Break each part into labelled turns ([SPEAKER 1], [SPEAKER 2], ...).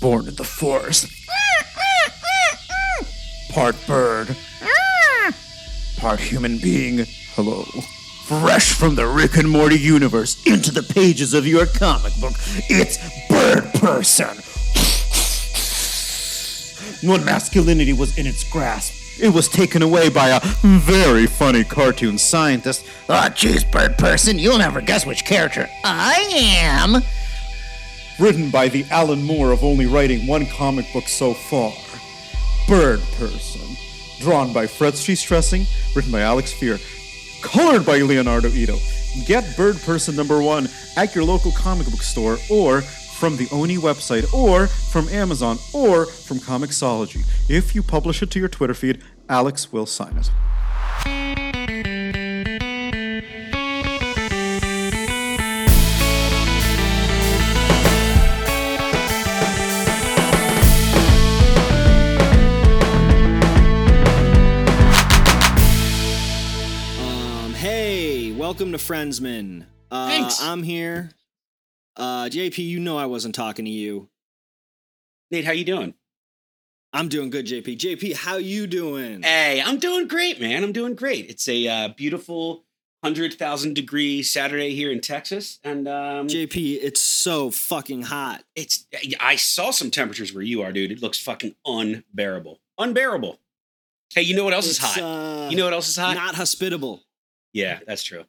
[SPEAKER 1] born in the forest. Part bird, part human being. Hello. Fresh from the Rick and Morty universe into the pages of your comic book, it's Bird Person. When masculinity was in its grasp, it was taken away by a very funny cartoon scientist. Ah, jeez, Bird Person, you'll never guess which character I am written by the Alan Moore of only writing one comic book so far Bird Person. Drawn by Fred C. Stressing, written by Alex Fear, colored by Leonardo Ito. Get Bird Person number one at your local comic book store or from the Oni website or from Amazon or from Comixology. If you publish it to your Twitter feed, Alex will sign it.
[SPEAKER 2] Um, hey, welcome to Friendsman. Uh,
[SPEAKER 3] Thanks.
[SPEAKER 2] I'm here. Uh, JP, you know I wasn't talking to you.
[SPEAKER 3] Nate, how you doing?
[SPEAKER 2] I'm doing good, JP. JP, how you doing?
[SPEAKER 3] Hey, I'm doing great, man. I'm doing great. It's a uh, beautiful 100,000 degree Saturday here in Texas. And um,
[SPEAKER 2] JP, it's so fucking hot.
[SPEAKER 3] it's I saw some temperatures where you are, dude. It looks fucking unbearable. Unbearable. Hey, you know what else is
[SPEAKER 2] It's,
[SPEAKER 3] hot?
[SPEAKER 2] Uh,
[SPEAKER 3] you know what else is hot?
[SPEAKER 2] not hospitable.
[SPEAKER 3] yeah, that's true.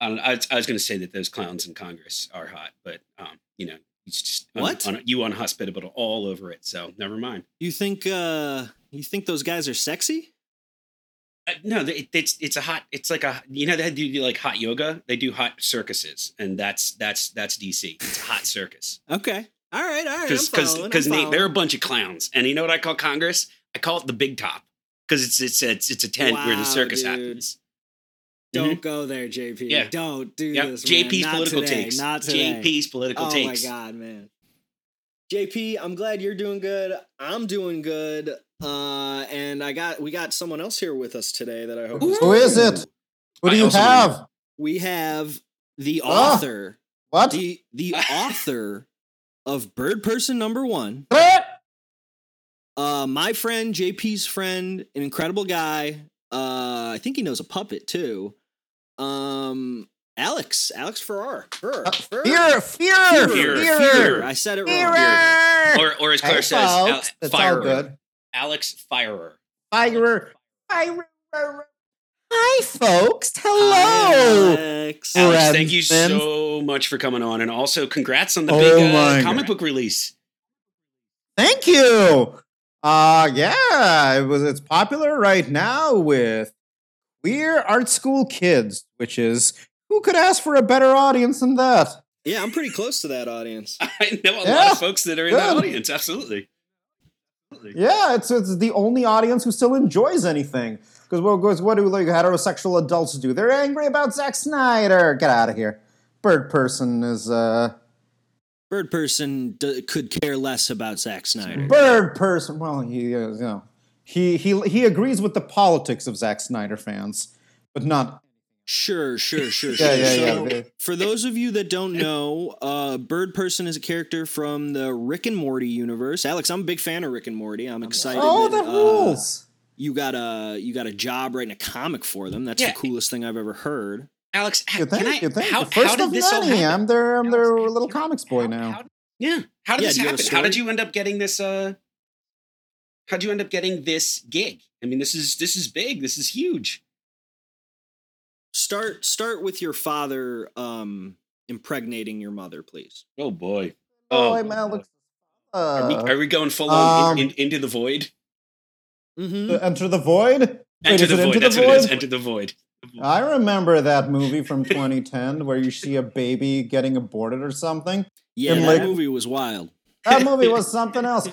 [SPEAKER 3] I, don't- I, was- I was going to say that those clowns in Congress are hot, but um, you know, it's just un-
[SPEAKER 2] What?
[SPEAKER 3] un- you unhospitable all over it. So never mind.
[SPEAKER 2] You think uh you think those guys are sexy?
[SPEAKER 3] Uh, no, they- it, it's it's a hot. It's like a you know they do like hot yoga. They do hot circuses, and that's that's that's DC. It's a hot circus
[SPEAKER 2] Okay. All right, all right.
[SPEAKER 3] because because because Nate, they're a bunch of clowns, and you know what I call Congress? I call it the big top because it's it's a, it's, it's a tent where
[SPEAKER 2] Wow,
[SPEAKER 3] the circus
[SPEAKER 2] dude.
[SPEAKER 3] happens.
[SPEAKER 2] Don't go there, JP.
[SPEAKER 3] Mhm. Yeah.
[SPEAKER 2] Don't do
[SPEAKER 3] Yep.
[SPEAKER 2] this. man.
[SPEAKER 3] JP's
[SPEAKER 2] Not
[SPEAKER 3] political
[SPEAKER 2] today.
[SPEAKER 3] takes.
[SPEAKER 2] Not today.
[SPEAKER 3] JP's political
[SPEAKER 2] oh
[SPEAKER 3] takes.
[SPEAKER 2] my god, man. JP, I'm glad you're doing good. I'm doing good. Uh, and I got we got someone else here with us today that I hope is
[SPEAKER 4] Who is it? What do
[SPEAKER 3] I
[SPEAKER 4] you
[SPEAKER 3] also don't
[SPEAKER 4] have?
[SPEAKER 2] we have the
[SPEAKER 4] Ah.
[SPEAKER 2] author,
[SPEAKER 4] What?
[SPEAKER 2] the the author of Bird Person Number One.
[SPEAKER 4] What?
[SPEAKER 2] Uh, my friend JP's friend, an incredible guy. Uh, I think he knows a puppet too. Um, Alex, Alex Ferrar, Ferrer,
[SPEAKER 4] Uh,
[SPEAKER 2] Ferrer.
[SPEAKER 4] Fear, fear,
[SPEAKER 3] Fear,
[SPEAKER 4] fear,
[SPEAKER 3] fear.
[SPEAKER 4] fear.
[SPEAKER 2] I said it wrong.
[SPEAKER 4] Hey,
[SPEAKER 3] Or or as Claire says, Al-
[SPEAKER 4] folks, That's all
[SPEAKER 3] firer.
[SPEAKER 4] good.
[SPEAKER 3] Alex Firer.
[SPEAKER 4] Firer, firer. Hi, folks.
[SPEAKER 2] Hi,
[SPEAKER 4] Hello.
[SPEAKER 2] Alex.
[SPEAKER 4] Al-
[SPEAKER 3] Alex, thank you
[SPEAKER 4] Friendsman.
[SPEAKER 3] so much for coming on, and also congrats on the
[SPEAKER 4] Oh
[SPEAKER 3] big uh,
[SPEAKER 4] my
[SPEAKER 3] comic
[SPEAKER 4] God.
[SPEAKER 3] book release.
[SPEAKER 4] Thank you. Uh, yeah, it was. It's popular right now with queer art school kids, which is who could ask for a better audience than that?
[SPEAKER 2] Yeah, I'm pretty close to that audience.
[SPEAKER 3] I know a lot
[SPEAKER 4] Yeah.
[SPEAKER 3] of folks that are in that
[SPEAKER 4] Good.
[SPEAKER 3] audience. Absolutely. Absolutely.
[SPEAKER 4] Yeah, it's it's the only audience who still enjoys anything. Because what, 'cause what do like heterosexual adults do? They're angry about Zack Snyder. Get out of here. Bird person is uh
[SPEAKER 2] Bird person d- could care less about Zack Snyder.
[SPEAKER 4] bird person. Well, he uh, you know he he he agrees with the politics of Zack Snyder fans, but not
[SPEAKER 2] Sure, sure, sure, sure.
[SPEAKER 4] yeah yeah yeah.
[SPEAKER 2] So,
[SPEAKER 4] they-
[SPEAKER 2] for those of you that don't know, uh, Bird Person is a character from the Rick and Morty universe. Alex, I'm a big fan of Rick and Morty. I'm excited.
[SPEAKER 4] oh,
[SPEAKER 2] that,
[SPEAKER 4] the
[SPEAKER 2] uh,
[SPEAKER 4] rules.
[SPEAKER 2] you got a you got a job writing a comic for them. That's
[SPEAKER 3] Yeah.
[SPEAKER 2] the coolest thing I've ever heard.
[SPEAKER 3] Alex,
[SPEAKER 4] Good
[SPEAKER 3] can I?
[SPEAKER 4] thing. Good thing.
[SPEAKER 3] How,
[SPEAKER 4] The first
[SPEAKER 3] how did
[SPEAKER 4] of
[SPEAKER 3] this all
[SPEAKER 4] many.
[SPEAKER 3] happen?
[SPEAKER 4] I'm their I'm their
[SPEAKER 3] Alex,
[SPEAKER 4] little
[SPEAKER 3] how-
[SPEAKER 4] comics boy
[SPEAKER 3] how-
[SPEAKER 4] now.
[SPEAKER 3] how- yeah. How did
[SPEAKER 2] Yeah,
[SPEAKER 3] this
[SPEAKER 2] do you have a
[SPEAKER 3] happen? How did
[SPEAKER 2] story?
[SPEAKER 3] you end up getting this? Uh, how'd you end up getting this gig? I mean, this is this is big. This is huge.
[SPEAKER 2] Start start with your father um, impregnating your mother, please.
[SPEAKER 3] Oh boy.
[SPEAKER 4] oh, I'm Alex.
[SPEAKER 3] Are we,
[SPEAKER 4] Uh,
[SPEAKER 3] are we going full on in-
[SPEAKER 4] um,
[SPEAKER 3] in- into the void?
[SPEAKER 2] Mm-hmm.
[SPEAKER 4] enter the void. Wait,
[SPEAKER 3] Enter
[SPEAKER 4] is
[SPEAKER 3] the
[SPEAKER 4] it
[SPEAKER 3] void.
[SPEAKER 4] Enter the
[SPEAKER 3] That's what it is.
[SPEAKER 4] Void?
[SPEAKER 3] Enter the void.
[SPEAKER 4] I remember that movie from 2010 where you see a baby getting aborted or something.
[SPEAKER 2] Yeah,
[SPEAKER 4] And,
[SPEAKER 2] that
[SPEAKER 4] like-
[SPEAKER 2] movie was wild.
[SPEAKER 4] That movie was something else.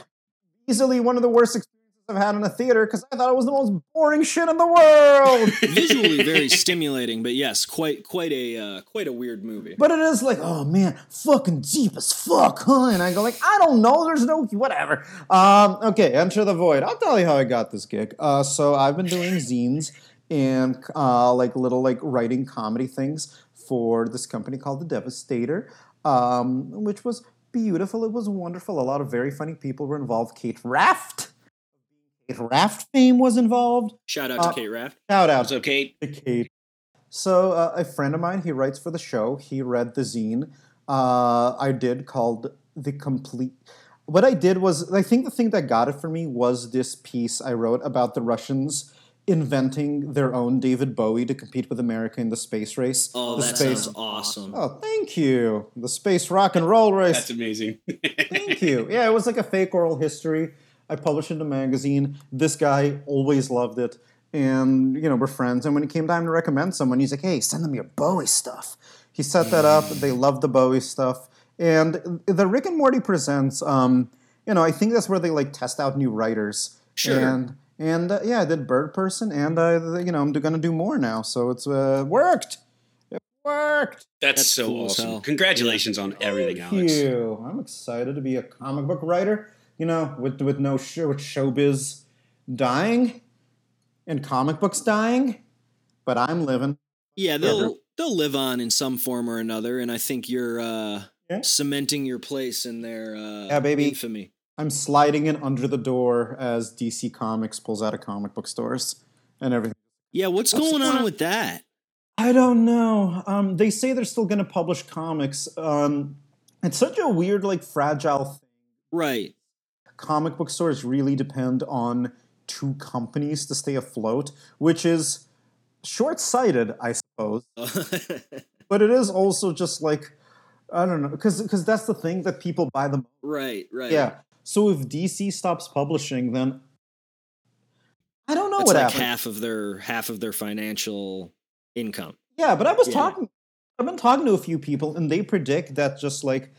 [SPEAKER 4] Easily one of the worst experiences I've had in a theater because I thought it was the most boring shit in the world.
[SPEAKER 2] Visually very stimulating, but yes, quite quite a uh, quite a weird movie.
[SPEAKER 4] But it is like, oh man, fucking deep as fuck, huh? And I go like, I don't know. There's no whatever. Um, okay, enter the void. I'll tell you how I got this gig. Uh, so I've been doing zines and uh, like little like writing comedy things for this company called The Devastator, um, which was beautiful. It was wonderful. A lot of very funny people were involved. Kate Raft. Kate Raft fame was involved.
[SPEAKER 2] Shout out to
[SPEAKER 4] Uh,
[SPEAKER 2] Kate Raft.
[SPEAKER 4] Shout out
[SPEAKER 3] It's okay.
[SPEAKER 4] to Kate. So uh, a friend of mine, he writes for the show. He read the zine uh, I did called the complete. What I did was I think the thing that got it for me was this piece I wrote about the Russians inventing their own David Bowie to compete with America in the space race.
[SPEAKER 2] Oh,
[SPEAKER 4] the
[SPEAKER 2] that
[SPEAKER 4] space.
[SPEAKER 2] sounds awesome.
[SPEAKER 4] Oh, thank you. The space rock and roll race.
[SPEAKER 3] That's amazing.
[SPEAKER 4] Thank you. Yeah, it was like a fake oral history. I published it in a magazine. This guy always loved it. And, you know, we're friends. And when it came time to recommend someone, he's like, hey, send them your Bowie stuff. He set that up. They loved the Bowie stuff. And the Rick and Morty Presents, um, you know, I think that's where they like test out new writers.
[SPEAKER 3] Sure.
[SPEAKER 4] And, and uh, yeah, I did Bird Person. And, uh, you know, I'm going to do more now. So it's uh, worked. It worked.
[SPEAKER 3] That's,
[SPEAKER 2] That's
[SPEAKER 3] so
[SPEAKER 2] cool as hell.
[SPEAKER 3] awesome. Congratulations on everything,
[SPEAKER 4] Thank
[SPEAKER 3] Alex.
[SPEAKER 4] you. I'm excited to be a comic book writer. You know, with with no sh- with showbiz dying and comic books dying, but I'm living.
[SPEAKER 2] Yeah, they'll they'll live on in some form or another, and I think you're uh,
[SPEAKER 4] Yeah.
[SPEAKER 2] cementing your place in their uh,
[SPEAKER 4] Yeah, baby.
[SPEAKER 2] infamy.
[SPEAKER 4] I'm sliding in under the door as DC Comics pulls out of comic book stores and everything.
[SPEAKER 2] Yeah, what's
[SPEAKER 4] What's
[SPEAKER 2] going
[SPEAKER 4] going
[SPEAKER 2] on
[SPEAKER 4] on?
[SPEAKER 2] with that?
[SPEAKER 4] I don't know. Um, they say they're still going to publish comics. Um, it's such a weird, like, fragile thing.
[SPEAKER 2] Right.
[SPEAKER 4] comic book stores really depend on two companies to stay afloat, which is short sighted, I suppose. But it is also just like, I don't know, because that's the thing that people buy them.
[SPEAKER 2] right. Right.
[SPEAKER 4] Yeah. So if DC stops publishing, then I don't know
[SPEAKER 2] That's
[SPEAKER 4] what
[SPEAKER 2] like
[SPEAKER 4] happens.
[SPEAKER 2] half of their half of their financial income.
[SPEAKER 4] Yeah, but I was
[SPEAKER 2] Yeah.
[SPEAKER 4] talking. I've been talking to a few people, and they predict that just like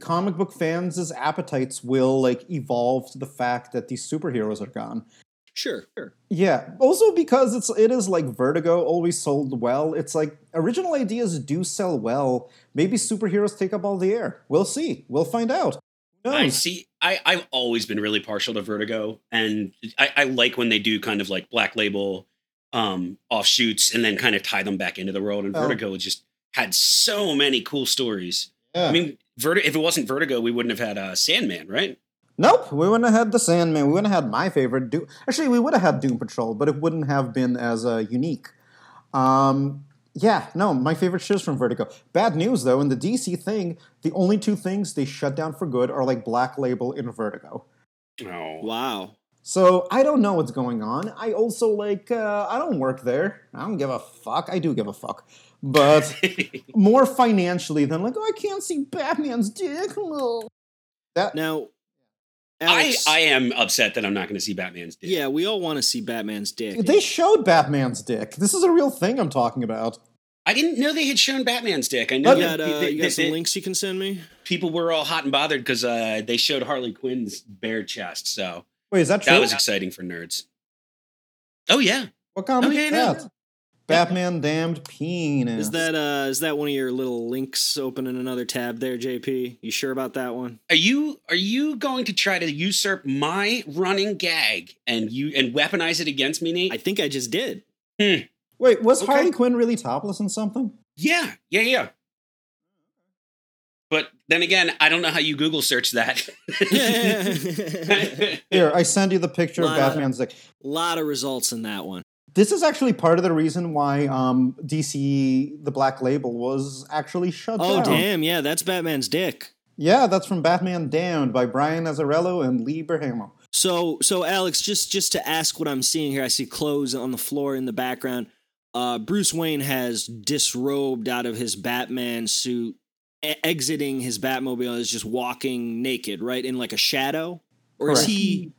[SPEAKER 4] comic book fans' appetites will like evolve to the fact that these superheroes are gone.
[SPEAKER 2] Sure. Sure.
[SPEAKER 4] Yeah. Also because it's it is like Vertigo always sold well. It's like original ideas do sell well. Maybe superheroes take up all the air. We'll see. We'll find out. Who
[SPEAKER 3] I
[SPEAKER 4] knows?
[SPEAKER 3] see. I, I've always been really partial to Vertigo, and I, I like when they do kind of like Black Label um, offshoots, and then kind of tie them back into the world. And
[SPEAKER 4] Oh.
[SPEAKER 3] Vertigo just had so many cool stories.
[SPEAKER 4] Yeah.
[SPEAKER 3] I mean, Verti- if it wasn't Vertigo, we wouldn't have had uh, Sandman, right?
[SPEAKER 4] nope. We wouldn't have had the Sandman. We wouldn't have had my favorite Doom. Actually, we would have had Doom Patrol, but it wouldn't have been as uh, unique. Um, yeah, no, my favorite shows from Vertigo. Bad news though, in the DC thing, the only two things they shut down for good are like Black Label and Vertigo.
[SPEAKER 3] Oh,
[SPEAKER 2] Wow.
[SPEAKER 4] So I don't know what's going on. I also like uh, I don't work there. I don't give a fuck. I do give a fuck, but more financially than like oh I can't see Batman's dick. That
[SPEAKER 2] Now,
[SPEAKER 3] I,
[SPEAKER 2] Alex,
[SPEAKER 3] I am upset that I'm not going to see Batman's dick.
[SPEAKER 2] yeah, we all want to see Batman's dick.
[SPEAKER 4] they showed Batman's dick. This is a real thing I'm talking about.
[SPEAKER 3] I didn't know they had shown Batman's dick. I know
[SPEAKER 2] you
[SPEAKER 3] that
[SPEAKER 2] got, uh,
[SPEAKER 3] that-
[SPEAKER 2] you
[SPEAKER 3] that-
[SPEAKER 2] got some
[SPEAKER 3] that
[SPEAKER 2] links you can send me.
[SPEAKER 3] people were all hot and bothered because uh, they showed Harley Quinn's bare chest. So
[SPEAKER 4] Wait, is that true?
[SPEAKER 3] that was exciting for nerds. Oh yeah,
[SPEAKER 4] what comedy
[SPEAKER 3] Okay,
[SPEAKER 4] is
[SPEAKER 3] no,
[SPEAKER 4] that? Batman damned penis.
[SPEAKER 2] Is that uh is that one of your little links opening another tab there, JP? You sure about that one?
[SPEAKER 3] are you are you going to try to usurp my running gag and you and weaponize it against me, Nate?
[SPEAKER 2] I think I just did.
[SPEAKER 4] Wait, was
[SPEAKER 3] Okay.
[SPEAKER 4] Harley Quinn really topless in something?
[SPEAKER 3] yeah, yeah, yeah. But then again, I don't know how you Google search that.
[SPEAKER 2] A
[SPEAKER 4] Here, I send you the picture of
[SPEAKER 2] Wow.
[SPEAKER 4] Batman's dick.
[SPEAKER 2] lot of results in that one.
[SPEAKER 4] This is actually part of the reason why um, DC, the Black Label, was actually shut
[SPEAKER 2] Oh
[SPEAKER 4] down.
[SPEAKER 2] damn, yeah, that's Batman's dick.
[SPEAKER 4] Yeah, that's from Batman Damned by Brian Azzarello and Lee Berhamo.
[SPEAKER 2] So so Alex, just just to ask what I'm seeing here, I see clothes on the floor in the background. Uh, Bruce Wayne has disrobed out of his Batman suit, e- exiting his Batmobile, is just walking naked, right in like a shadow, or is
[SPEAKER 4] Correct.
[SPEAKER 2] he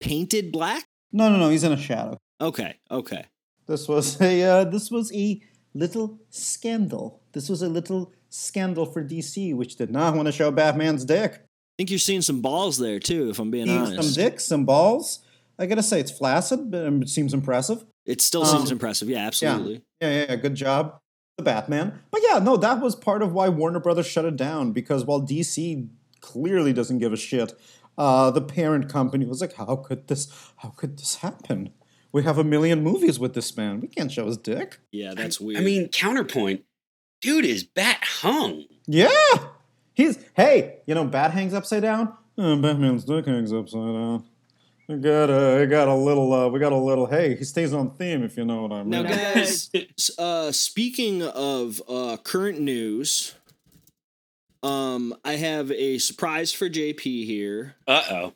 [SPEAKER 2] painted black?
[SPEAKER 4] No, no, no, he's in a shadow.
[SPEAKER 2] Okay, okay.
[SPEAKER 4] This was a uh, this was a little scandal. This was a little scandal for DC, which did not want to show Batman's dick.
[SPEAKER 2] think you're seeing some balls there too, if I'm being
[SPEAKER 4] Seeing
[SPEAKER 2] honest.
[SPEAKER 4] some dicks, some balls. I gotta say, it's flaccid, but um, it seems impressive.
[SPEAKER 2] it still
[SPEAKER 4] Um,
[SPEAKER 2] seems impressive. Yeah, absolutely.
[SPEAKER 4] Yeah, yeah, yeah, good job. The Batman. But yeah, no, that was part of why Warner Brothers shut it down because while DC clearly doesn't give a shit, uh, the parent company was like, how could this how could this happen? We have a million movies with this man. We can't show his dick.
[SPEAKER 2] Yeah, that's weird.
[SPEAKER 3] I mean, counterpoint, dude is bat hung.
[SPEAKER 4] Yeah. He's hey, you know, bat hangs upside down. Uh, Batman's dick hangs upside down. We got a, we got a little, uh, we got a little. Hey, he stays on theme, if you know what I mean.
[SPEAKER 2] Now,
[SPEAKER 5] Nice.
[SPEAKER 2] guys, s- uh, speaking of uh, current news, um, I have a surprise for JP here,
[SPEAKER 3] Uh oh.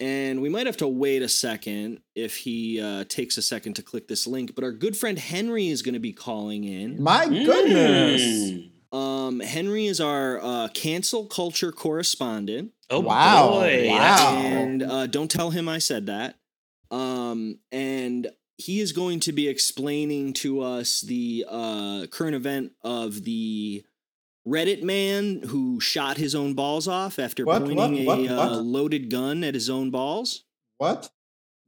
[SPEAKER 2] and we might have to wait a second if he uh, takes a second to click this link. But our good friend Henry is going to be calling in.
[SPEAKER 4] My
[SPEAKER 3] Mm.
[SPEAKER 4] goodness!
[SPEAKER 2] Um, Henry is our uh, cancel culture correspondent,
[SPEAKER 3] Oh
[SPEAKER 4] Wow,
[SPEAKER 3] boy.
[SPEAKER 4] wow.
[SPEAKER 3] That's-
[SPEAKER 2] and uh, don't tell him I said that. Um, and he is going to be explaining to us the uh, current event of the Reddit man who shot his own balls off after
[SPEAKER 4] What,
[SPEAKER 2] pointing
[SPEAKER 4] what, what,
[SPEAKER 2] a Uh,
[SPEAKER 4] what?
[SPEAKER 2] loaded gun at his own balls.
[SPEAKER 4] What?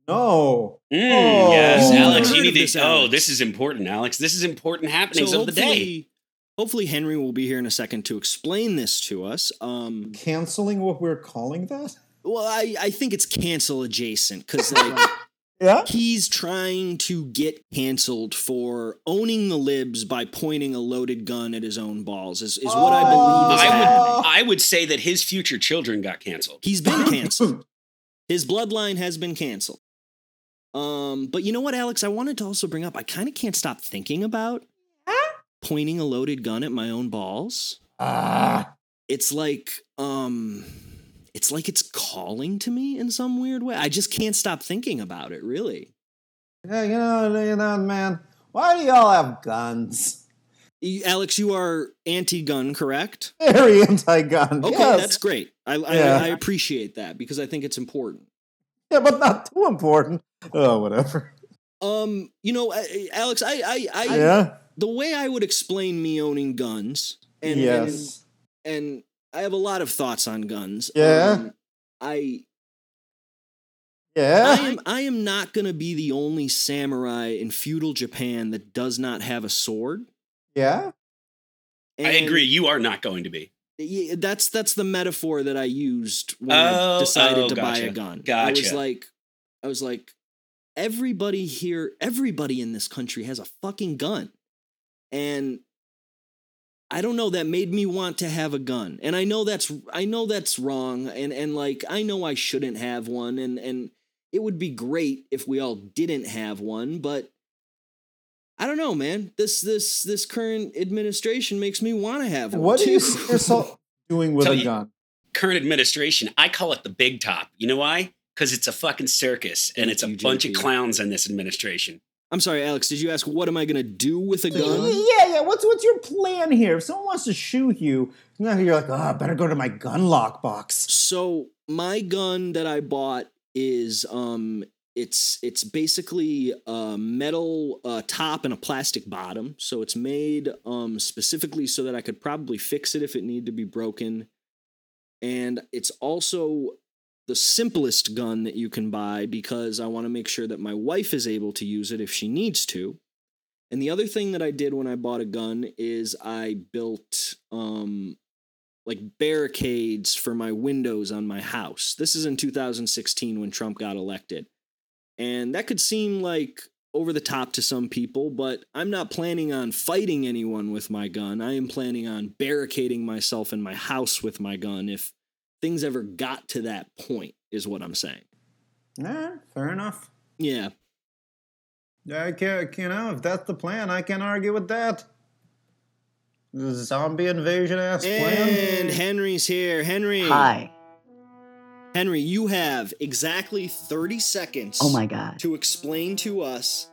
[SPEAKER 4] No.
[SPEAKER 3] Mm,
[SPEAKER 4] Oh.
[SPEAKER 3] Yes,
[SPEAKER 4] You've
[SPEAKER 3] Alex,
[SPEAKER 2] heard
[SPEAKER 3] you
[SPEAKER 2] of
[SPEAKER 3] need to.
[SPEAKER 2] this,
[SPEAKER 3] Oh,
[SPEAKER 2] Alex.
[SPEAKER 3] this is important, Alex. This is important happenings of the day.
[SPEAKER 2] hopefully- Hopefully, Henry will be here in a second to explain this to us. Um,
[SPEAKER 4] Canceling what we're calling that?
[SPEAKER 2] well, I, I think it's cancel adjacent because like
[SPEAKER 4] Yeah.
[SPEAKER 2] he's trying to get canceled for owning the libs by pointing a loaded gun at his own balls is, is what I believe is
[SPEAKER 3] Oh. I would-
[SPEAKER 4] Oh.
[SPEAKER 2] happening.
[SPEAKER 3] I would say that his future children got canceled.
[SPEAKER 2] He's been canceled. His bloodline has been canceled. Um, but you know what, Alex? I wanted to also bring up. I kind of can't stop thinking about pointing a loaded gun at my own balls.
[SPEAKER 4] Ah.
[SPEAKER 2] It's like, um, it's like it's calling to me in some weird way. I just can't stop thinking about it. Really,
[SPEAKER 4] Yeah, you know, you know, man. Why do y'all have guns?
[SPEAKER 2] You- Alex, you are anti-gun, correct?
[SPEAKER 4] Very anti-gun.
[SPEAKER 2] Okay,
[SPEAKER 4] yes.
[SPEAKER 2] that's great. I,
[SPEAKER 4] Yeah.
[SPEAKER 2] I, I appreciate that because I think it's important.
[SPEAKER 4] Yeah, but not too important. Oh, whatever.
[SPEAKER 2] Um, you know, I, Alex, I, I, I
[SPEAKER 4] yeah.
[SPEAKER 2] the way I would explain me owning guns, and
[SPEAKER 4] yes.
[SPEAKER 2] and, and I have a lot of thoughts on guns.
[SPEAKER 4] Yeah.
[SPEAKER 2] Um, I
[SPEAKER 4] yeah.
[SPEAKER 2] I am I am not gonna be the only samurai in feudal Japan that does not have a sword.
[SPEAKER 4] yeah.
[SPEAKER 3] I
[SPEAKER 2] And
[SPEAKER 3] agree. You are not going to be.
[SPEAKER 2] yeah, that's that's the metaphor that I used when I
[SPEAKER 3] Oh,
[SPEAKER 2] decided
[SPEAKER 3] oh,
[SPEAKER 2] to buy
[SPEAKER 3] gotcha.
[SPEAKER 2] a gun. I was
[SPEAKER 3] Gotcha.
[SPEAKER 2] like, I was like, everybody here, everybody in this country has a fucking gun, and I don't know. That made me want to have a gun, and I know that's I know that's wrong, and and like I know I shouldn't have one, and and it would be great if we all didn't have one, but. I don't know, man. This this this current administration makes me want to have one.
[SPEAKER 4] What do you
[SPEAKER 2] too.
[SPEAKER 4] see yourself doing with
[SPEAKER 3] So
[SPEAKER 4] a
[SPEAKER 3] you-
[SPEAKER 4] gun?
[SPEAKER 3] Current administration, I call it the big top. You know why? Because it's a fucking circus and
[SPEAKER 2] Thank
[SPEAKER 3] it's a
[SPEAKER 2] you,
[SPEAKER 3] bunch of
[SPEAKER 2] JP.
[SPEAKER 3] clowns in this administration.
[SPEAKER 2] I'm sorry, Alex. Did you ask what am I gonna do with a gun?
[SPEAKER 4] Yeah, yeah. What's what's your plan here? If someone wants to shoot you, you know, you're like, oh, I better go to my gun lockbox.
[SPEAKER 2] So my gun that I bought is um, it's it's basically a metal uh, top and a plastic bottom. So it's made um specifically so that I could probably fix it if it needed to be broken, and it's also the simplest gun that you can buy because I want to make sure that my wife is able to use it if she needs to. And the other thing that I did when I bought a gun is I built um like barricades for my windows on my house. This is in 2016 when Trump got elected. And that could seem like over the top to some people, but I'm not planning on fighting anyone with my gun. I am planning on barricading myself in my house with my gun if things ever got to that point is what I'm saying.
[SPEAKER 4] Yeah, fair enough.
[SPEAKER 2] Yeah.
[SPEAKER 4] Yeah, I can't. You know, if that's the plan, I can't argue with that. The zombie invasion ass
[SPEAKER 2] And Henry's here. Henry.
[SPEAKER 5] Hi.
[SPEAKER 2] Henry, you have exactly 30 seconds.
[SPEAKER 5] Oh my God.
[SPEAKER 2] to explain to us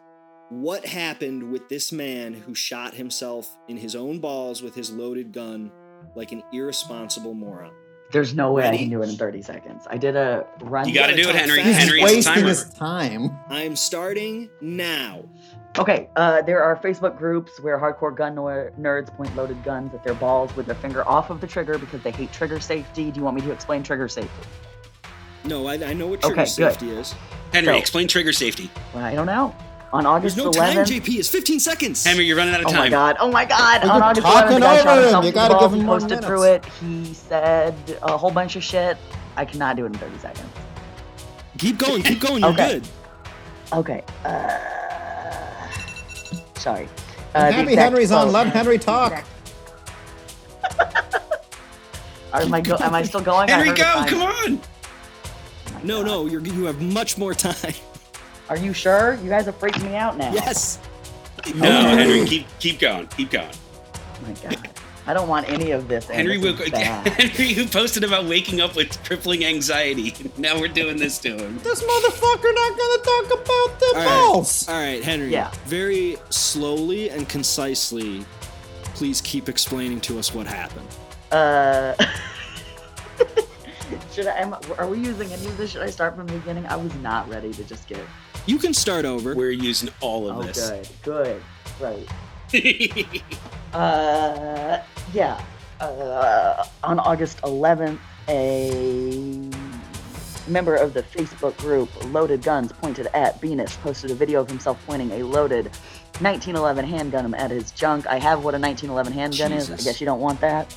[SPEAKER 2] what happened with this man who shot himself in his own balls with his loaded gun like an irresponsible moron.
[SPEAKER 5] There's no way I can do it in 30 seconds. I did a run.
[SPEAKER 3] You got to
[SPEAKER 2] gotta
[SPEAKER 3] do it,
[SPEAKER 2] talk
[SPEAKER 3] Henry.
[SPEAKER 2] fast.
[SPEAKER 3] Henry, it's
[SPEAKER 4] wasting
[SPEAKER 3] timer.
[SPEAKER 4] his time.
[SPEAKER 2] I'm starting now.
[SPEAKER 5] Okay, uh, there are Facebook groups where hardcore gun nor- nerds point loaded guns at their balls with their finger off of the trigger because they hate trigger safety. Do you want me to explain trigger safety?
[SPEAKER 2] No, I, I know what trigger
[SPEAKER 5] Okay, good.
[SPEAKER 2] safety is.
[SPEAKER 3] Henry,
[SPEAKER 5] So-
[SPEAKER 3] explain trigger safety.
[SPEAKER 5] Well, I don't know. On August
[SPEAKER 2] There's no
[SPEAKER 5] 11th.
[SPEAKER 2] time, JP. It's 15 seconds.
[SPEAKER 3] Henry, you're running out of
[SPEAKER 5] Oh my
[SPEAKER 3] time.
[SPEAKER 5] god! Oh my god!
[SPEAKER 4] Well,
[SPEAKER 5] On
[SPEAKER 4] you're
[SPEAKER 5] August 11th, the
[SPEAKER 4] talking
[SPEAKER 5] guy
[SPEAKER 4] over
[SPEAKER 5] shot
[SPEAKER 4] him.
[SPEAKER 5] himself
[SPEAKER 4] You
[SPEAKER 5] in
[SPEAKER 4] gotta give
[SPEAKER 5] the balls.
[SPEAKER 4] him
[SPEAKER 5] He
[SPEAKER 4] more
[SPEAKER 5] posted
[SPEAKER 4] minutes.
[SPEAKER 5] through it. He said a whole bunch of shit. I cannot do it in 30 seconds.
[SPEAKER 2] keep going, keep going. You're
[SPEAKER 5] Okay.
[SPEAKER 2] good.
[SPEAKER 5] Okay. Uh, sorry. Uh,
[SPEAKER 4] I'm
[SPEAKER 5] the
[SPEAKER 4] happy
[SPEAKER 5] exact
[SPEAKER 4] Henry's on.
[SPEAKER 5] quote
[SPEAKER 4] Let
[SPEAKER 5] is-
[SPEAKER 4] Henry talk.
[SPEAKER 5] Am I, go- am I still going? I
[SPEAKER 3] Henry,
[SPEAKER 5] heard
[SPEAKER 3] go!
[SPEAKER 5] a time.
[SPEAKER 3] Come on!
[SPEAKER 2] No, no, you're, you have much more time.
[SPEAKER 5] Are you sure? You guys are freaking me out now.
[SPEAKER 2] yes.
[SPEAKER 3] No, Henry, keep keep going, keep going.
[SPEAKER 5] Oh my God. I don't want any of this.
[SPEAKER 3] Henry,
[SPEAKER 5] Anderson
[SPEAKER 3] will,
[SPEAKER 5] bad.
[SPEAKER 3] Henry, who posted about waking up with crippling anxiety. Now we're doing this to him.
[SPEAKER 4] This motherfucker not gonna talk about the
[SPEAKER 2] All right.
[SPEAKER 4] balls.
[SPEAKER 2] All right, Henry.
[SPEAKER 5] Yeah.
[SPEAKER 2] Very slowly and concisely, please keep explaining to us what happened.
[SPEAKER 5] Uh, should I? Am, are we using any of this? Should I start from the beginning? I was not ready to just get.
[SPEAKER 2] You can start over.
[SPEAKER 3] We're using all of
[SPEAKER 5] Oh,
[SPEAKER 3] this.
[SPEAKER 5] good, good, right. Uh, yeah. Uh, on August 11th, a member of the Facebook group Loaded Guns Pointed at Venus posted a video of himself pointing a loaded 1911 handgun at his junk. I have what a 1911 handgun is. I
[SPEAKER 2] Jesus.
[SPEAKER 5] guess you don't want that.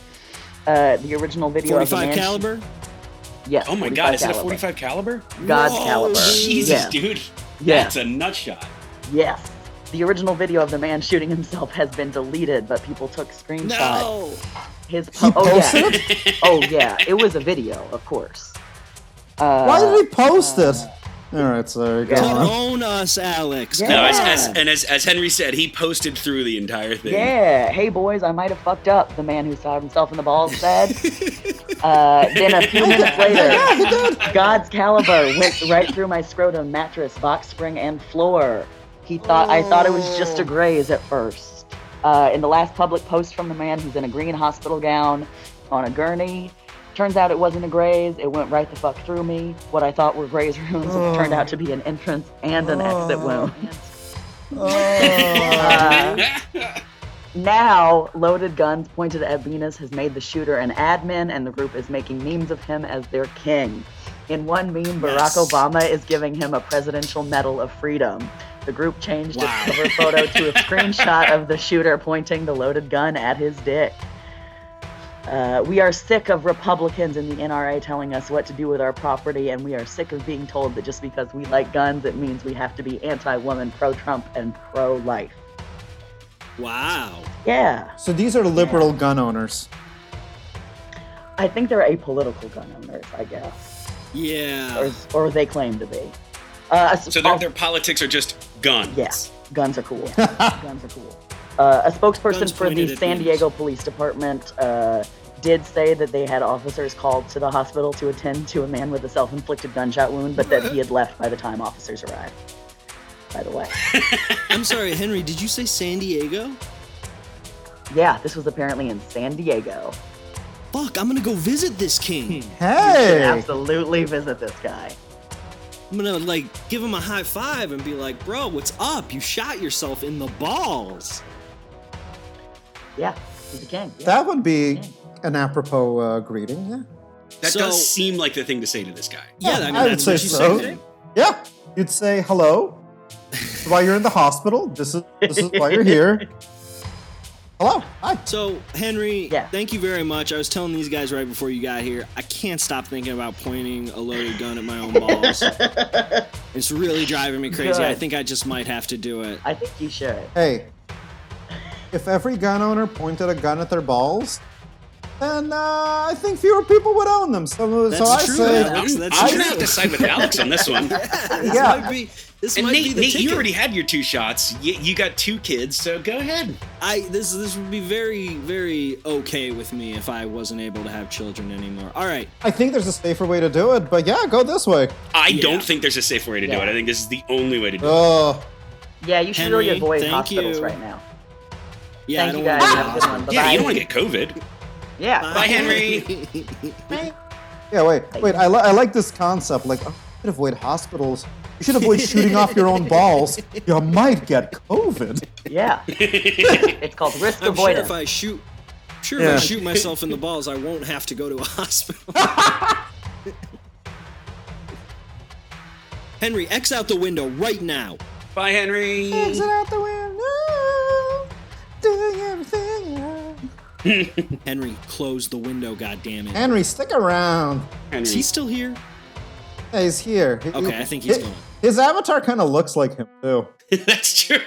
[SPEAKER 5] Uh, the original video of the
[SPEAKER 2] 45
[SPEAKER 5] man.
[SPEAKER 2] caliber.
[SPEAKER 5] Yes.
[SPEAKER 3] oh my
[SPEAKER 5] 45
[SPEAKER 3] god, is it a
[SPEAKER 5] caliber.
[SPEAKER 3] 45 caliber?
[SPEAKER 5] God's
[SPEAKER 2] Whoa,
[SPEAKER 5] caliber.
[SPEAKER 3] Jesus,
[SPEAKER 5] Yeah.
[SPEAKER 3] dude.
[SPEAKER 5] Yeah.
[SPEAKER 3] That's a nut shot.
[SPEAKER 5] Yes. The original video of the man shooting himself has been deleted, but people took screenshots.
[SPEAKER 2] No.
[SPEAKER 5] His
[SPEAKER 4] He
[SPEAKER 5] po- oh
[SPEAKER 4] posted
[SPEAKER 5] yeah,
[SPEAKER 4] it.
[SPEAKER 5] oh yeah, it was a video, of course. Uh,
[SPEAKER 4] Why did he post this? Uh, All right, sorry. Go
[SPEAKER 5] yeah.
[SPEAKER 2] To
[SPEAKER 4] on.
[SPEAKER 2] own us, Alex.
[SPEAKER 5] Yeah.
[SPEAKER 3] No, as,
[SPEAKER 5] Yeah.
[SPEAKER 3] as, and as, as Henry said, he posted through the entire thing.
[SPEAKER 5] Yeah, hey boys, I might have fucked up. The man who shot himself in the balls said. uh, then a few minutes
[SPEAKER 4] Yeah,
[SPEAKER 5] later,
[SPEAKER 4] he did.
[SPEAKER 5] God's caliber went right through my scrotum, mattress, box spring, and floor. He thought I thought it was just a
[SPEAKER 4] Oh.
[SPEAKER 5] graze at first. Uh, in the last public post from the man, he's in a green hospital gown on a gurney. Turns out it wasn't a graze. It went right the fuck through me. What I thought were graze wounds turned out to be an entrance and an exit wound.
[SPEAKER 4] Oh.
[SPEAKER 5] Uh, now, Loaded Guns pointed at Venus has made the shooter an admin, and the group is making memes of him as their king. In one meme, Barack
[SPEAKER 3] Yes.
[SPEAKER 5] Obama is giving him a Presidential Medal of Freedom. The group changed its cover photo to a screenshot of the shooter pointing the loaded gun at his dick. Uh, we are sick of Republicans in the NRA telling us what to do with our property, and we are sick of being told that just because we like guns, it means we have to be anti woman, pro Trump, and pro life.
[SPEAKER 2] Wow.
[SPEAKER 5] Yeah.
[SPEAKER 4] So these are liberal gun owners.
[SPEAKER 5] I think they're apolitical gun owners, I guess,
[SPEAKER 2] Yeah.
[SPEAKER 5] or, or they claim to be. Uh,
[SPEAKER 3] So their, their politics are just guns.
[SPEAKER 5] yes, guns are cool. guns are cool. Uh, a spokesperson
[SPEAKER 2] Guns
[SPEAKER 5] for the
[SPEAKER 2] pointed at
[SPEAKER 5] San
[SPEAKER 2] Venus.
[SPEAKER 5] Diego Police Department uh, did say that they had officers called to the hospital to attend to a man with a self-inflicted gunshot wound, but that he had left by the time officers arrived. By the way,
[SPEAKER 2] I'm sorry, Henry. Did you say San Diego?
[SPEAKER 5] yeah, this was apparently in San Diego.
[SPEAKER 2] Fuck, I'm gonna go visit this king.
[SPEAKER 4] Hmm. Hey.
[SPEAKER 5] Absolutely visit this guy.
[SPEAKER 2] I'm gonna like give him a high five and be like, bro, what's up? You shot yourself in the balls.
[SPEAKER 5] Yeah, he's a king. Yeah.
[SPEAKER 4] That would be an apropos uh, greeting. Yeah.
[SPEAKER 3] That
[SPEAKER 2] So-
[SPEAKER 3] does seem like the thing to say to this guy.
[SPEAKER 2] Yeah,
[SPEAKER 4] Yeah,
[SPEAKER 2] I mean
[SPEAKER 4] I would
[SPEAKER 2] that's
[SPEAKER 4] say
[SPEAKER 2] what you
[SPEAKER 4] so.
[SPEAKER 2] said.
[SPEAKER 4] Yeah. You'd say hello while you're in the hospital. This is this is why you're here. Hello. Hi.
[SPEAKER 2] So, Henry,
[SPEAKER 5] Yeah.
[SPEAKER 2] thank you very much. I was telling these guys right before you got here, I can't stop thinking about pointing a loaded gun at my own balls. it's really driving me crazy. I
[SPEAKER 5] Good.
[SPEAKER 2] think I just might have to do it.
[SPEAKER 5] I think you should.
[SPEAKER 4] Hey. If every gun owner pointed a gun at their balls, then uh, I think fewer people would own them. So, so I
[SPEAKER 2] That's true,
[SPEAKER 4] say,
[SPEAKER 2] Alex.
[SPEAKER 3] I'm,
[SPEAKER 2] That's
[SPEAKER 3] I'm
[SPEAKER 2] true.
[SPEAKER 3] gonna have to side with Alex on this one.
[SPEAKER 2] This
[SPEAKER 4] Yeah.
[SPEAKER 2] might be this
[SPEAKER 3] And
[SPEAKER 2] might be
[SPEAKER 3] Nate,
[SPEAKER 2] the
[SPEAKER 3] Nate you
[SPEAKER 2] ticket.
[SPEAKER 3] already had your two shots. You, you got two kids, so go ahead.
[SPEAKER 2] I this this would be very very okay with me if I wasn't able to have children anymore. All right.
[SPEAKER 4] I think there's a safer way to do it, but yeah, go this way.
[SPEAKER 3] I
[SPEAKER 2] Yeah.
[SPEAKER 3] don't think there's a safe way to do
[SPEAKER 5] Yeah.
[SPEAKER 3] it. I think this is the only way to do it.
[SPEAKER 4] Oh,
[SPEAKER 5] Yeah, you should really
[SPEAKER 2] Henry,
[SPEAKER 5] avoid
[SPEAKER 2] thank
[SPEAKER 5] hospitals
[SPEAKER 2] you.
[SPEAKER 5] right now.
[SPEAKER 2] Yeah,
[SPEAKER 5] Thank
[SPEAKER 2] I
[SPEAKER 5] you
[SPEAKER 2] don't
[SPEAKER 5] guys. Have a
[SPEAKER 2] want
[SPEAKER 5] good
[SPEAKER 2] to
[SPEAKER 5] one.
[SPEAKER 3] Yeah,
[SPEAKER 5] Bye-bye.
[SPEAKER 3] you don't want to get COVID.
[SPEAKER 5] Yeah.
[SPEAKER 3] Bye, Henry.
[SPEAKER 4] yeah. Wait, wait. I, li- I like this concept. Like, oh, you should avoid hospitals. You should avoid shooting off your own balls. You might get COVID.
[SPEAKER 5] Yeah. it's called risk
[SPEAKER 2] I'm sure
[SPEAKER 5] avoidance.
[SPEAKER 2] if I shoot sure
[SPEAKER 4] Yeah.
[SPEAKER 2] if I shoot myself in the balls, I won't have to go to a hospital. Henry, X out the window right now.
[SPEAKER 3] Bye, Henry.
[SPEAKER 4] Exit out the window, doing everything. right.
[SPEAKER 2] Henry, close the window, goddammit. it!
[SPEAKER 4] Henry, stick around.
[SPEAKER 2] Is
[SPEAKER 3] Henry.
[SPEAKER 2] he still here?
[SPEAKER 4] Hey, he's here. He-
[SPEAKER 2] Okay, I think he's
[SPEAKER 4] hi-
[SPEAKER 2] gone.
[SPEAKER 4] His avatar kind of looks like him too.
[SPEAKER 3] That's true.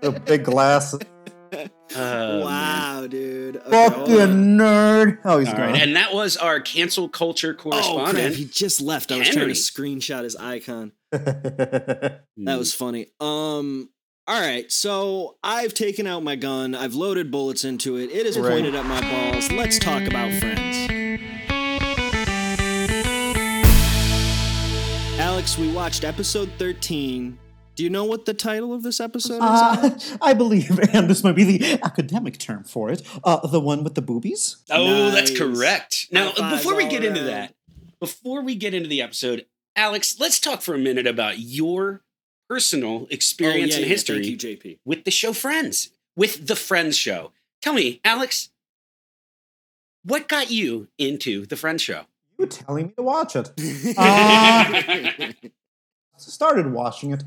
[SPEAKER 4] The big glasses.
[SPEAKER 3] Oh, man.
[SPEAKER 2] wow, dude. Okay, hold on.
[SPEAKER 4] Fucking nerd. Oh, he's
[SPEAKER 3] All
[SPEAKER 4] gone.
[SPEAKER 3] right, and that was our cancel culture
[SPEAKER 2] Oh crap!
[SPEAKER 3] correspondent.
[SPEAKER 2] He just left. I was trying to
[SPEAKER 3] Henry.
[SPEAKER 2] screenshot his icon.
[SPEAKER 4] Hmm.
[SPEAKER 2] That was funny. Um. All right, so I've taken out my gun. I've loaded bullets into it. It is
[SPEAKER 4] Right.
[SPEAKER 2] pointed at my balls. Let's talk about friends. Alex, we watched episode 13. Do you know what the title of this episode is?
[SPEAKER 4] Uh, I believe, and this might be the academic term for it, uh, the one with the boobies.
[SPEAKER 3] Oh, that's
[SPEAKER 2] Nice.
[SPEAKER 3] correct. Now,
[SPEAKER 2] High five
[SPEAKER 3] before we
[SPEAKER 2] all
[SPEAKER 3] get into
[SPEAKER 2] around.
[SPEAKER 3] that, before we get into the episode, Alex, let's talk for a minute about your personal
[SPEAKER 2] Oh, yeah,
[SPEAKER 3] experience
[SPEAKER 2] yeah,
[SPEAKER 3] and history
[SPEAKER 2] Thank you, JP.
[SPEAKER 3] with the show Friends, with the Friends show. Tell me, Alex, what got you into the Friends show?
[SPEAKER 4] You were telling me to watch it. Uh, started watching it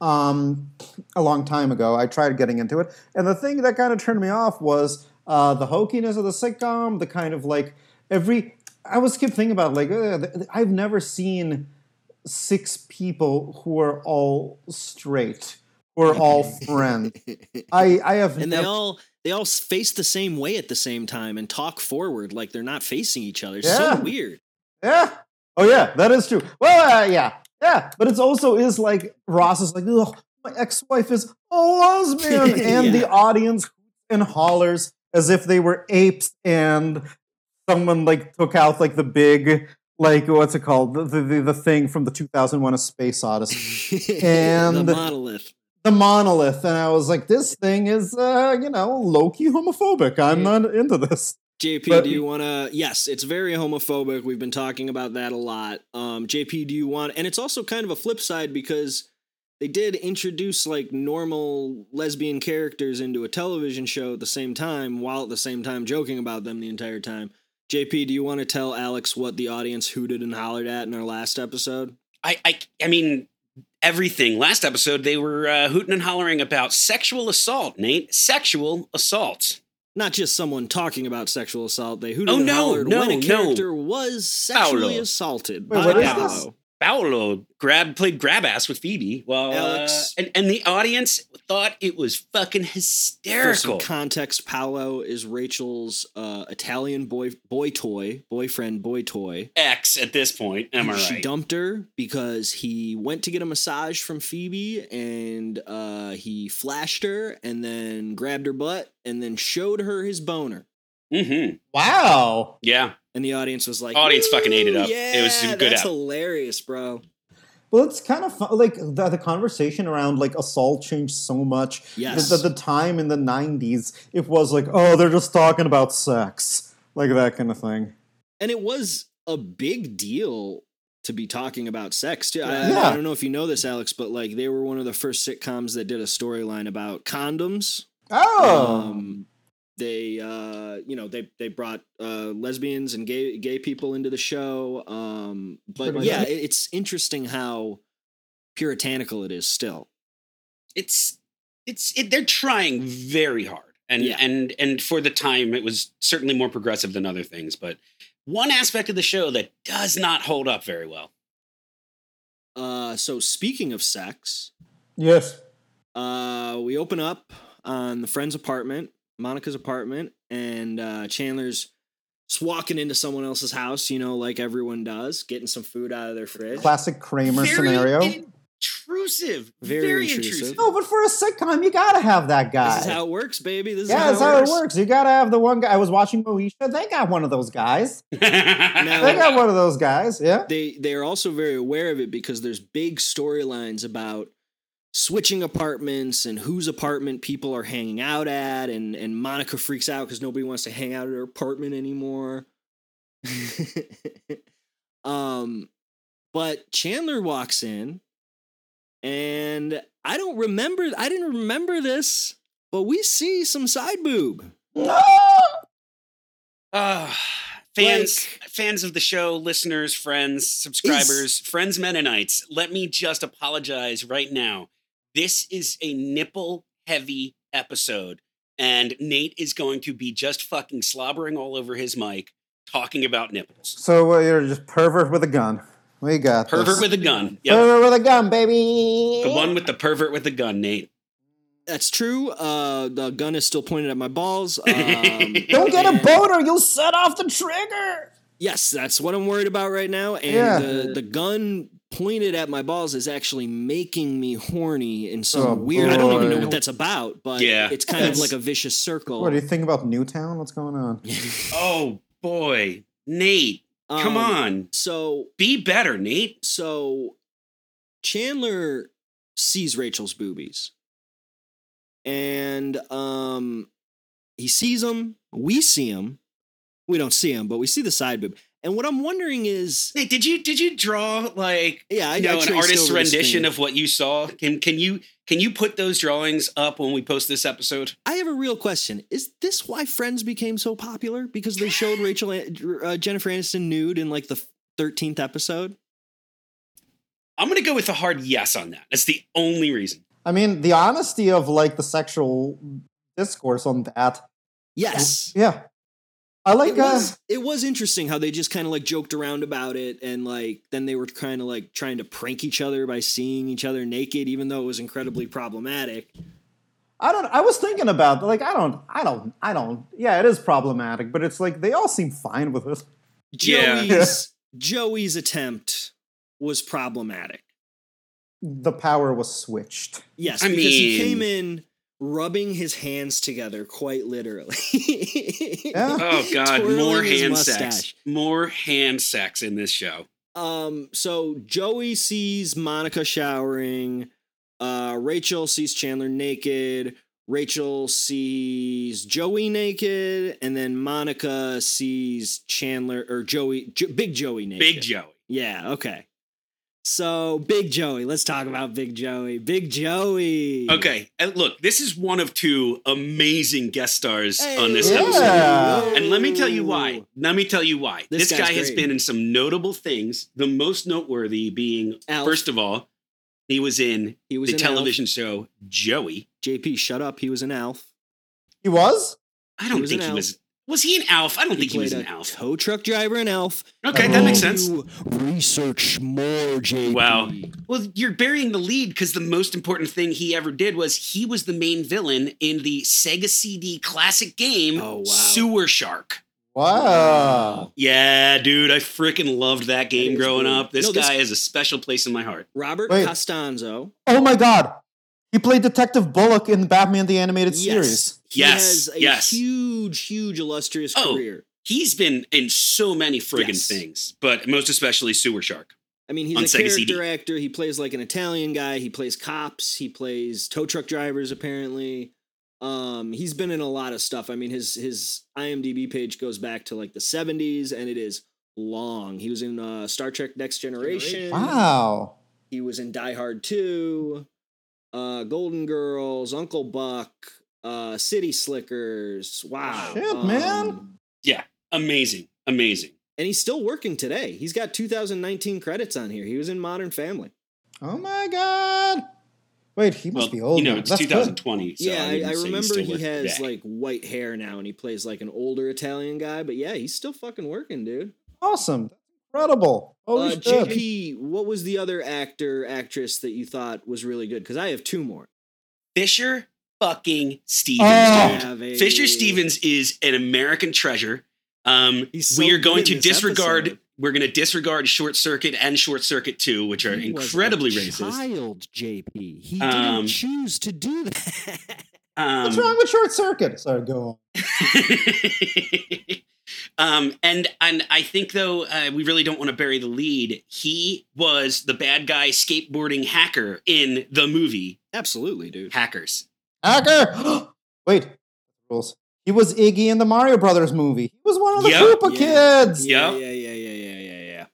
[SPEAKER 4] um, a long time ago. I tried getting into it, and the thing that kind of turned me off was uh, the hokiness of the sitcom. The kind of like every I was keep thinking about like uh, th- th- I've never seen six people who are all straight, who are all friends. I I have
[SPEAKER 2] and they
[SPEAKER 4] never.
[SPEAKER 2] all they all face the same way at the same time and talk forward like they're not facing each other.
[SPEAKER 4] Yeah.
[SPEAKER 2] So weird.
[SPEAKER 4] Yeah. Oh yeah, that is true. Well, uh, yeah, yeah, but it's also is like Ross is like, "Ugh, my ex-wife is a lesbian, and
[SPEAKER 2] Yeah.
[SPEAKER 4] the audience and hollers as if they were apes, and someone like took out like the big like what's it called the the, the, the thing from the 2001: A Space Odyssey
[SPEAKER 2] the
[SPEAKER 4] And-
[SPEAKER 2] monolith.
[SPEAKER 4] the monolith and i was like this thing is uh you know low-key homophobic i'm not into this
[SPEAKER 2] JP,
[SPEAKER 4] But-
[SPEAKER 2] do you want to? Yes, it's very homophobic. We've been talking about that a lot. Um, JP, do you want? And it's also kind of a flip side because they did introduce like normal lesbian characters into a television show at the same time, while at the same time joking about them the entire time. JP, do you want to tell Alex what the audience hooted and hollered at in our last episode?
[SPEAKER 3] I, I, I mean, everything. Last episode, they were uh, hooting and hollering about sexual assault, Nate. Sexual assault.
[SPEAKER 2] Not just someone talking about sexual assault. They hooted
[SPEAKER 3] Oh,
[SPEAKER 2] and
[SPEAKER 3] no,
[SPEAKER 2] hollered
[SPEAKER 3] no,
[SPEAKER 2] when a
[SPEAKER 3] no.
[SPEAKER 2] character was sexually
[SPEAKER 3] Paolo.
[SPEAKER 2] assaulted
[SPEAKER 4] Wait,
[SPEAKER 2] by
[SPEAKER 4] what
[SPEAKER 3] is
[SPEAKER 2] Paolo.
[SPEAKER 4] this?
[SPEAKER 3] Paolo grab played grab ass with Phoebe while
[SPEAKER 2] Alex-
[SPEAKER 3] uh, and, and the audience thought it was fucking
[SPEAKER 2] For some
[SPEAKER 3] hysterical.
[SPEAKER 2] context, Paolo is Rachel's uh, Italian boy boy toy boyfriend boy toy.
[SPEAKER 3] X at this point, am I
[SPEAKER 2] she
[SPEAKER 3] right?
[SPEAKER 2] dumped her because he went to get a massage from Phoebe and uh, he flashed her and then grabbed her butt and then showed her his boner.
[SPEAKER 3] Mm-hmm.
[SPEAKER 4] wow
[SPEAKER 3] Yeah,
[SPEAKER 2] And the audience was like,
[SPEAKER 3] Audience fucking ate it
[SPEAKER 2] "Ooh,
[SPEAKER 3] up.
[SPEAKER 2] Yeah,
[SPEAKER 3] It was a good
[SPEAKER 2] That's
[SPEAKER 3] app."
[SPEAKER 2] hilarious, bro.
[SPEAKER 4] Well, it's kind of fun. Like the, the conversation around like assault changed so much.
[SPEAKER 2] Yes.
[SPEAKER 4] At the time in the '90s, it was like, oh, they're just talking about sex, like that kind of thing.
[SPEAKER 2] and it was a big deal to be talking about sex too. I,
[SPEAKER 4] Yeah.
[SPEAKER 2] I don't know if you know this, Alex, but like they were one of the first sitcoms that did a storyline about condoms.
[SPEAKER 4] Oh,
[SPEAKER 2] Um, they, uh, you know, they they brought uh, lesbians and gay gay people into the show. Um, but
[SPEAKER 4] Pretty
[SPEAKER 2] yeah,
[SPEAKER 4] much.
[SPEAKER 2] it, it's interesting how puritanical it is still.
[SPEAKER 3] it's it's it, they're trying very hard, and
[SPEAKER 2] Yeah.
[SPEAKER 3] and and for the time, it was certainly more progressive than other things. But one aspect of the show that does not hold up very well.
[SPEAKER 2] Uh, so speaking of sex,
[SPEAKER 4] yes.
[SPEAKER 2] Uh, we open up on the friend's apartment, Monica's apartment, and uh, Chandler's just walking into someone else's house, you know, like everyone does, getting some food out of their fridge.
[SPEAKER 4] Classic Kramer
[SPEAKER 3] Very
[SPEAKER 4] scenario.
[SPEAKER 3] Intrusive.
[SPEAKER 2] Very
[SPEAKER 3] Very,
[SPEAKER 2] intrusive.
[SPEAKER 3] intrusive.
[SPEAKER 4] no, but for a sitcom, you gotta have that guy.
[SPEAKER 2] This is how it works, baby. This is
[SPEAKER 4] yeah,
[SPEAKER 2] how,
[SPEAKER 4] that's how it
[SPEAKER 2] works.
[SPEAKER 4] works. You gotta have the one guy. I was watching Moesha. They got one of those guys. They
[SPEAKER 2] Now-
[SPEAKER 4] got one of those guys. Yeah.
[SPEAKER 2] They they are also very aware of it because there's big storylines about switching apartments and whose apartment people are hanging out at, and and Monica freaks out because nobody wants to hang out at her apartment anymore. um, but Chandler walks in, and I don't remember. I didn't remember this, but we see some side boob.
[SPEAKER 3] Uh, fans, fans of the show, listeners, friends, subscribers, friends, Mennonites, let me just apologize right now. This is a nipple heavy episode, and Nate is going to be just fucking slobbering all over his mic talking about nipples.
[SPEAKER 4] So uh, you're just pervert with a gun. We got this.
[SPEAKER 3] Pervert with a gun. Yep.
[SPEAKER 4] Pervert with a gun, baby.
[SPEAKER 3] The one with the pervert with the gun, Nate.
[SPEAKER 2] That's true. Uh, the gun is still pointed at my balls. Um,
[SPEAKER 4] Don't get a
[SPEAKER 2] and-
[SPEAKER 4] boner, you'll set off the trigger.
[SPEAKER 2] Yes, that's what I'm worried about right now. And
[SPEAKER 4] Yeah.
[SPEAKER 2] the, the gun pointed at my balls is actually making me horny in some
[SPEAKER 4] Oh,
[SPEAKER 2] weird. I don't even know
[SPEAKER 4] boy.
[SPEAKER 2] what that's about, but
[SPEAKER 3] Yeah.
[SPEAKER 2] it's kind of
[SPEAKER 4] It's-
[SPEAKER 2] like a vicious circle.
[SPEAKER 4] What do you think about Newtown? What's going on?
[SPEAKER 3] Oh boy, Nate, come
[SPEAKER 2] Um,
[SPEAKER 3] on,
[SPEAKER 2] So
[SPEAKER 3] be better, Nate.
[SPEAKER 2] so Chandler sees Rachel's boobies. And um he sees them, we see them. We don't see them, but we see the side boob. And what I'm wondering is
[SPEAKER 3] Nate, did you did you draw like
[SPEAKER 2] yeah, I
[SPEAKER 3] you know
[SPEAKER 2] I
[SPEAKER 3] an
[SPEAKER 2] traced
[SPEAKER 3] artist's
[SPEAKER 2] over this
[SPEAKER 3] rendition
[SPEAKER 2] thing.
[SPEAKER 3] of what you saw? Can can you can you put those drawings up when we post this episode?
[SPEAKER 2] I have a real question. Is this why Friends became so popular? Because they showed Rachel An- uh, Jennifer Aniston nude in like the 13th episode?
[SPEAKER 3] I'm gonna go with a hard yes on that. That's the only reason.
[SPEAKER 4] I mean, the honesty of like the sexual discourse on that.
[SPEAKER 2] Yes.
[SPEAKER 4] Yeah. I like uh,
[SPEAKER 2] it was
[SPEAKER 4] guys.
[SPEAKER 2] it was interesting how they just kind of like joked around about it and like then they were kind of like trying to prank each other by seeing each other naked even though it was incredibly problematic
[SPEAKER 4] I don't I was thinking about like I don't I don't I don't yeah, it is problematic, but it's like they all seem fine with it.
[SPEAKER 3] Yeah.
[SPEAKER 2] joey's joey's attempt was problematic
[SPEAKER 4] The power was switched.
[SPEAKER 2] yes
[SPEAKER 3] I
[SPEAKER 2] because he
[SPEAKER 3] mean-
[SPEAKER 2] came in rubbing his hands together quite literally
[SPEAKER 4] Yeah.
[SPEAKER 3] Oh God,
[SPEAKER 2] Twirling
[SPEAKER 3] more
[SPEAKER 2] his
[SPEAKER 3] hand
[SPEAKER 2] mustache.
[SPEAKER 3] sex, more hand sex in this show.
[SPEAKER 2] Um, so Joey sees Monica showering. Uh, Rachel sees Chandler naked. Rachel sees Joey naked, and then Monica sees Chandler or Joey, jo- Big Joey naked.
[SPEAKER 3] Big Joey.
[SPEAKER 2] Yeah. Okay. So Big Joey. Let's talk about Big Joey. Big Joey.
[SPEAKER 3] Okay, and look, this is one of two amazing guest stars on this
[SPEAKER 4] Hey.
[SPEAKER 3] episode.
[SPEAKER 4] Yeah.
[SPEAKER 3] And let me tell you why. Let me tell you why.
[SPEAKER 2] This
[SPEAKER 3] This,
[SPEAKER 2] guy's
[SPEAKER 3] guy has
[SPEAKER 2] great.
[SPEAKER 3] been in some notable things. The most noteworthy being,
[SPEAKER 2] Alf.
[SPEAKER 3] first of all, he was in
[SPEAKER 2] He was
[SPEAKER 3] the
[SPEAKER 2] in
[SPEAKER 3] television show
[SPEAKER 2] Alf.
[SPEAKER 3] Joey.
[SPEAKER 2] JP, shut up. He was an Alf.
[SPEAKER 4] He was?
[SPEAKER 3] I
[SPEAKER 2] He
[SPEAKER 3] don't
[SPEAKER 2] was
[SPEAKER 3] think
[SPEAKER 2] an
[SPEAKER 3] he
[SPEAKER 2] Alf.
[SPEAKER 3] was. Was he an Alf? I don't think he was
[SPEAKER 2] played
[SPEAKER 3] an
[SPEAKER 2] a uh,
[SPEAKER 3] Alf.
[SPEAKER 2] Tow truck driver in Alf.
[SPEAKER 3] Okay,
[SPEAKER 2] I
[SPEAKER 3] that
[SPEAKER 2] will
[SPEAKER 3] makes sense.
[SPEAKER 2] do Research more, JP.
[SPEAKER 3] Wow. Well, you're burying the lead because the most important thing he ever did was he was the main villain in the Sega CD classic game
[SPEAKER 2] Oh, wow.
[SPEAKER 3] Sewer Shark.
[SPEAKER 4] Wow.
[SPEAKER 3] Yeah, dude, I freaking loved that game
[SPEAKER 2] is
[SPEAKER 3] growing
[SPEAKER 2] cool.
[SPEAKER 3] up. This
[SPEAKER 2] No, this-
[SPEAKER 3] guy has a special place in my heart.
[SPEAKER 2] Robert
[SPEAKER 4] Wait.
[SPEAKER 2] Costanzo.
[SPEAKER 4] Oh my god. He played Detective Bullock in Batman the Animated Series.
[SPEAKER 2] He
[SPEAKER 3] Yes,
[SPEAKER 2] has a
[SPEAKER 3] yes.
[SPEAKER 2] huge, huge illustrious
[SPEAKER 3] Oh.
[SPEAKER 2] career.
[SPEAKER 3] He's been in so many friggin'
[SPEAKER 2] Yes.
[SPEAKER 3] things, but most especially Sewer Shark.
[SPEAKER 2] I mean, he's
[SPEAKER 3] On
[SPEAKER 2] a
[SPEAKER 3] Sega
[SPEAKER 2] character
[SPEAKER 3] CD.
[SPEAKER 2] actor. He plays like an Italian guy. He plays cops. He plays tow truck drivers. Apparently, um, he's been in a lot of stuff. I mean, his his IMDb page goes back to like the '70s, and it is long. He was in uh, Star Trek: Next Generation.
[SPEAKER 4] Wow.
[SPEAKER 2] He was in Die Hard 2, uh, Golden Girls, Uncle Buck, uh, City Slickers. Wow. Um,
[SPEAKER 4] Shit, man.
[SPEAKER 3] Amazing, amazing.
[SPEAKER 2] And he's still working today. He's got 2019 credits on here. He was in Modern Family.
[SPEAKER 4] Oh my god. Wait, he must
[SPEAKER 3] Well,
[SPEAKER 4] be old
[SPEAKER 3] you know,
[SPEAKER 4] now.
[SPEAKER 3] it's
[SPEAKER 4] That's good.
[SPEAKER 3] 2020. So
[SPEAKER 2] yeah,
[SPEAKER 3] wouldn't
[SPEAKER 2] I, I
[SPEAKER 3] say he's
[SPEAKER 2] remember
[SPEAKER 3] still
[SPEAKER 2] he
[SPEAKER 3] working
[SPEAKER 2] has
[SPEAKER 3] today.
[SPEAKER 2] like white hair now and he plays like an older Italian guy. But yeah, he's still fucking working, dude.
[SPEAKER 4] Awesome. Incredible. Holy
[SPEAKER 2] Uh,
[SPEAKER 4] shit.
[SPEAKER 2] JP, what was the other actor, actress that you thought was really good? Because I have two more.
[SPEAKER 3] Fisher fucking Stevens,
[SPEAKER 4] Oh.
[SPEAKER 3] dude.
[SPEAKER 2] I have a-
[SPEAKER 3] Fisher Stevens is an American treasure. Um,
[SPEAKER 2] He's so
[SPEAKER 3] we are going
[SPEAKER 2] good in
[SPEAKER 3] to
[SPEAKER 2] this
[SPEAKER 3] disregard.
[SPEAKER 2] episode.
[SPEAKER 3] We're going to disregard Short Circuit and Short Circuit Two, which are
[SPEAKER 2] He was a
[SPEAKER 3] incredibly racist.
[SPEAKER 2] Child JP. He
[SPEAKER 3] Um,
[SPEAKER 2] didn't choose to do that.
[SPEAKER 3] Um,
[SPEAKER 4] What's wrong with short circuit? Sorry, go on.
[SPEAKER 3] um, and and I think though uh, we really don't want to bury the lead. He was the bad guy skateboarding hacker in the movie
[SPEAKER 2] Absolutely, dude.
[SPEAKER 3] Hackers.
[SPEAKER 4] Hacker! Wait. Rules. He was Iggy in the Mario Brothers movie. He was one of the
[SPEAKER 3] Yep.
[SPEAKER 4] Koopa
[SPEAKER 2] Yeah.
[SPEAKER 4] kids.
[SPEAKER 2] Yeah,
[SPEAKER 3] Yep.
[SPEAKER 2] yeah, yeah, yeah, yeah, yeah, yeah.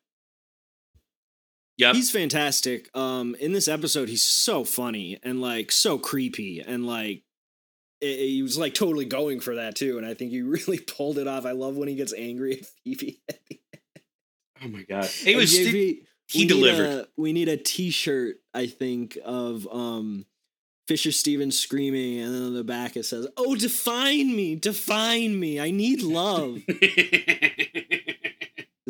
[SPEAKER 3] Yep.
[SPEAKER 2] He's fantastic. Um, in this episode, he's so funny and like so creepy and like it, he was like totally going for that too. And I think he really pulled it off. I love when he gets angry at Phoebe.
[SPEAKER 3] oh my god, it
[SPEAKER 2] And
[SPEAKER 3] was
[SPEAKER 2] JP,
[SPEAKER 3] he
[SPEAKER 2] we need
[SPEAKER 3] delivered.
[SPEAKER 2] a- we need a T-shirt, I think, of um, Fisher Stevens screaming, and then on the back it says, "Oh, define me, define me. I need love." 'Cause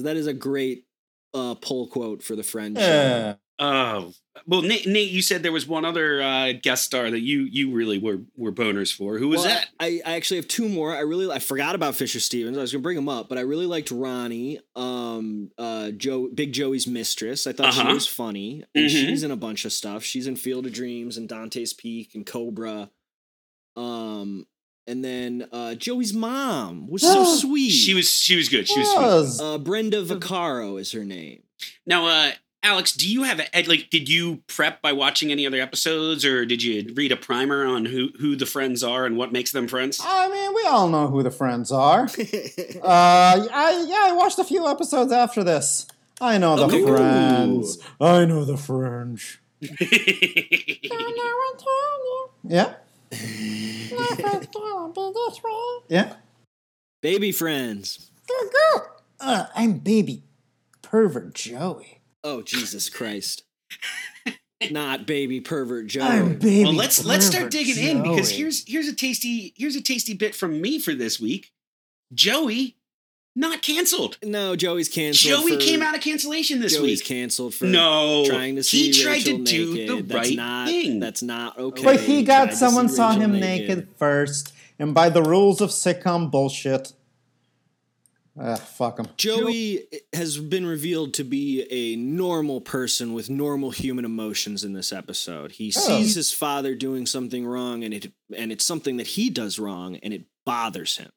[SPEAKER 2] that is a great uh, pull quote for the French.
[SPEAKER 4] Yeah.
[SPEAKER 3] Oh well, Nate, Nate, you said there was one other uh, guest star that you you really were were boners for. Who was
[SPEAKER 2] Well,
[SPEAKER 3] that?
[SPEAKER 2] I, I actually have two more. I really I forgot about Fisher Stevens. I was gonna bring him up, but I really liked Ronnie, um, uh, Joe, Big Joey's mistress. I thought
[SPEAKER 3] Uh-huh.
[SPEAKER 2] she was funny. And
[SPEAKER 3] Mhm.
[SPEAKER 2] She's in a bunch of stuff. She's in Field of Dreams and Dante's Peak and Cobra. Um, and then uh, Joey's mom was so sweet.
[SPEAKER 3] She was she was good. She was sweet.
[SPEAKER 4] Yes.
[SPEAKER 2] uh, Brenda Vaccaro is her name.
[SPEAKER 3] Now, uh, Alex, do you have a, ed- like? Did you prep by watching any other episodes, or did you read a primer on who who the friends are and what makes them friends?
[SPEAKER 4] I mean, we all know who the friends are. Uh, I yeah, I watched a few episodes after this. I know the
[SPEAKER 2] Ooh.
[SPEAKER 4] friends. I know the French. Yeah. yeah.
[SPEAKER 2] Baby friends.
[SPEAKER 4] Uh, I'm baby pervert Joey.
[SPEAKER 2] Oh Jesus Christ! Not baby pervert Joey.
[SPEAKER 4] I'm baby.
[SPEAKER 3] Oh. well, let's let's start
[SPEAKER 4] pervert
[SPEAKER 3] digging in because
[SPEAKER 4] Joey.
[SPEAKER 3] here's here's a tasty here's a tasty bit from me for this week. Joey, not canceled.
[SPEAKER 2] No, Joey's canceled.
[SPEAKER 3] Joey
[SPEAKER 2] for-
[SPEAKER 3] came out of cancellation this
[SPEAKER 2] Joey's
[SPEAKER 3] week.
[SPEAKER 2] canceled for
[SPEAKER 3] No,
[SPEAKER 2] trying to see
[SPEAKER 3] he tried
[SPEAKER 2] Rachel
[SPEAKER 3] to do
[SPEAKER 2] naked.
[SPEAKER 3] the
[SPEAKER 2] that's
[SPEAKER 3] right
[SPEAKER 2] not,
[SPEAKER 3] thing.
[SPEAKER 2] That's not okay.
[SPEAKER 4] But he
[SPEAKER 2] tried
[SPEAKER 4] got
[SPEAKER 2] to
[SPEAKER 4] someone
[SPEAKER 2] see
[SPEAKER 4] saw
[SPEAKER 2] Rachel
[SPEAKER 4] him naked. first, and by the rules of sitcom bullshit. Ah, fuck him.
[SPEAKER 2] Joey has been revealed to be a normal person with normal human emotions in this episode.
[SPEAKER 4] Oh.
[SPEAKER 2] He sees his father doing something wrong, and it and it's something that he does wrong, and it bothers him.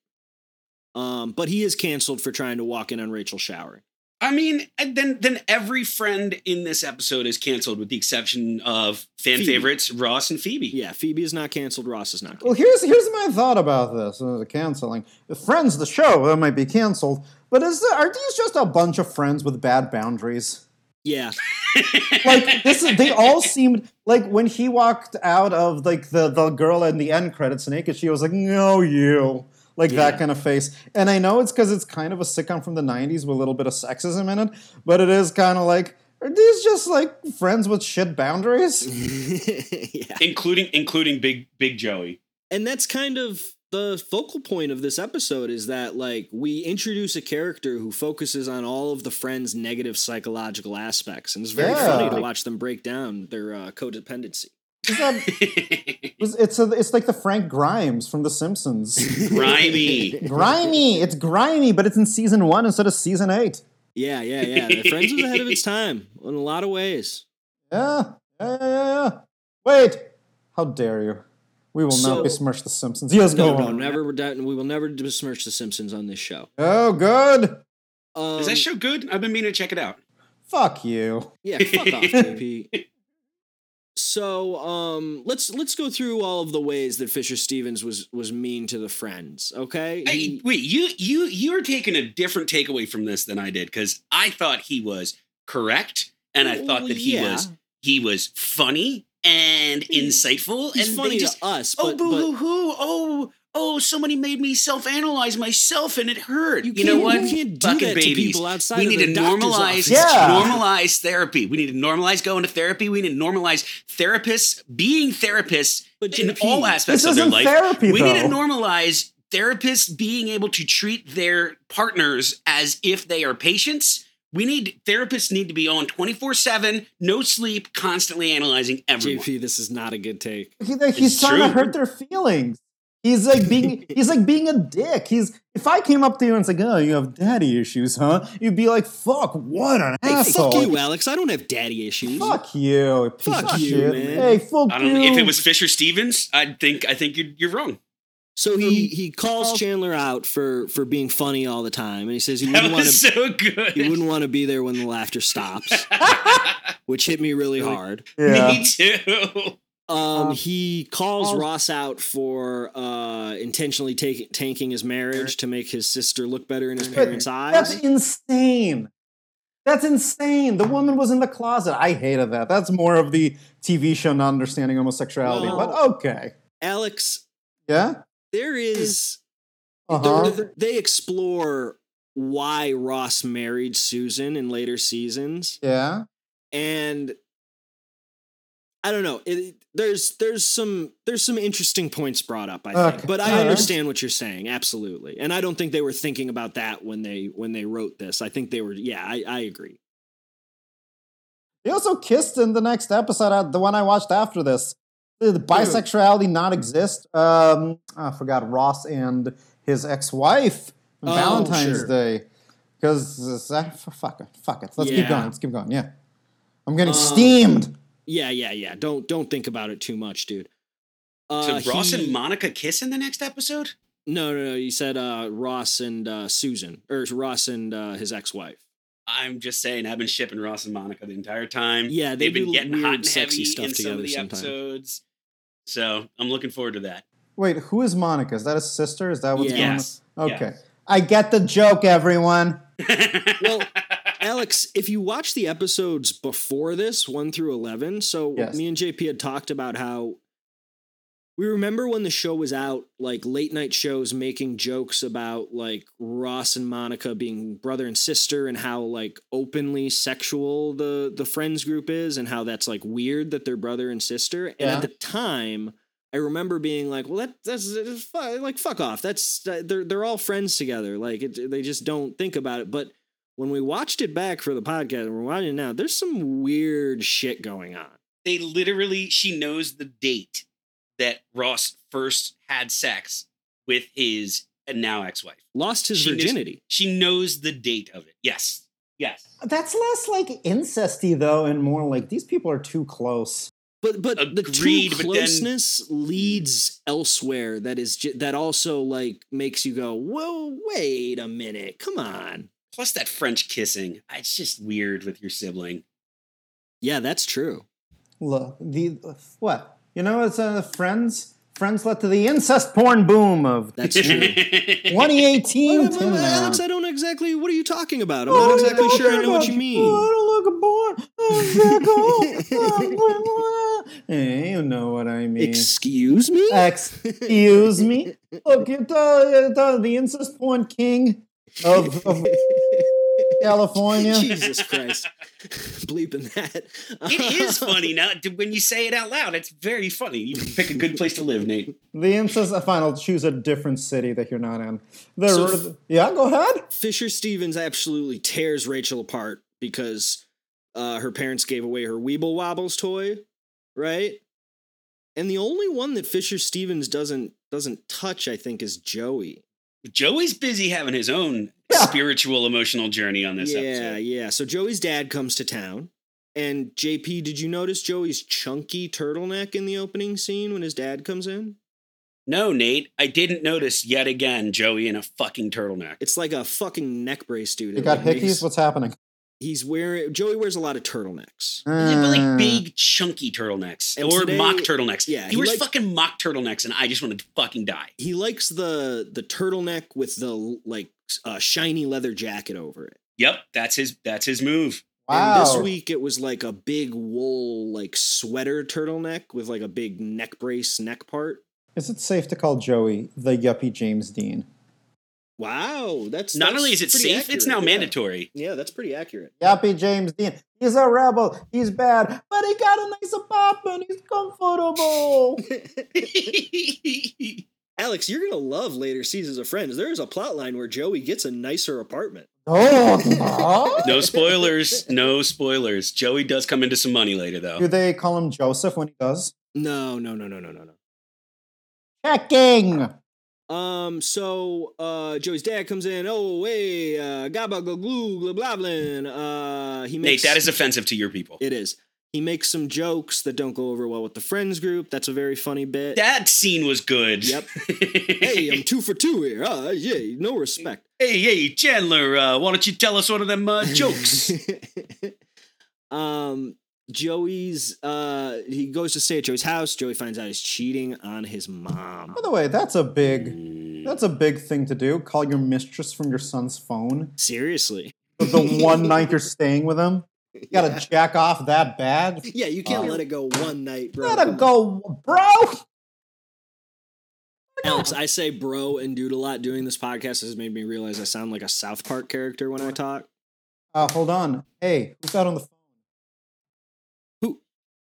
[SPEAKER 2] Um, but he is canceled for trying to walk in on Rachel showering.
[SPEAKER 3] I mean, and then then every friend in this episode is canceled with the exception of fan
[SPEAKER 2] Phoebe.
[SPEAKER 3] favorites Ross and Phoebe.
[SPEAKER 2] Yeah, Phoebe is not canceled. Ross is not.
[SPEAKER 4] Well,
[SPEAKER 2] Canceled.
[SPEAKER 4] here's here's my thought about this. uh, the canceling Friends, the show that might be canceled, but is there, are these just a bunch of friends with bad boundaries?
[SPEAKER 2] Yeah,
[SPEAKER 4] Like this is they all seemed like when he walked out of like the the girl in the end credits naked, she was like, "No, you." Like
[SPEAKER 2] Yeah.
[SPEAKER 4] that kind of face, and I know it's because it's kind of a sitcom from the '90s with a little bit of sexism in it, but it is kind of like are these just like friends with shit boundaries?
[SPEAKER 2] yeah.
[SPEAKER 3] Including including Big Big Joey.
[SPEAKER 2] and that's kind of the focal point of this episode is that like we introduce a character who focuses on all of the friends negative psychological aspects and it's very
[SPEAKER 4] Yeah.
[SPEAKER 2] funny to watch them break down their uh, codependency
[SPEAKER 4] Is that- It's it's, a, it's like the Frank Grimes from The Simpsons.
[SPEAKER 3] Grimy.
[SPEAKER 4] grimy. It's grimy, but it's in season one instead of season eight.
[SPEAKER 2] yeah yeah yeah The friends was ahead of its time in a lot of ways
[SPEAKER 4] Yeah. Yeah. Yeah. yeah, yeah. Wait. How dare you? We will
[SPEAKER 2] So-
[SPEAKER 4] not besmirch The Simpsons. Yes, go
[SPEAKER 2] no, no,
[SPEAKER 4] on.
[SPEAKER 2] never we will never besmirch the simpsons on this show
[SPEAKER 4] Oh, good.
[SPEAKER 2] um,
[SPEAKER 3] is that show good? I've been meaning to check it out.
[SPEAKER 4] Fuck you.
[SPEAKER 2] Yeah, fuck off, JP. So um, let's let's go through all of the ways that Fisher Stevens was was mean to the friends. Okay,
[SPEAKER 3] Hey,
[SPEAKER 2] He-
[SPEAKER 3] wait, you you you're taking a different takeaway from this than I did because I thought he was correct and I thought
[SPEAKER 2] Well,
[SPEAKER 3] that he
[SPEAKER 2] yeah.
[SPEAKER 3] was he was funny and insightful
[SPEAKER 2] he's
[SPEAKER 3] and
[SPEAKER 2] funny
[SPEAKER 3] they just
[SPEAKER 2] to us,
[SPEAKER 3] oh
[SPEAKER 2] but,
[SPEAKER 3] boo hoo
[SPEAKER 2] but
[SPEAKER 3] hoo oh oh somebody made me self analyze myself and it hurt. You,
[SPEAKER 2] can't-
[SPEAKER 3] know what?
[SPEAKER 2] You can't do
[SPEAKER 3] Fucking
[SPEAKER 2] that to
[SPEAKER 3] babies.
[SPEAKER 2] people outside.
[SPEAKER 3] we
[SPEAKER 2] of
[SPEAKER 3] need
[SPEAKER 2] the
[SPEAKER 3] to
[SPEAKER 2] doctor's
[SPEAKER 3] normalize
[SPEAKER 2] office.
[SPEAKER 4] Yeah.
[SPEAKER 3] normalize therapy. We need to normalize going to therapy. We need to normalize therapists being therapists
[SPEAKER 2] But
[SPEAKER 3] in
[SPEAKER 2] JP,
[SPEAKER 3] all
[SPEAKER 4] This
[SPEAKER 3] aspects of their
[SPEAKER 4] isn't
[SPEAKER 3] life.
[SPEAKER 4] therapy,
[SPEAKER 3] we
[SPEAKER 4] though.
[SPEAKER 3] need to normalize therapists being able to treat their partners as if they are patients. We need therapists need to be on 24/7, no sleep, constantly analyzing everyone.
[SPEAKER 2] JP, this is not a good take.
[SPEAKER 4] He- like, he's
[SPEAKER 3] It's
[SPEAKER 4] trying to
[SPEAKER 3] true.
[SPEAKER 4] hurt their feelings. He's like being he's like being a dick. He's if I came up to you and it's like, oh, you have daddy issues, huh? You'd be like, fuck, what an
[SPEAKER 2] Hey,
[SPEAKER 4] asshole.
[SPEAKER 2] fuck you, Alex. I don't have daddy issues.
[SPEAKER 4] Fuck you, piece
[SPEAKER 2] Fuck
[SPEAKER 4] of
[SPEAKER 2] you,
[SPEAKER 4] shit.
[SPEAKER 2] man.
[SPEAKER 4] Hey, fuck
[SPEAKER 3] I don't know.
[SPEAKER 4] you.
[SPEAKER 3] If it was Fisher Stevens, I think I think you're you're wrong.
[SPEAKER 2] So he he calls Chandler out for for being funny all the time, and he says he
[SPEAKER 3] That
[SPEAKER 2] wouldn't want
[SPEAKER 3] was
[SPEAKER 2] to
[SPEAKER 3] so good.
[SPEAKER 2] he wouldn't want to be there when the laughter stops, which hit me really hard.
[SPEAKER 4] yeah.
[SPEAKER 3] Me too.
[SPEAKER 2] Um,
[SPEAKER 4] Um,
[SPEAKER 2] he calls
[SPEAKER 4] calls-
[SPEAKER 2] Ross out for uh, intentionally take, tanking his marriage to make his sister look better in his parents'
[SPEAKER 4] That's
[SPEAKER 2] eyes.
[SPEAKER 4] insane. That's insane. The woman was in the closet. I hated that. That's more of the TV show not understanding homosexuality,
[SPEAKER 2] Well-
[SPEAKER 4] but okay.
[SPEAKER 2] Alex,
[SPEAKER 4] Yeah?
[SPEAKER 2] there is
[SPEAKER 4] Uh-huh.
[SPEAKER 2] there- they explore why Ross married Susan in later seasons,
[SPEAKER 4] Yeah.
[SPEAKER 2] and I don't know. It, there's there's some there's some interesting points brought up. I think,
[SPEAKER 4] Okay.
[SPEAKER 2] but I
[SPEAKER 4] All right.
[SPEAKER 2] understand what you're saying absolutely, and I don't think they were thinking about that when they when they wrote this. I think they were. Yeah, I, I agree.
[SPEAKER 4] They also kissed in the next episode, uh, the one I watched after this. Did bisexuality not exist? Um, I forgot Ross and his ex-wife on
[SPEAKER 2] Oh,
[SPEAKER 4] Valentine's
[SPEAKER 2] sure.
[SPEAKER 4] Day. Because uh, fuck it, fuck it. Let's keep
[SPEAKER 2] Yeah. Um,
[SPEAKER 4] going. Let's keep going. Yeah, I'm getting steamed.
[SPEAKER 2] Yeah, yeah, yeah. Don't don't think about it too much, dude. Uh,
[SPEAKER 3] so Ross
[SPEAKER 2] he-
[SPEAKER 3] and Monica kiss in the next episode?
[SPEAKER 2] No, no, no. You said uh, Ross and uh, Susan, or Ross and uh, his ex-wife.
[SPEAKER 3] I'm just saying, I've been shipping Ross and Monica the entire time.
[SPEAKER 2] Yeah, they
[SPEAKER 3] they've been
[SPEAKER 2] do
[SPEAKER 3] getting
[SPEAKER 2] weird,
[SPEAKER 3] hot and
[SPEAKER 2] sexy
[SPEAKER 3] heavy
[SPEAKER 2] stuff
[SPEAKER 3] in some
[SPEAKER 2] together
[SPEAKER 3] of the
[SPEAKER 2] sometime.
[SPEAKER 3] episodes. So I'm looking forward to that.
[SPEAKER 4] Wait, who is Monica? Is that his sister? Is that what's
[SPEAKER 2] Yeah.
[SPEAKER 4] going on?
[SPEAKER 3] Yes.
[SPEAKER 4] Okay, I get the joke, everyone.
[SPEAKER 2] Well, Alex, if you watch the episodes before this, one through eleven, so
[SPEAKER 4] Yes.
[SPEAKER 2] me and JP had talked about how we remember when the show was out, like late night shows making jokes about like Ross and Monica being brother and sister, and how like openly sexual the the friends group is, and how that's like weird that they're brother and sister. And
[SPEAKER 4] Yeah.
[SPEAKER 2] at the time, I remember being like, "Well, that that's, that's fu- like fuck off. That's that- they're they're all friends together. Like it, they just don't think about it." But when we watched it back for the podcast, and we're watching it now. There's some weird shit going on.
[SPEAKER 3] they literally, she knows the date that Ross first had sex with his and now ex-wife.
[SPEAKER 2] Lost his
[SPEAKER 3] She knew-
[SPEAKER 2] virginity.
[SPEAKER 3] She knows the date of it. Yes. Yes.
[SPEAKER 4] That's less like incesty though, and more like these people are too close.
[SPEAKER 2] But but the
[SPEAKER 3] Agreed,
[SPEAKER 2] too
[SPEAKER 3] but then- Mm.
[SPEAKER 2] closeness leads elsewhere. That is ju- that also like makes you go, whoa, wait a minute, come on.
[SPEAKER 3] Plus that French kissing. It's just weird with your sibling.
[SPEAKER 2] Yeah, that's true.
[SPEAKER 4] Look, the what you know? It's uh, friends. Friends led to the incest porn boom of
[SPEAKER 2] That's true.
[SPEAKER 4] 2018.
[SPEAKER 2] Well,
[SPEAKER 4] till
[SPEAKER 2] well,
[SPEAKER 4] now.
[SPEAKER 2] Alex, I don't exactly. What are you talking about? I'm
[SPEAKER 4] Oh,
[SPEAKER 2] not
[SPEAKER 4] what are you
[SPEAKER 2] exactly sure I
[SPEAKER 4] talking
[SPEAKER 2] know what you
[SPEAKER 4] about?
[SPEAKER 2] mean.
[SPEAKER 4] Oh, I don't look a boy. Oh, I'm single. Oh, blah, blah. Hey, you know what I mean.
[SPEAKER 2] Excuse me?
[SPEAKER 4] Excuse me. Look, you're the, the, the incest porn king of, of California.
[SPEAKER 2] Jesus Christ. Bleeping that.
[SPEAKER 3] It is funny now when you say it out loud. It's very funny. You pick a good place to live, Nate.
[SPEAKER 4] The incest. uh, Fine, I'll choose a different city that you're not in. The,
[SPEAKER 2] So-
[SPEAKER 4] yeah, go ahead.
[SPEAKER 2] Fisher Stevens absolutely tears Rachel apart because uh, her parents gave away her Weeble Wobbles toy, right? And the only one that Fisher Stevens doesn't doesn't touch, I think, is Joey.
[SPEAKER 3] Joey's busy having his own
[SPEAKER 4] Yeah.
[SPEAKER 3] spiritual emotional journey on this
[SPEAKER 2] yeah,
[SPEAKER 3] episode.
[SPEAKER 2] yeah. So Joey's dad comes to town. And JP, did you notice Joey's chunky turtleneck in the opening scene when his dad comes in?
[SPEAKER 3] No, Nate, I didn't notice yet again Joey in a fucking turtleneck.
[SPEAKER 2] It's like a fucking neck brace, dude.
[SPEAKER 4] You got
[SPEAKER 2] Like,
[SPEAKER 4] hickeys?
[SPEAKER 2] he's-
[SPEAKER 4] What's happening?
[SPEAKER 2] He's wearing Joey wears a lot of turtlenecks.
[SPEAKER 3] but
[SPEAKER 4] Uh,
[SPEAKER 3] like big chunky turtlenecks
[SPEAKER 2] And
[SPEAKER 3] or
[SPEAKER 2] today-
[SPEAKER 3] mock turtlenecks.
[SPEAKER 2] yeah,
[SPEAKER 3] he,
[SPEAKER 2] he
[SPEAKER 3] wears
[SPEAKER 2] liked-
[SPEAKER 3] fucking mock turtlenecks, and I just want to fucking die.
[SPEAKER 2] He likes the the turtleneck with the like uh, shiny leather jacket over it.
[SPEAKER 3] Yep, that's his. That's his move.
[SPEAKER 4] wow.
[SPEAKER 2] And this week it was like a big wool like sweater turtleneck with like a big neck brace neck part.
[SPEAKER 4] Is it safe to call Joey the yuppie James Dean?
[SPEAKER 2] Wow, that's
[SPEAKER 3] Not
[SPEAKER 2] that's
[SPEAKER 3] only is it
[SPEAKER 2] pretty
[SPEAKER 3] safe, it's
[SPEAKER 2] accurate,
[SPEAKER 3] now
[SPEAKER 2] yeah.
[SPEAKER 3] mandatory.
[SPEAKER 2] Yeah, that's pretty accurate.
[SPEAKER 4] Yuppie James Dean. He's a rebel. He's bad, but he got a nice apartment. He's comfortable.
[SPEAKER 2] Alex, you're gonna love later seasons of Friends. There is a plot line where Joey gets a nicer apartment.
[SPEAKER 4] oh, no.
[SPEAKER 3] no spoilers. No spoilers. Joey does come into some money later, though.
[SPEAKER 4] Do they call him Joseph when he does?
[SPEAKER 2] No, no, no, no, no, no, no.
[SPEAKER 4] Checking.
[SPEAKER 2] Um, so uh Joey's dad comes in, oh way, uh gabba glue glue globlin. Uh he
[SPEAKER 3] Nate,
[SPEAKER 2] makes
[SPEAKER 3] that is offensive to your people.
[SPEAKER 2] it is. He makes some jokes that don't go over well with the friends group. That's a very funny bit.
[SPEAKER 3] That scene was good.
[SPEAKER 2] Yep. hey, I'm
[SPEAKER 3] hey,
[SPEAKER 2] two for two here. Uh yeah, no respect.
[SPEAKER 3] hey, hey, Chandler, uh, why don't you tell us one of them uh, jokes?
[SPEAKER 2] um Joey's uh he goes to stay at Joey's house. Joey finds out he's cheating on his mom.
[SPEAKER 4] By the way, that's a big
[SPEAKER 3] Mm.
[SPEAKER 4] that's a big thing to do. Call your mistress from your son's phone.
[SPEAKER 2] Seriously.
[SPEAKER 4] for The one night you're staying with him. You gotta jack off that bad.
[SPEAKER 2] Yeah, you can't
[SPEAKER 4] Oh.
[SPEAKER 2] let it go one night, bro.
[SPEAKER 4] Let him go, bro.
[SPEAKER 2] Alex, I say bro and dude a lot. Doing this podcast has made me realize I sound like a South Park character when I talk.
[SPEAKER 4] Uh, hold on. Hey, who's out on the phone?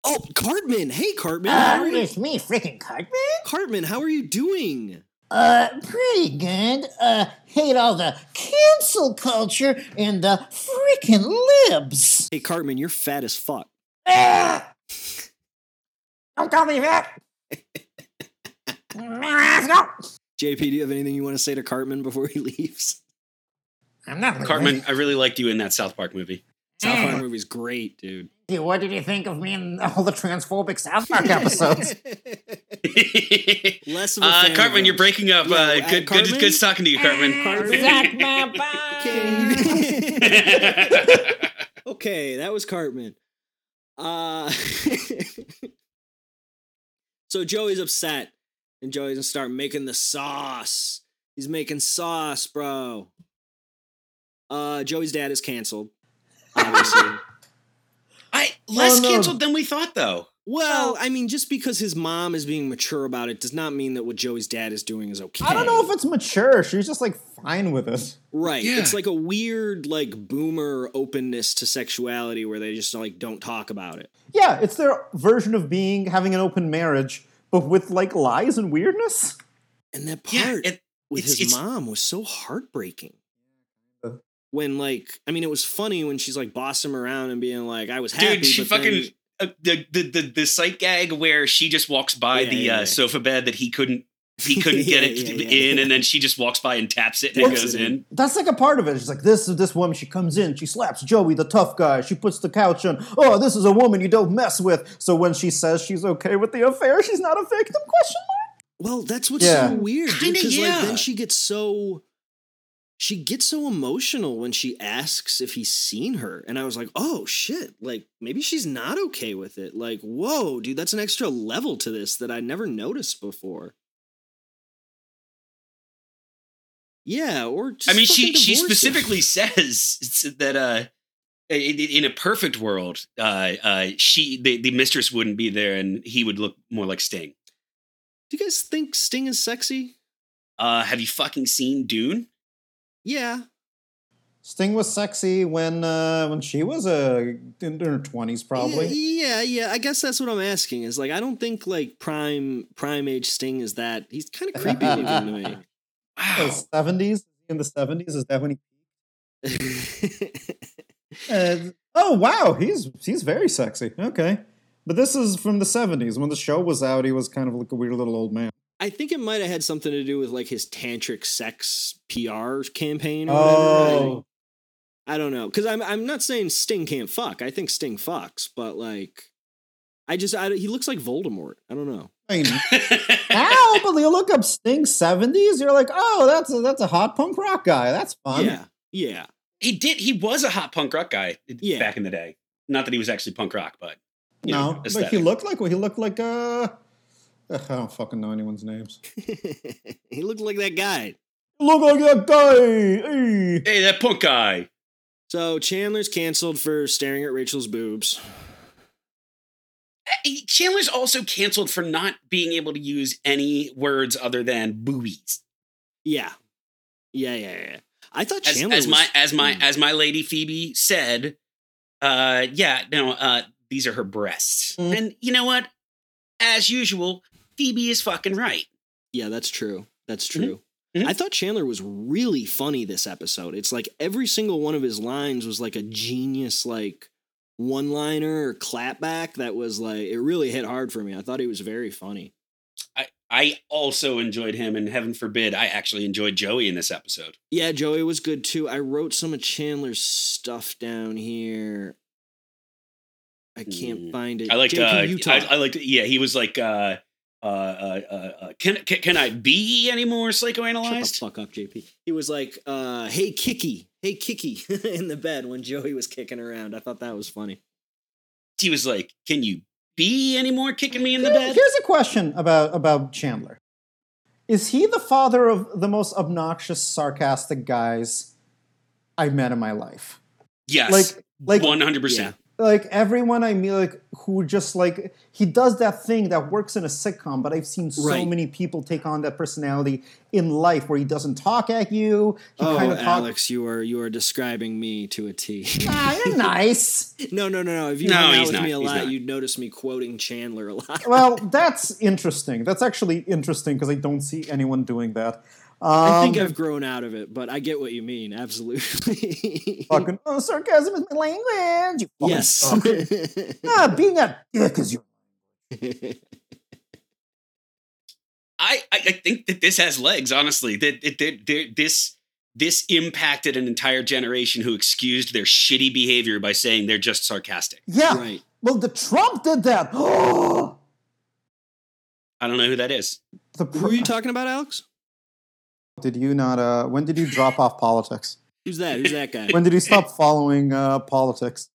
[SPEAKER 2] Oh, Cartman. Hey, Cartman.
[SPEAKER 4] Ah,
[SPEAKER 2] how are you?
[SPEAKER 4] Uh, it's me, freaking Cartman.
[SPEAKER 2] Cartman, how are you doing?
[SPEAKER 4] Uh, pretty good. Uh, hate all the cancel culture and the freaking libs.
[SPEAKER 1] ass.
[SPEAKER 2] Hey, Cartman, you're fat as fuck.
[SPEAKER 4] Ah! Don't call me fat. Let's go.
[SPEAKER 2] JP, do you have anything you want to say to Cartman before he leaves?
[SPEAKER 4] I'm not leaving.
[SPEAKER 3] Cartman, I really liked you in that South Park movie.
[SPEAKER 2] South
[SPEAKER 6] Mm.
[SPEAKER 2] Park movie's great, dude.
[SPEAKER 4] Dude, What did you think of me in all the transphobic South Park episodes?
[SPEAKER 2] Less of a
[SPEAKER 3] uh,
[SPEAKER 2] fan of
[SPEAKER 3] Cartman,
[SPEAKER 2] him.
[SPEAKER 3] you're breaking up.
[SPEAKER 2] Yeah,
[SPEAKER 3] uh,
[SPEAKER 2] uh,
[SPEAKER 3] good, good,
[SPEAKER 2] Cartman?
[SPEAKER 3] good talking to you,
[SPEAKER 2] Cartman.
[SPEAKER 4] Suck my butt.
[SPEAKER 2] okay.
[SPEAKER 3] Cartman.
[SPEAKER 2] okay, that was Cartman. Uh So Joey's upset and Joey's gonna start making the sauce. He's making sauce, bro. Uh Joey's dad is canceled. Obviously.
[SPEAKER 3] I less
[SPEAKER 4] Oh, no.
[SPEAKER 3] canceled than we thought, though.
[SPEAKER 2] well, I mean, just because his mom is being mature about it does not mean that what Joey's dad is doing is okay.
[SPEAKER 4] I don't know if it's mature. She's just like fine with it.
[SPEAKER 2] Right.
[SPEAKER 3] Yeah.
[SPEAKER 2] It's like a weird like boomer openness to sexuality where they just like don't talk about it.
[SPEAKER 4] Yeah, it's their version of being having an open marriage, but with like lies and weirdness.
[SPEAKER 2] And that part
[SPEAKER 3] Yeah, it,
[SPEAKER 2] with
[SPEAKER 3] It's-
[SPEAKER 2] his
[SPEAKER 3] it's-
[SPEAKER 2] mom was so heartbreaking.
[SPEAKER 4] Uh.
[SPEAKER 2] When like, I mean, it was funny when she's like bossing him around and being like, "I was happy."
[SPEAKER 3] dude, she
[SPEAKER 2] but then-
[SPEAKER 3] fucking uh, the, the the the sight gag where she just walks by
[SPEAKER 2] Yeah,
[SPEAKER 3] the
[SPEAKER 2] yeah,
[SPEAKER 3] uh,
[SPEAKER 2] yeah.
[SPEAKER 3] sofa bed that he couldn't he couldn't
[SPEAKER 2] Yeah,
[SPEAKER 3] get it
[SPEAKER 2] yeah, yeah,
[SPEAKER 3] in,
[SPEAKER 2] yeah.
[SPEAKER 3] and then she just walks by and taps it and it
[SPEAKER 2] Taps
[SPEAKER 3] goes
[SPEAKER 2] it in.
[SPEAKER 3] in.
[SPEAKER 4] That's like a part of it. She's like, this this woman. She comes in, she slaps Joey, the tough guy. She puts the couch on. Oh, this is a woman you don't mess with. So when she says she's okay with the affair, she's not a victim? Question
[SPEAKER 2] well, that's what's
[SPEAKER 4] Yeah.
[SPEAKER 2] so weird, dude,
[SPEAKER 3] Kinda,
[SPEAKER 2] 'cause,
[SPEAKER 3] yeah.
[SPEAKER 2] like then she gets so she gets so emotional when she asks if he's seen her, and I was like, "Oh shit! Like maybe she's not okay with it. Like, whoa, dude, that's an extra level to this that I never noticed before." Yeah, or just
[SPEAKER 3] I mean, she
[SPEAKER 2] fucking
[SPEAKER 3] she
[SPEAKER 2] divorce him.
[SPEAKER 3] specifically says it's- that uh, i- i- in a perfect world, uh, uh, she the, the mistress wouldn't be there, and he would look more like Sting.
[SPEAKER 2] Do you guys think Sting is sexy?
[SPEAKER 3] Uh, have you fucking seen Dune?
[SPEAKER 2] Yeah.
[SPEAKER 4] Sting was sexy when uh, when she was uh, in her twenties, probably.
[SPEAKER 2] Yeah, yeah. I guess that's what I'm asking. Is like I don't think like prime prime age Sting is that he's kind of creepy looking to me.
[SPEAKER 4] The
[SPEAKER 3] Wow.
[SPEAKER 4] 70s in the 70s is that when he uh, oh wow he's he's very sexy okay but this is from the 70s when the show was out he was kind of like a weird little old man
[SPEAKER 2] I think it might have had something to do with like his tantric sex PR campaign or whatever.
[SPEAKER 4] oh
[SPEAKER 2] I don't know because I'm I'm not saying Sting can't fuck. I think Sting fucks, but like, I just I, he looks like Voldemort. I don't know.
[SPEAKER 4] I mean, now but you look up sting 70s you're like oh that's a, that's a hot punk rock guy that's fun
[SPEAKER 2] yeah, yeah.
[SPEAKER 3] he did. He was a hot punk rock guy
[SPEAKER 2] Yeah.
[SPEAKER 3] back in the day. Not that he was actually punk rock, but you know,
[SPEAKER 4] no but
[SPEAKER 3] aesthetic.
[SPEAKER 4] he looked like what he looked like uh ugh, I don't fucking know anyone's names.
[SPEAKER 2] he looked like that guy.
[SPEAKER 4] Look like that guy. eh.
[SPEAKER 3] hey, that punk guy.
[SPEAKER 2] So Chandler's canceled for staring at Rachel's boobs.
[SPEAKER 3] Hey, Chandler's also canceled for not being able to use any words other than boobies.
[SPEAKER 2] Yeah. Yeah, yeah, yeah, yeah. I thought
[SPEAKER 3] As,
[SPEAKER 2] Chandler
[SPEAKER 3] as
[SPEAKER 2] was,
[SPEAKER 3] my as my
[SPEAKER 2] Mm.
[SPEAKER 3] as my lady Phoebe said, uh, yeah, no, uh, these are her breasts.
[SPEAKER 4] Mm.
[SPEAKER 3] And you know what? As usual, Phoebe is fucking right.
[SPEAKER 2] Yeah, that's true. That's true.
[SPEAKER 3] Mhm.
[SPEAKER 2] I thought Chandler was really funny this episode. It's like every single one of his lines was like a genius like one-liner or clapback that was like it really hit hard for me. I thought he was very funny.
[SPEAKER 3] I I also enjoyed him, and heaven forbid, I actually enjoyed Joey in this episode.
[SPEAKER 2] Yeah, Joey was good too. I wrote some of Chandler's stuff down here. I can't
[SPEAKER 3] Mm.
[SPEAKER 2] find it.
[SPEAKER 3] I liked
[SPEAKER 2] JP,
[SPEAKER 3] uh,
[SPEAKER 2] you talk.
[SPEAKER 3] I, I liked yeah, he was like uh uh, uh, uh, uh, can, can can I be any more psychoanalyzed?
[SPEAKER 2] Shut the fuck up, JP. He was like, uh, "Hey, Kiki, hey, Kiki," in the bed when Joey was kicking around. I thought that was funny.
[SPEAKER 3] he was like, "Can you be any more kicking me in the
[SPEAKER 4] Here-
[SPEAKER 3] bed?"
[SPEAKER 4] Here's a question about about Chandler. Is he the father of the most obnoxious, sarcastic guys I met in my life?
[SPEAKER 3] Yes,
[SPEAKER 4] Like, like,
[SPEAKER 3] one hundred percent.
[SPEAKER 4] like everyone I meet, like who just like he does that thing that works in a sitcom. But I've seen so
[SPEAKER 2] Right.
[SPEAKER 4] many people take on that personality in life, where he doesn't talk at you. He
[SPEAKER 2] Oh,
[SPEAKER 4] kinda talk-
[SPEAKER 2] Alex, you are you are describing me to a T.
[SPEAKER 4] Ah, you're nice.
[SPEAKER 2] no, no, no, no. If you
[SPEAKER 3] No,
[SPEAKER 2] hung out
[SPEAKER 3] he's
[SPEAKER 2] with
[SPEAKER 3] not.
[SPEAKER 2] me a
[SPEAKER 3] He's
[SPEAKER 2] lot,
[SPEAKER 3] not.
[SPEAKER 2] you'd notice me quoting Chandler a lot.
[SPEAKER 4] well, that's interesting. That's actually interesting because I don't see anyone doing that.
[SPEAKER 2] I
[SPEAKER 4] Um,
[SPEAKER 2] think I've grown out of it, but I get what you mean. Absolutely.
[SPEAKER 4] fucking oh, sarcasm is my language. You fucking
[SPEAKER 2] yes.
[SPEAKER 4] suck. Ah, being a dick is your.
[SPEAKER 3] I, I I think that this has legs. Honestly, that that, that, that this this impacted an entire generation who excused their shitty behavior by saying they're just sarcastic.
[SPEAKER 4] Yeah.
[SPEAKER 2] right.
[SPEAKER 4] Well, the Trump did that. the
[SPEAKER 3] I don't know who that is.
[SPEAKER 2] Who are
[SPEAKER 4] pr-
[SPEAKER 2] you talking about, Alex?
[SPEAKER 4] did you not? Uh, when did you drop off politics?
[SPEAKER 2] Who's that? Who's that guy?
[SPEAKER 4] When did you stop following uh, politics?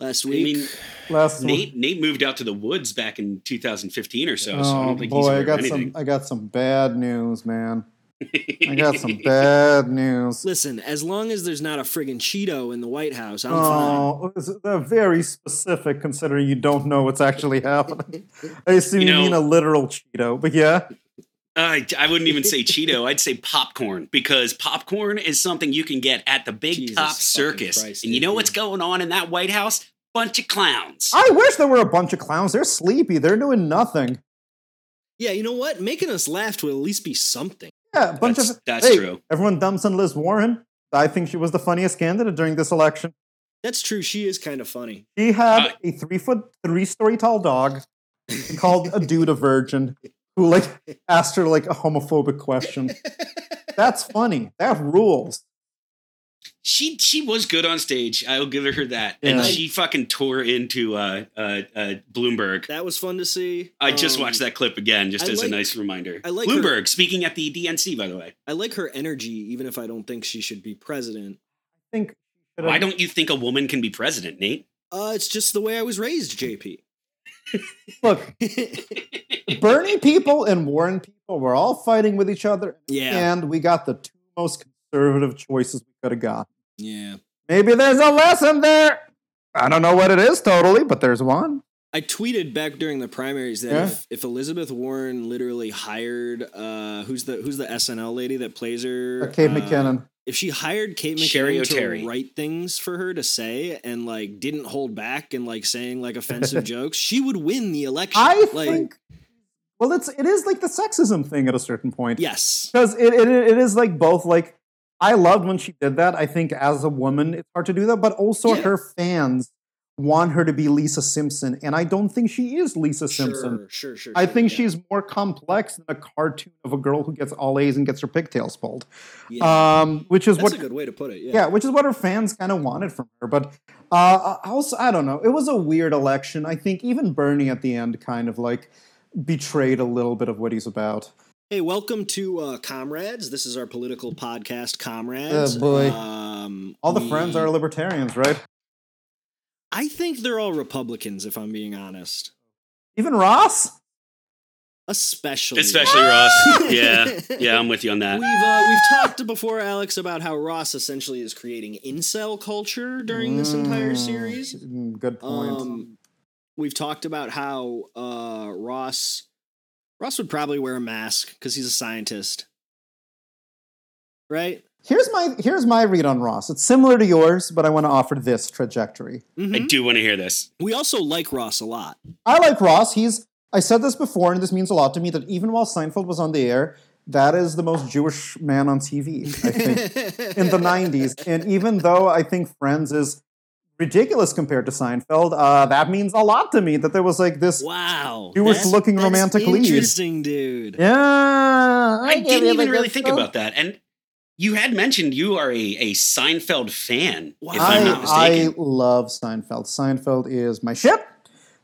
[SPEAKER 2] Last
[SPEAKER 3] I
[SPEAKER 2] week.
[SPEAKER 3] mean,
[SPEAKER 4] Last week.
[SPEAKER 3] Nate Nate moved out to the woods back in 2015 or so. so I
[SPEAKER 4] Oh
[SPEAKER 3] don't think he's
[SPEAKER 4] boy,
[SPEAKER 3] aware
[SPEAKER 4] I
[SPEAKER 3] of
[SPEAKER 4] got some.
[SPEAKER 3] anything.
[SPEAKER 4] I got some bad news, man. I got some bad news.
[SPEAKER 2] Listen, as long as there's not a friggin' Cheeto in the White House, I'm fine.
[SPEAKER 4] Oh, it's- they're very specific considering you don't know what's actually happening. I assume you,
[SPEAKER 3] You know-
[SPEAKER 4] mean a literal Cheeto, but yeah.
[SPEAKER 3] I, I wouldn't even say Cheeto. I'd say popcorn because popcorn is something you can get at the Big
[SPEAKER 2] Jesus
[SPEAKER 3] Top
[SPEAKER 2] fucking
[SPEAKER 3] Circus.
[SPEAKER 2] Christ,
[SPEAKER 3] and you know
[SPEAKER 2] dude. Oh.
[SPEAKER 3] what's going on in that White House? Bunch of clowns.
[SPEAKER 4] I wish there were a bunch of clowns. They're sleepy. They're doing nothing.
[SPEAKER 2] Yeah, you know what? Making us laugh will at least be something.
[SPEAKER 4] Yeah, a bunch
[SPEAKER 3] that's
[SPEAKER 4] of.
[SPEAKER 3] that's
[SPEAKER 4] hey,
[SPEAKER 3] true.
[SPEAKER 4] Everyone dumps on Liz Warren. I think she was the funniest candidate during this election.
[SPEAKER 2] That's true. She is kind of funny.
[SPEAKER 4] She had
[SPEAKER 3] Uh,
[SPEAKER 4] a three foot, three story tall dog called a dude a virgin who like asked her like a homophobic question. That's funny. That rules.
[SPEAKER 3] She she was good on stage. I'll give her that.
[SPEAKER 4] Yeah.
[SPEAKER 3] And she fucking tore into uh, uh, uh, Bloomberg.
[SPEAKER 2] That was fun to see.
[SPEAKER 3] I just
[SPEAKER 2] Um,
[SPEAKER 3] watched that clip again, just
[SPEAKER 2] I
[SPEAKER 3] as
[SPEAKER 2] like-
[SPEAKER 3] a nice reminder.
[SPEAKER 2] I like her-
[SPEAKER 3] Bloomberg speaking at the DNC, by the way.
[SPEAKER 2] I like her energy, even if I don't think she should be president.
[SPEAKER 4] I think.
[SPEAKER 3] Why don't you think a woman can be president, Nate?
[SPEAKER 2] Uh, it's just the way I was raised, JP.
[SPEAKER 4] look? Bernie people and Warren people were all fighting with each other,
[SPEAKER 2] yeah.
[SPEAKER 4] and we got the two most conservative choices we could have got.
[SPEAKER 2] Yeah.
[SPEAKER 4] Maybe there's a lesson there. I don't know what it is totally, but there's one.
[SPEAKER 2] I tweeted back during the primaries that
[SPEAKER 4] Yeah.
[SPEAKER 2] if, if Elizabeth Warren literally hired uh, who's the who's the SNL lady that plays her
[SPEAKER 4] Okay,
[SPEAKER 2] uh,
[SPEAKER 4] McKinnon.
[SPEAKER 2] if she hired Kate
[SPEAKER 3] Sherry
[SPEAKER 2] McKinnon
[SPEAKER 3] O'Terry.
[SPEAKER 2] to write things for her to say and like didn't hold back and like saying like offensive jokes, she would win the election.
[SPEAKER 4] I
[SPEAKER 2] like,
[SPEAKER 4] think. Well, it's it is like the sexism thing at a certain point.
[SPEAKER 2] yes,
[SPEAKER 4] because it, it it is like both like i loved when she did that i think as a woman it's hard to do that but also
[SPEAKER 2] Yeah.
[SPEAKER 4] her fans want her to be lisa simpson and i don't think she is lisa simpson
[SPEAKER 2] sure, sure, sure.
[SPEAKER 4] i
[SPEAKER 2] sure,
[SPEAKER 4] think
[SPEAKER 2] yeah.
[SPEAKER 4] she's more complex than a cartoon of a girl who gets all a's and gets her pigtails pulled
[SPEAKER 2] Yeah.
[SPEAKER 4] um, which is
[SPEAKER 2] that's
[SPEAKER 4] what
[SPEAKER 2] a good way to put it. Yeah,
[SPEAKER 4] yeah, which is what her fans kind of wanted from her. But uh, I also, I don't know. It was a weird election. I think even Bernie at the end kind of like betrayed a little bit of what he's about.
[SPEAKER 2] Hey, welcome to uh, Comrades. This is our political podcast, Comrades.
[SPEAKER 4] Oh, boy.
[SPEAKER 2] Um,
[SPEAKER 4] All the
[SPEAKER 2] we-
[SPEAKER 4] friends are libertarians, right?
[SPEAKER 2] I think they're all Republicans, if I'm being honest.
[SPEAKER 4] Even Ross.
[SPEAKER 2] Especially.
[SPEAKER 3] Especially Ross. Yeah. Yeah, I'm with you on that.
[SPEAKER 2] We've uh, we've talked before, Alex, about how Ross essentially is creating incel culture during this entire
[SPEAKER 4] Mm,
[SPEAKER 2] series.
[SPEAKER 4] mm, Good point.
[SPEAKER 2] Um, we've talked about how uh, Ross Ross would probably wear a mask because he's a scientist, right?
[SPEAKER 4] here's my here's my read on Ross. It's similar to yours, but I want to offer this trajectory.
[SPEAKER 3] I
[SPEAKER 2] Mhm.
[SPEAKER 3] do want to hear this.
[SPEAKER 2] We also like Ross a lot.
[SPEAKER 4] I like Ross. He's I said this before, and this means a lot to me. That even while Seinfeld was on the air, that is the most Jewish man on TV. I think in the '90s, and even though I think Friends is ridiculous compared to Seinfeld, uh, that means a lot to me. That there was like this.
[SPEAKER 2] Wow,
[SPEAKER 4] He was
[SPEAKER 2] that's-
[SPEAKER 4] looking
[SPEAKER 2] that's
[SPEAKER 4] romantic lead.
[SPEAKER 2] Interesting, dude.
[SPEAKER 4] Yeah,
[SPEAKER 3] I,
[SPEAKER 4] I,
[SPEAKER 3] didn't even really think about that. And you had mentioned you are a, a Seinfeld fan, if I'm not
[SPEAKER 4] I-
[SPEAKER 3] mistaken.
[SPEAKER 4] I love Seinfeld. Seinfeld is my shit.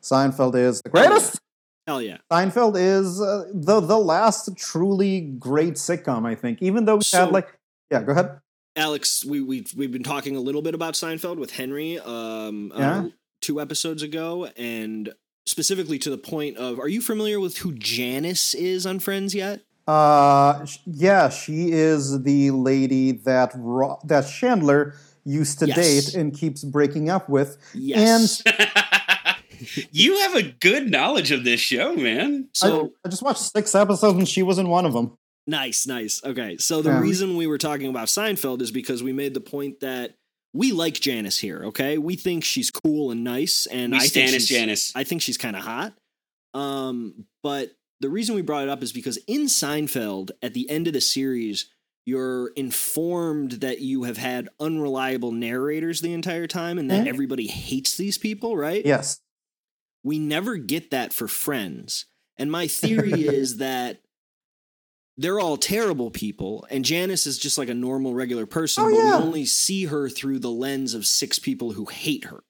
[SPEAKER 4] Seinfeld is the greatest.
[SPEAKER 2] Hell yeah.
[SPEAKER 4] Seinfeld is uh, the the last truly great sitcom, I think. Even though we
[SPEAKER 2] So-
[SPEAKER 4] had like, yeah, go ahead.
[SPEAKER 2] Alex, we we we've been talking a little bit about Seinfeld with Henry um uh,
[SPEAKER 4] Yeah.
[SPEAKER 2] two episodes ago and specifically to the point of are you familiar with who Janice is on Friends yet?
[SPEAKER 4] Uh, sh- yeah, she is the lady that Ro- that Chandler used to
[SPEAKER 2] Yes.
[SPEAKER 4] date and keeps breaking up with.
[SPEAKER 2] Yes.
[SPEAKER 3] you have a good knowledge of this show, man.
[SPEAKER 2] so
[SPEAKER 4] I just watched six episodes and she was in one of them.
[SPEAKER 2] nice, nice. Okay. So the
[SPEAKER 4] Yeah.
[SPEAKER 2] reason we were talking about Seinfeld is because we made the point that we like Janice here, okay? We think she's cool and nice and
[SPEAKER 3] We
[SPEAKER 2] I think
[SPEAKER 3] stand as
[SPEAKER 2] she's,
[SPEAKER 3] Janice.
[SPEAKER 2] I think she's kind of hot. Um, but the reason we brought it up is because in Seinfeld, at the end of the series, you're informed that you have had unreliable narrators the entire time and that
[SPEAKER 4] Mhm.
[SPEAKER 2] everybody hates these people, right?
[SPEAKER 4] Yes.
[SPEAKER 2] we never get that for friends. And my theory is that they're all terrible people, and Janice is just like a normal, regular person,
[SPEAKER 4] Oh,
[SPEAKER 2] but
[SPEAKER 4] yeah.
[SPEAKER 2] we only see her through the lens of six people who hate her.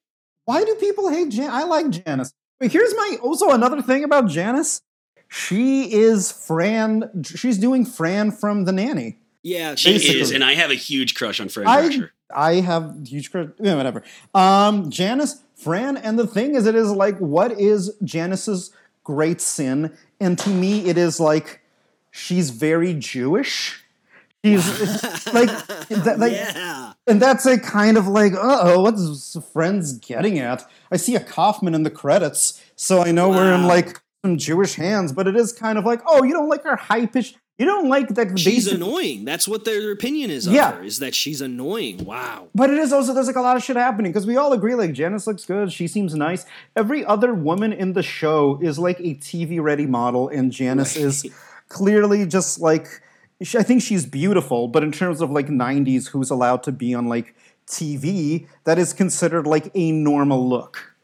[SPEAKER 4] Why do people hate Jan? I like Janice. But here's my also another thing about Janice. She is Fran. She's doing Fran from The Nanny.
[SPEAKER 2] Yeah,
[SPEAKER 3] She
[SPEAKER 4] Basically.
[SPEAKER 3] is, and I have a huge crush on Fran
[SPEAKER 4] I-
[SPEAKER 3] Drescher.
[SPEAKER 4] I have huge crush. yeah, Whatever. Um, Janice, Fran, and the thing is, it is like, what is Janice's great sin? And to me, it is like, she's very Jewish. She's like, that, like,
[SPEAKER 2] yeah.
[SPEAKER 4] and that's a kind of like, uh oh, what's Friends getting at? I see a Kaufman in the credits, so I know we're in
[SPEAKER 2] Wow.
[SPEAKER 4] like some Jewish hands, but it is kind of like, oh, you don't like her high pitched, you don't like that.
[SPEAKER 2] She's
[SPEAKER 4] basic-
[SPEAKER 2] annoying. That's what their opinion is of
[SPEAKER 4] Yeah.
[SPEAKER 2] her, is that she's annoying. Wow.
[SPEAKER 4] But it is also there's like a lot of shit happening because we all agree like Janice looks good, she seems nice. Every other woman in the show is like a TV ready model, and Janice is clearly just like she, I think she's beautiful, but in terms of like '90s, who's allowed to be on like TV, that is considered like a normal look.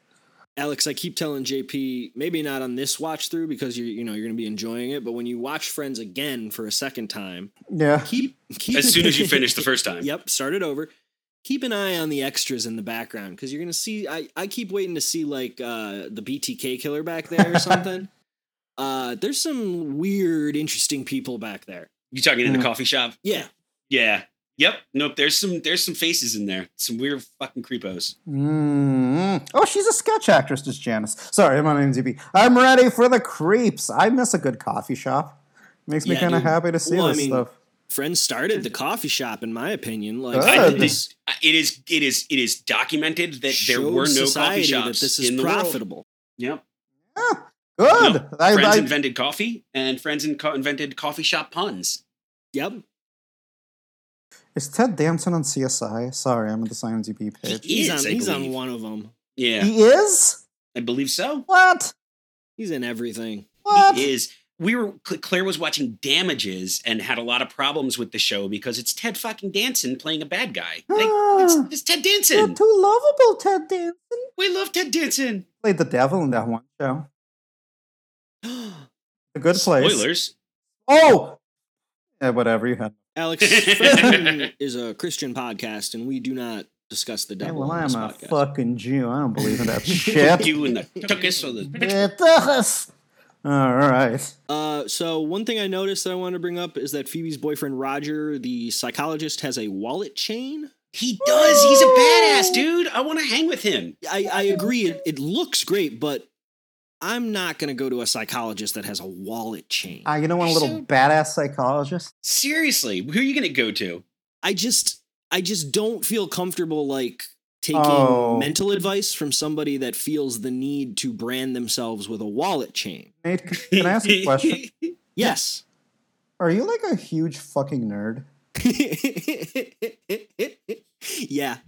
[SPEAKER 2] Alex, I keep telling JP, maybe not on this watch through because you you know you're gonna be enjoying it, but when you watch Friends again for a second time,
[SPEAKER 4] Yeah,
[SPEAKER 2] keep keep
[SPEAKER 3] As soon as you finish the first time.
[SPEAKER 2] Yep, start it over. Keep an eye on the extras in the background because you're gonna see. I, I keep waiting to see like uh, the BTK killer back there or something. uh, there's some weird, interesting people back there.
[SPEAKER 3] You talking in the
[SPEAKER 4] Mm.
[SPEAKER 3] coffee shop?
[SPEAKER 2] Yeah,
[SPEAKER 3] Yeah. Yep. Nope. There's some there's some faces in there. Some weird fucking creepos.
[SPEAKER 4] Mm. Oh, she's a sketch actress, just Janice. Sorry, I'm on IMDb. I'm ready for the creeps. I miss a good coffee shop. Makes me
[SPEAKER 2] Yeah,
[SPEAKER 4] kind of
[SPEAKER 2] dude.
[SPEAKER 4] happy to see
[SPEAKER 2] Well, I
[SPEAKER 4] this
[SPEAKER 2] mean,
[SPEAKER 4] stuff.
[SPEAKER 2] friends started the coffee shop, in my opinion. Like
[SPEAKER 4] Ah,
[SPEAKER 2] I think
[SPEAKER 4] this
[SPEAKER 2] this
[SPEAKER 3] Uh, It is it is it is documented that there
[SPEAKER 2] showed
[SPEAKER 3] were no coffee
[SPEAKER 2] society
[SPEAKER 3] shops
[SPEAKER 2] That this
[SPEAKER 3] in
[SPEAKER 2] is
[SPEAKER 3] the world.
[SPEAKER 2] profitable.
[SPEAKER 3] Yep.
[SPEAKER 4] Good. I,
[SPEAKER 3] Friends
[SPEAKER 4] I,
[SPEAKER 3] invented coffee, and friends in co- invented coffee shop puns.
[SPEAKER 2] Yep.
[SPEAKER 4] Is Ted Danson on CSI? Sorry, I'm at this IMDb page.
[SPEAKER 3] He
[SPEAKER 2] He's
[SPEAKER 3] is,
[SPEAKER 2] on.
[SPEAKER 3] I
[SPEAKER 2] He's on
[SPEAKER 3] believe.
[SPEAKER 2] one of them.
[SPEAKER 3] Yeah,
[SPEAKER 4] He is?
[SPEAKER 3] I believe so.
[SPEAKER 4] What?
[SPEAKER 2] He's in everything.
[SPEAKER 4] What?
[SPEAKER 3] He is. We were Cl- Claire was watching Damages and had a lot of problems with the show because it's Ted fucking Danson playing a bad guy. Like, it's,
[SPEAKER 4] Ah.
[SPEAKER 3] it's Ted
[SPEAKER 4] You're
[SPEAKER 3] Danson.
[SPEAKER 4] too lovable, Ted Danson.
[SPEAKER 3] We love Ted Danson.
[SPEAKER 4] Played the devil in that one show. The Good Place.
[SPEAKER 3] Spoilers.
[SPEAKER 4] Oh! Yeah, whatever you had.
[SPEAKER 2] Alex Friends is a Christian podcast, and we do not discuss the
[SPEAKER 4] Yeah,
[SPEAKER 2] devil
[SPEAKER 4] well,
[SPEAKER 2] on
[SPEAKER 4] I'm
[SPEAKER 2] this
[SPEAKER 4] a
[SPEAKER 2] podcast.
[SPEAKER 4] fucking Jew. I don't believe in that shit.
[SPEAKER 3] You and the tuckus or the
[SPEAKER 4] All right.
[SPEAKER 2] Uh, so one thing I noticed that I want to bring up is that Phoebe's boyfriend Roger, the psychologist, has a wallet chain.
[SPEAKER 3] He does. He's a badass, dude. I want to hang with him.
[SPEAKER 2] I, I agree, it, it looks great, but I'm not gonna go to a psychologist that has a wallet chain.
[SPEAKER 4] Uh, you know, one little
[SPEAKER 3] So-
[SPEAKER 4] badass psychologist.
[SPEAKER 3] Seriously, who are you going to go to?
[SPEAKER 2] I just I just don't feel comfortable like taking
[SPEAKER 4] Oh.
[SPEAKER 2] mental advice from somebody that feels the need to brand themselves with a wallet chain.
[SPEAKER 4] Nate, can- can I ask you a question?
[SPEAKER 2] Yes.
[SPEAKER 4] Are you like a huge fucking nerd?
[SPEAKER 2] yeah.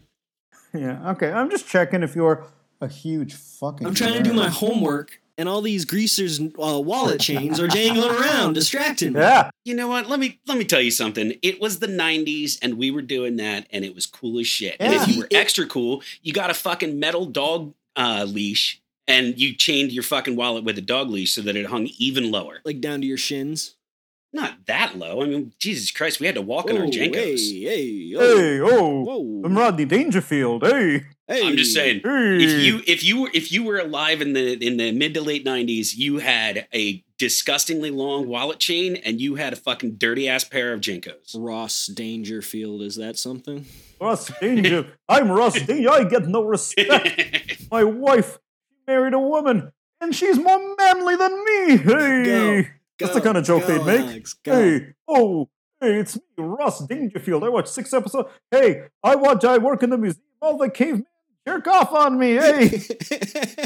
[SPEAKER 4] Yeah. Okay. I'm just checking if you're a huge fucking.
[SPEAKER 2] I'm trying to do
[SPEAKER 4] nerd.
[SPEAKER 2] my homework, and all these greasers' uh, wallet chains are dangling around, distracting me.
[SPEAKER 4] Yeah.
[SPEAKER 3] You know what? Let me let me tell you something. It was the '90s, and we were doing that, and it was cool as shit. And if
[SPEAKER 4] Yeah.
[SPEAKER 3] you were extra cool, you got a fucking metal dog uh, leash, and you chained your fucking wallet with a dog leash so that it hung even lower.
[SPEAKER 2] Like down to your shins.
[SPEAKER 3] Not that low. I mean, Jesus Christ, we had to walk in our
[SPEAKER 4] Oh,
[SPEAKER 2] Whoa, hey,
[SPEAKER 3] Jankos.
[SPEAKER 2] hey, oh,
[SPEAKER 4] Hey. Oh.
[SPEAKER 2] whoa.
[SPEAKER 4] I'm Rodney Dangerfield. Hey,
[SPEAKER 2] Hey.
[SPEAKER 3] I'm just saying.
[SPEAKER 4] hey.
[SPEAKER 3] If you if you were if you were alive in the in the mid to late '90s, you had a disgustingly long wallet chain, and you had a fucking dirty ass pair of Jankos.
[SPEAKER 2] Ross Dangerfield, is that something?
[SPEAKER 4] Russ Danger, I'm Russ Danger. I get no respect. My wife married a woman, and she's more manly than me. Hey,
[SPEAKER 2] Go,
[SPEAKER 4] That's the kinda joke they'd make.
[SPEAKER 2] Alex, go.
[SPEAKER 4] hey, oh, hey, it's me, Russ Dangerfield. I watched six episodes. Hey, I watch. I work in the museum. All the cavemen jerk off on me. Hey.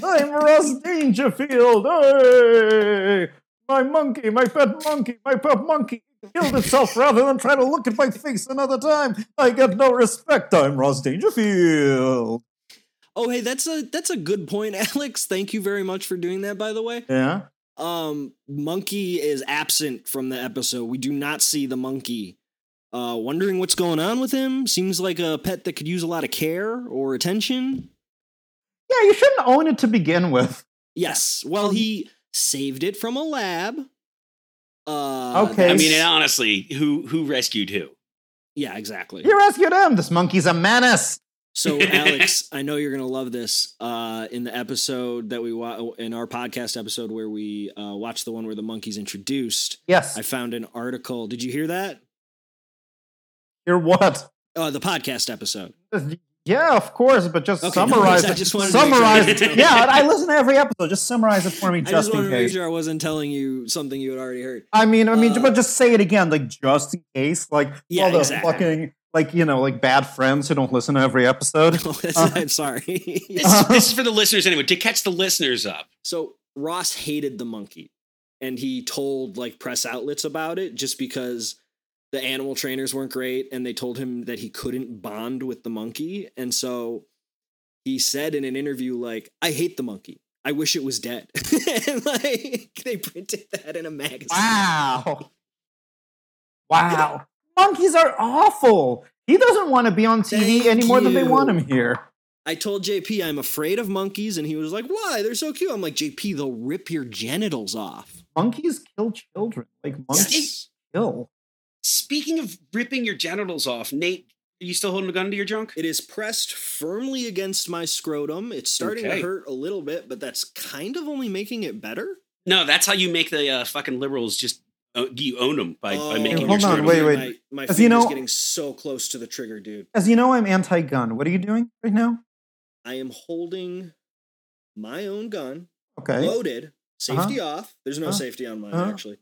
[SPEAKER 4] I'm Russ Dangerfield. Hey! eh? My monkey, my pet monkey, my pet monkey killed itself rather than try to look at my face another time. I get no respect. I'm Ross Dangerfield.
[SPEAKER 2] oh, hey, that's a that's a good point, Alex. Thank you very much for doing that. By the way,
[SPEAKER 4] Yeah.
[SPEAKER 2] Um, monkey is absent from the episode. We do not see the monkey. Uh, wondering what's going on with him. Seems like a pet that could use a lot of care or attention.
[SPEAKER 4] Yeah, you shouldn't own it to begin with.
[SPEAKER 2] Yes. Well, he saved it from a lab. Uh,
[SPEAKER 4] Okay.
[SPEAKER 3] I
[SPEAKER 2] that's-
[SPEAKER 3] mean, and honestly, who who rescued who?
[SPEAKER 2] yeah, exactly.
[SPEAKER 4] You rescued him. This monkey's a menace.
[SPEAKER 2] So, Alex, I know you're gonna love this. Uh, in the episode that we wa- in our podcast episode where we uh, watched the one where the monkey's introduced,
[SPEAKER 4] Yes.
[SPEAKER 2] I found an article. Did you hear that?
[SPEAKER 4] You're what?
[SPEAKER 2] Uh, the podcast episode.
[SPEAKER 4] Yeah, of course, but just
[SPEAKER 2] Okay, no
[SPEAKER 4] summarize
[SPEAKER 2] worries, I
[SPEAKER 4] it.
[SPEAKER 2] just wanted to make sure I
[SPEAKER 4] summarize
[SPEAKER 2] didn't
[SPEAKER 4] it.
[SPEAKER 2] tell you.
[SPEAKER 4] Yeah, I listen to every episode. Just summarize it for me,
[SPEAKER 2] I
[SPEAKER 4] just
[SPEAKER 2] just wanted
[SPEAKER 4] in
[SPEAKER 2] to make
[SPEAKER 4] case.
[SPEAKER 2] sure I wasn't telling you something you had already heard.
[SPEAKER 4] I mean, I mean,
[SPEAKER 2] Uh,
[SPEAKER 4] but just say it again, like just in case, like
[SPEAKER 2] Yeah,
[SPEAKER 4] all the
[SPEAKER 2] exactly.
[SPEAKER 4] fucking, like you know, like bad friends who don't listen to every episode.
[SPEAKER 2] No, Oh, that's-
[SPEAKER 4] Uh.
[SPEAKER 2] I'm sorry.
[SPEAKER 3] This, this is for the listeners anyway, to catch the listeners up.
[SPEAKER 2] So Ross hated the monkey and he told like press outlets about it just because the animal trainers weren't great and they told him that he couldn't bond with the monkey. And so he said in an interview, like, I hate the monkey. I wish it was dead. and like they printed that in a magazine.
[SPEAKER 4] Wow, wow, monkeys are awful. He doesn't want to be on TV
[SPEAKER 2] Thank
[SPEAKER 4] any more than they
[SPEAKER 2] you.
[SPEAKER 4] want him here.
[SPEAKER 2] I told JP I'm afraid of monkeys, and he was like, Why? They're so cute. I'm like, JP, they'll rip your genitals off.
[SPEAKER 4] Monkeys kill children. Like monkeys
[SPEAKER 3] Yes.
[SPEAKER 4] kill.
[SPEAKER 3] Speaking of ripping your genitals off, Nate, are you still holding a gun to your junk?
[SPEAKER 2] It is pressed firmly against my scrotum. It's starting
[SPEAKER 3] Okay.
[SPEAKER 2] to hurt a little bit, but that's kind of only making it better.
[SPEAKER 3] No, that's how you make the uh, fucking liberals just uh, you own them by, by
[SPEAKER 2] Oh,
[SPEAKER 3] making
[SPEAKER 4] Hey,
[SPEAKER 3] your
[SPEAKER 4] hold on,
[SPEAKER 3] scrotum-
[SPEAKER 4] wait, wait.
[SPEAKER 2] My, my
[SPEAKER 4] As
[SPEAKER 2] finger's
[SPEAKER 4] you know-
[SPEAKER 2] getting so close to the trigger, dude.
[SPEAKER 4] As you know, I'm anti-gun. What are you doing right now?
[SPEAKER 2] I am holding my own gun,
[SPEAKER 4] Okay.
[SPEAKER 2] loaded, safety off. There's no
[SPEAKER 4] Uh-huh.
[SPEAKER 2] safety on mine,
[SPEAKER 4] Uh-huh.
[SPEAKER 2] actually.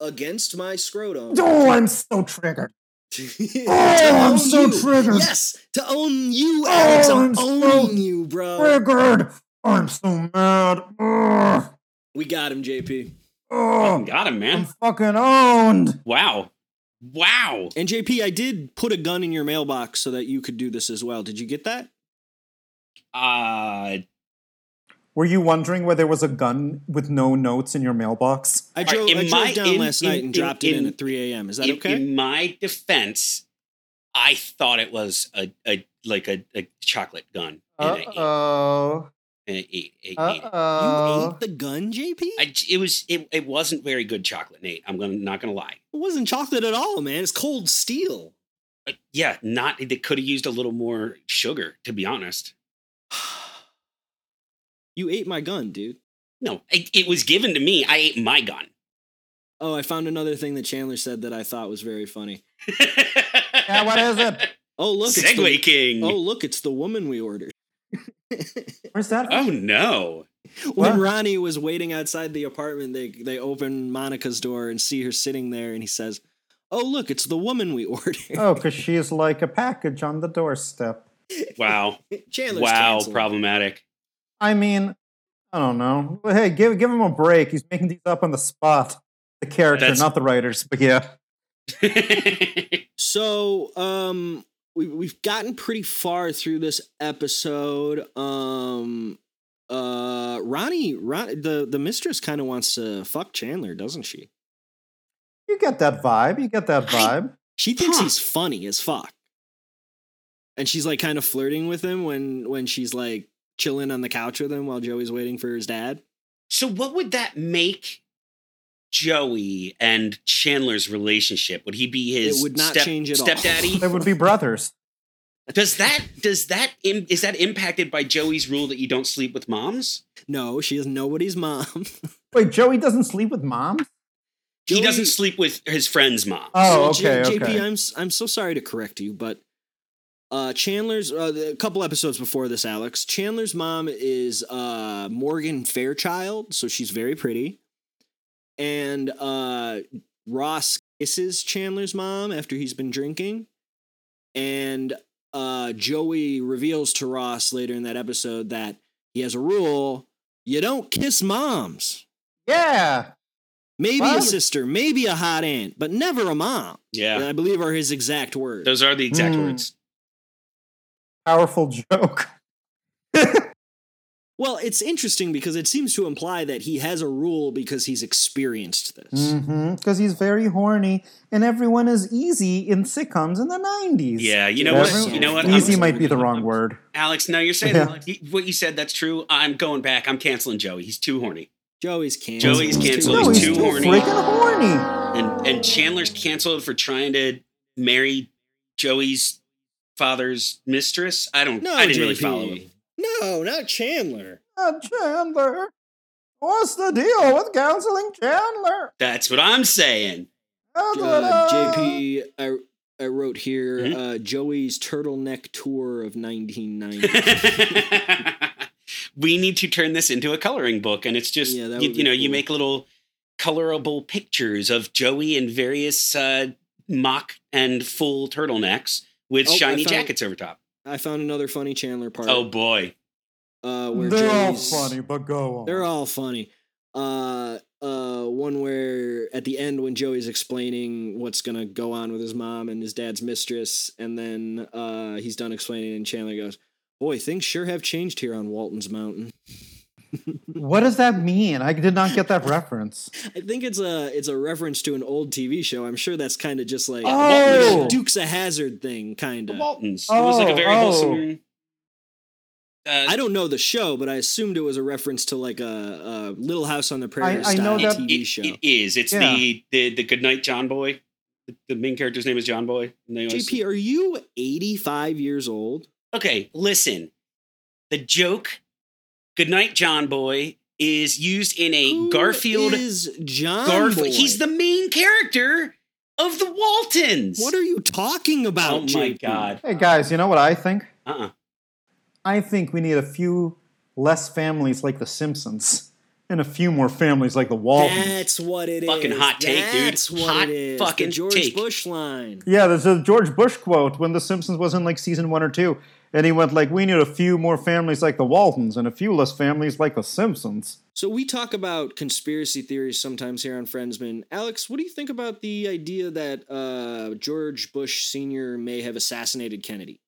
[SPEAKER 2] Against my scrotum.
[SPEAKER 4] Oh, I'm so triggered.
[SPEAKER 2] To
[SPEAKER 4] Oh, I'm
[SPEAKER 2] own
[SPEAKER 4] so
[SPEAKER 2] you.
[SPEAKER 4] triggered. Oh,
[SPEAKER 2] Yes, to own you, Alex. I'm,
[SPEAKER 4] I'm so
[SPEAKER 2] owning you, bro.
[SPEAKER 4] Triggered. I'm so mad. Ugh.
[SPEAKER 2] We got him, JP.
[SPEAKER 3] Fucking
[SPEAKER 4] Ugh.
[SPEAKER 3] Got him,
[SPEAKER 4] I'm
[SPEAKER 3] man.
[SPEAKER 4] fucking owned.
[SPEAKER 3] Wow. Wow.
[SPEAKER 2] And JP, I did put a gun in your mailbox so that you could do this as well. Did you get that?
[SPEAKER 3] Uh,
[SPEAKER 4] Were you wondering why there was a gun with no notes in your mailbox?
[SPEAKER 2] I
[SPEAKER 3] All right,
[SPEAKER 2] drove,
[SPEAKER 3] in
[SPEAKER 2] I drove
[SPEAKER 3] my-
[SPEAKER 2] down
[SPEAKER 3] in-
[SPEAKER 2] last
[SPEAKER 3] in-
[SPEAKER 2] night and
[SPEAKER 3] in-
[SPEAKER 2] dropped it in
[SPEAKER 3] in-
[SPEAKER 2] at 3 a.m. Is that
[SPEAKER 3] in,
[SPEAKER 2] okay?
[SPEAKER 3] in my defense, I thought it was a, a like a, a chocolate gun. And I
[SPEAKER 4] oh.
[SPEAKER 3] ate, I ate, I ate, it.
[SPEAKER 2] you
[SPEAKER 4] oh.
[SPEAKER 2] ate the gun, JP?
[SPEAKER 3] uh, I j- it was it, it wasn't very good chocolate, Nate. I'm gonna not gonna lie.
[SPEAKER 2] it wasn't chocolate at all, man. It's cold steel.
[SPEAKER 3] Uh, yeah, not they could have used a little more sugar, to be honest.
[SPEAKER 2] You ate my gun, dude.
[SPEAKER 3] No, it, it was given to me. I ate my gun.
[SPEAKER 2] Oh, I found another thing that Chandler said that I thought was very funny.
[SPEAKER 4] Yeah, what is it?
[SPEAKER 2] Oh, look. it's the-
[SPEAKER 3] Segway King.
[SPEAKER 2] oh,
[SPEAKER 3] Oh,
[SPEAKER 2] look, it's the woman we ordered.
[SPEAKER 4] Where's that?
[SPEAKER 3] Oh, no.
[SPEAKER 2] When
[SPEAKER 4] What?
[SPEAKER 2] Ronnie was waiting outside the apartment, they they open Monica's door and see her sitting there, and he says, "Oh, look, it's the woman we ordered."
[SPEAKER 4] Oh, because she's like a package on the doorstep.
[SPEAKER 3] Wow.
[SPEAKER 2] Chandler's
[SPEAKER 3] wow,
[SPEAKER 2] canceled.
[SPEAKER 3] problematic.
[SPEAKER 4] I mean, I don't know. Well, Hey, give give him a break. He's making these up on the spot. The character,
[SPEAKER 3] That's-
[SPEAKER 4] not the writers, but yeah.
[SPEAKER 2] So, um, we we've gotten pretty far through this episode. Um, uh, Ronnie, Ron, the the mistress kind of wants to fuck Chandler, doesn't she?
[SPEAKER 4] You get that vibe. You get that vibe.
[SPEAKER 2] She thinks
[SPEAKER 3] Huh.
[SPEAKER 2] he's funny as fuck, and she's like kind of flirting with him when when she's like chilling on the couch with him while Joey's waiting for his dad.
[SPEAKER 3] so what would that make Joey and Chandler's relationship? Would he be his
[SPEAKER 2] It would not
[SPEAKER 3] step-
[SPEAKER 2] change at all.
[SPEAKER 3] stepdaddy?
[SPEAKER 4] They would be brothers.
[SPEAKER 3] does that does that Im- is that impacted by Joey's rule that you don't sleep with moms?
[SPEAKER 2] No, she is nobody's mom.
[SPEAKER 4] Wait, Joey doesn't sleep with mom?
[SPEAKER 3] he doesn't
[SPEAKER 2] Joey- Uh,
[SPEAKER 3] sleep with his friend's mom.
[SPEAKER 4] Oh,
[SPEAKER 2] So, J-
[SPEAKER 4] okay,
[SPEAKER 2] JP,
[SPEAKER 4] okay.
[SPEAKER 2] I'm s- I'm so sorry to correct you, but uh, Chandler's uh, the- a couple episodes before this, Alex. Chandler's mom is uh, Morgan Fairchild, so she's very pretty, and uh, Ross kisses Chandler's mom after he's been drinking, and uh, Joey reveals to Ross later in that episode that he has a rule: you don't kiss moms.
[SPEAKER 4] Yeah.
[SPEAKER 2] Maybe a
[SPEAKER 4] Wow.
[SPEAKER 2] sister, maybe a hot aunt, but never a mom.
[SPEAKER 3] Yeah.
[SPEAKER 2] I believe are his exact words.
[SPEAKER 3] Those are the exact
[SPEAKER 4] Hmm.
[SPEAKER 3] words.
[SPEAKER 4] Powerful joke.
[SPEAKER 2] Well, it's interesting because it seems to imply that he has a rule because he's experienced this.
[SPEAKER 4] Mm-hmm. Because he's very horny, and everyone is easy in sitcoms in the '90s.
[SPEAKER 3] Yeah, you know
[SPEAKER 4] Yeah,
[SPEAKER 3] what?
[SPEAKER 4] everyone-
[SPEAKER 3] You know what?
[SPEAKER 4] Easy
[SPEAKER 3] I'm-
[SPEAKER 4] might be the wrong word.
[SPEAKER 3] Alex, no, you're saying
[SPEAKER 4] Yeah.
[SPEAKER 3] Alex, you- what you said. That's true. I'm going back. I'm canceling Joey. He's too horny.
[SPEAKER 2] Joey's canceled.
[SPEAKER 3] Joey's
[SPEAKER 2] He's too
[SPEAKER 3] canceled.
[SPEAKER 2] old.
[SPEAKER 4] no, he's
[SPEAKER 3] too
[SPEAKER 4] still
[SPEAKER 3] horny.
[SPEAKER 4] freaking horny.
[SPEAKER 3] And and Chandler's canceled for trying to marry Joey's father's mistress. I don't.
[SPEAKER 2] No,
[SPEAKER 3] I didn't really
[SPEAKER 2] JP.
[SPEAKER 3] follow him.
[SPEAKER 2] No, not Chandler.
[SPEAKER 4] Uh, Chandler, what's the deal with counseling Chandler? Ah,
[SPEAKER 3] That's what I'm saying.
[SPEAKER 2] Uh, JP, I, I wrote here
[SPEAKER 3] Mhm.
[SPEAKER 2] uh, Joey's turtleneck tour of 1990.
[SPEAKER 3] we need to turn this into a coloring book, and it's just
[SPEAKER 2] Yeah, that
[SPEAKER 3] you,
[SPEAKER 2] would be
[SPEAKER 3] you know you
[SPEAKER 2] cool.
[SPEAKER 3] make little colorable pictures of Joey in various uh, mock and full turtlenecks with
[SPEAKER 2] Oh, I
[SPEAKER 3] shiny
[SPEAKER 2] found-
[SPEAKER 3] jackets over top.
[SPEAKER 2] I found another funny Chandler part.
[SPEAKER 3] Oh boy.
[SPEAKER 2] uh, where
[SPEAKER 4] They're all
[SPEAKER 2] Joey's-
[SPEAKER 4] funny, but go on.
[SPEAKER 2] They're all funny. Uh, uh, one where at the end when Joey's explaining what's gonna go on with his mom and his dad's mistress, and then uh, he's done explaining, and Chandler goes, "Boy, things sure have changed here on Walton's Mountain."
[SPEAKER 4] what does that mean? I did not get that reference.
[SPEAKER 2] I think it's a it's a reference to an old TV show. I'm sure that's kind of just like
[SPEAKER 4] Oh!
[SPEAKER 2] Duke's a Hazard thing, kind
[SPEAKER 3] The
[SPEAKER 2] of.
[SPEAKER 3] Waltons. it was like a
[SPEAKER 4] Oh,
[SPEAKER 3] very
[SPEAKER 4] oh.
[SPEAKER 3] wholesome. Uh,
[SPEAKER 2] I don't know the show, but I assumed it was a reference to like a, a Little House on the Prairie
[SPEAKER 4] I know
[SPEAKER 2] style
[SPEAKER 4] that-
[SPEAKER 2] TV show.
[SPEAKER 3] it is. It's
[SPEAKER 4] Yeah.
[SPEAKER 3] the the the Goodnight John Boy. The, the main character's name is John Boy. and they always-
[SPEAKER 2] JP, are you 85 years old?
[SPEAKER 3] Okay, listen. The joke, "Goodnight John Boy," is used in a
[SPEAKER 2] Who
[SPEAKER 3] Garfield.
[SPEAKER 2] is John.
[SPEAKER 3] Garfield.
[SPEAKER 2] Boy?
[SPEAKER 3] He's the main character of the Waltons.
[SPEAKER 2] What are you talking about?
[SPEAKER 3] oh my
[SPEAKER 2] JP?
[SPEAKER 3] god.
[SPEAKER 4] Hey guys, you know what I think?
[SPEAKER 3] Uh-uh.
[SPEAKER 4] I think we need a few less families like The Simpsons and a few more families like The Waltons.
[SPEAKER 2] That's what it is.
[SPEAKER 3] Fucking hot take, dude.
[SPEAKER 2] That's what
[SPEAKER 3] Hot
[SPEAKER 2] it is.
[SPEAKER 3] fucking
[SPEAKER 2] the George
[SPEAKER 3] take.
[SPEAKER 2] Bush line.
[SPEAKER 4] yeah, there's a George Bush quote when The Simpsons was in like season one or two, and he went like, "We need a few more families like The Waltons and a few less families like The Simpsons."
[SPEAKER 2] So we talk about conspiracy theories sometimes here on Friendsman. Alex, what do you think about the idea that uh, George Bush Senior may have assassinated Kennedy?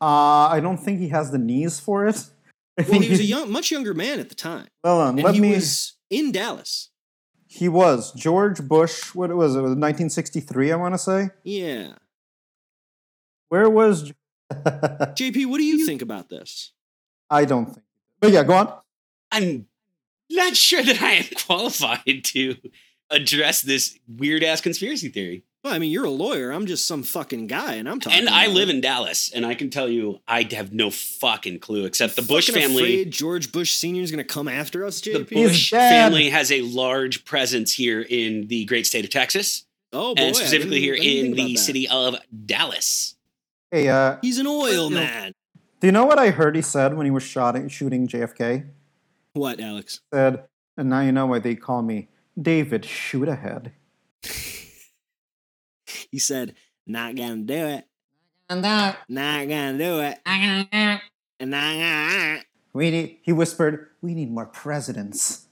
[SPEAKER 4] Uh, I don't think he has the knees for it. I
[SPEAKER 2] Well,
[SPEAKER 4] think
[SPEAKER 2] he was a young, much younger man at the time,
[SPEAKER 4] Hold on,
[SPEAKER 2] and
[SPEAKER 4] let
[SPEAKER 2] he
[SPEAKER 4] me.
[SPEAKER 2] was in Dallas.
[SPEAKER 4] He was George Bush. What was it? 1963, I want to say.
[SPEAKER 2] Yeah,
[SPEAKER 4] Where was?
[SPEAKER 2] JP, what do you think about this?
[SPEAKER 4] I don't think. But yeah, go on.
[SPEAKER 3] I'm not sure that I am qualified to address this weird ass conspiracy theory.
[SPEAKER 2] Well, I mean, you're a lawyer. I'm just some fucking guy, and I'm talking.
[SPEAKER 3] And I
[SPEAKER 2] about
[SPEAKER 3] live
[SPEAKER 2] it.
[SPEAKER 3] in Dallas, and I can tell you I have no fucking clue except the Bush
[SPEAKER 2] Fucking
[SPEAKER 3] family.
[SPEAKER 2] Afraid George Bush Senior is going to come after us,
[SPEAKER 3] The
[SPEAKER 2] JP.
[SPEAKER 4] He's
[SPEAKER 3] Bush
[SPEAKER 4] dead.
[SPEAKER 3] family has a large presence here in the great state of Texas,
[SPEAKER 2] oh boy, I
[SPEAKER 3] and specifically
[SPEAKER 2] didn't-
[SPEAKER 3] here
[SPEAKER 2] I didn't
[SPEAKER 3] in
[SPEAKER 2] think about
[SPEAKER 3] the
[SPEAKER 2] that.
[SPEAKER 3] city of Dallas.
[SPEAKER 4] Hey, uh,
[SPEAKER 2] He's an oil
[SPEAKER 4] You know-
[SPEAKER 2] man.
[SPEAKER 4] do you know what I heard he said when he was shot, shooting JFK? He
[SPEAKER 2] What, Alex?
[SPEAKER 4] said, and now you know why they call me David Shoot Ahead.
[SPEAKER 2] He said, "Not gonna do it.
[SPEAKER 4] And
[SPEAKER 6] uh,
[SPEAKER 4] that
[SPEAKER 2] Not gonna do it. And not gonna."
[SPEAKER 4] we need, he whispered, we need more presidents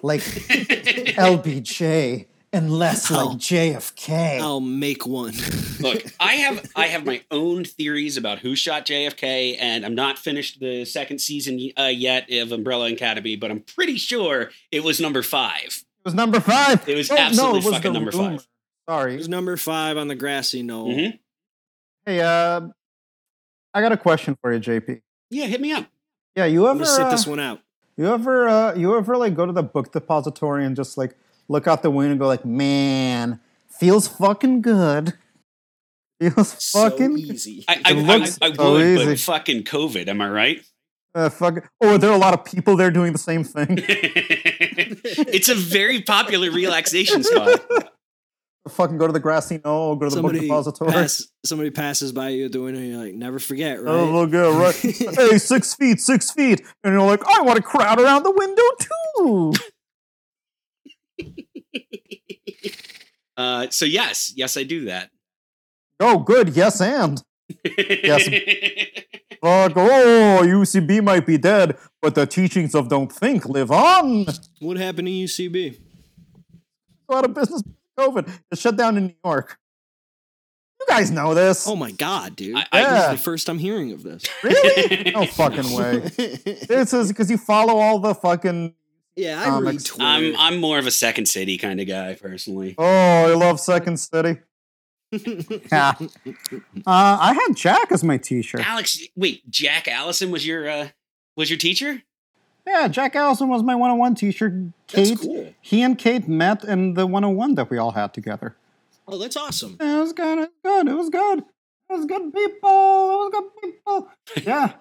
[SPEAKER 4] like LBJ and less
[SPEAKER 3] Oh.
[SPEAKER 4] like JFK.
[SPEAKER 2] I'll make one.
[SPEAKER 3] Look, I have I have my own theories about who shot JFK, and I'm not finished the second season uh, yet of Umbrella Academy, but I'm pretty sure it was number five.
[SPEAKER 4] It was number five. Oh,
[SPEAKER 3] It was
[SPEAKER 4] no,
[SPEAKER 3] absolutely
[SPEAKER 4] it was
[SPEAKER 3] fucking
[SPEAKER 4] the
[SPEAKER 3] number
[SPEAKER 4] rumor.
[SPEAKER 3] five.
[SPEAKER 4] Sorry.
[SPEAKER 2] He's number five on the grassy knoll.
[SPEAKER 3] Mhm.
[SPEAKER 4] Hey, uh, I got a question for you, JP.
[SPEAKER 3] Yeah, hit me up.
[SPEAKER 4] Yeah, you
[SPEAKER 2] I'm
[SPEAKER 4] ever
[SPEAKER 2] gonna sit
[SPEAKER 4] uh,
[SPEAKER 2] this one out.
[SPEAKER 4] you ever uh, you ever like go to the book depository and just like look out the window and go like, man, feels fucking good. Feels fucking
[SPEAKER 2] so easy.
[SPEAKER 3] I, I,
[SPEAKER 4] It looks
[SPEAKER 3] I, I
[SPEAKER 4] so
[SPEAKER 3] would, but
[SPEAKER 4] easy.
[SPEAKER 3] fucking COVID. Am I right?
[SPEAKER 4] Uh, fuck. Oh, are there a lot of people there doing the same thing?
[SPEAKER 3] it's a very popular relaxation spot.
[SPEAKER 4] fucking go to the grassy knoll, go to the book
[SPEAKER 2] somebody,
[SPEAKER 4] depository.
[SPEAKER 2] pass, somebody passes by you at the window, and you're like, "Never forget, right?"
[SPEAKER 4] Oh, look good, right? hey, six feet, six feet, and you're like, I want to crowd around the window too.
[SPEAKER 3] Uh, so yes, yes, I do that.
[SPEAKER 4] oh, good. Yes, and. Yes. Fuck, oh, UCB might be dead, but the teachings of don't think live on.
[SPEAKER 2] What happened to UCB?
[SPEAKER 4] Go out of business by COVID. It shut down in New York. You guys know this.
[SPEAKER 2] Oh my god, dude!
[SPEAKER 3] I-
[SPEAKER 2] I, this
[SPEAKER 4] Yeah.
[SPEAKER 2] is the first I'm hearing of this.
[SPEAKER 4] Really? No fucking way. This is because you follow all the fucking.
[SPEAKER 2] yeah, I read
[SPEAKER 4] Comics.
[SPEAKER 2] Twitter.
[SPEAKER 3] I'm I'm more of a second city kind of guy personally.
[SPEAKER 4] Oh, I love Second City. Yeah. Uh, I had Jack as my teacher.
[SPEAKER 3] Alex, wait, Jack Allison was your uh was your teacher?
[SPEAKER 4] Yeah, Jack Allison was my 101 teacher.
[SPEAKER 2] That's
[SPEAKER 4] Kate,
[SPEAKER 2] cool.
[SPEAKER 4] he and Kate met in the 101 that we all had together.
[SPEAKER 2] Oh, that's awesome.
[SPEAKER 4] Yeah, It was good. It was good. It was good. It was good people. It was good people. Yeah,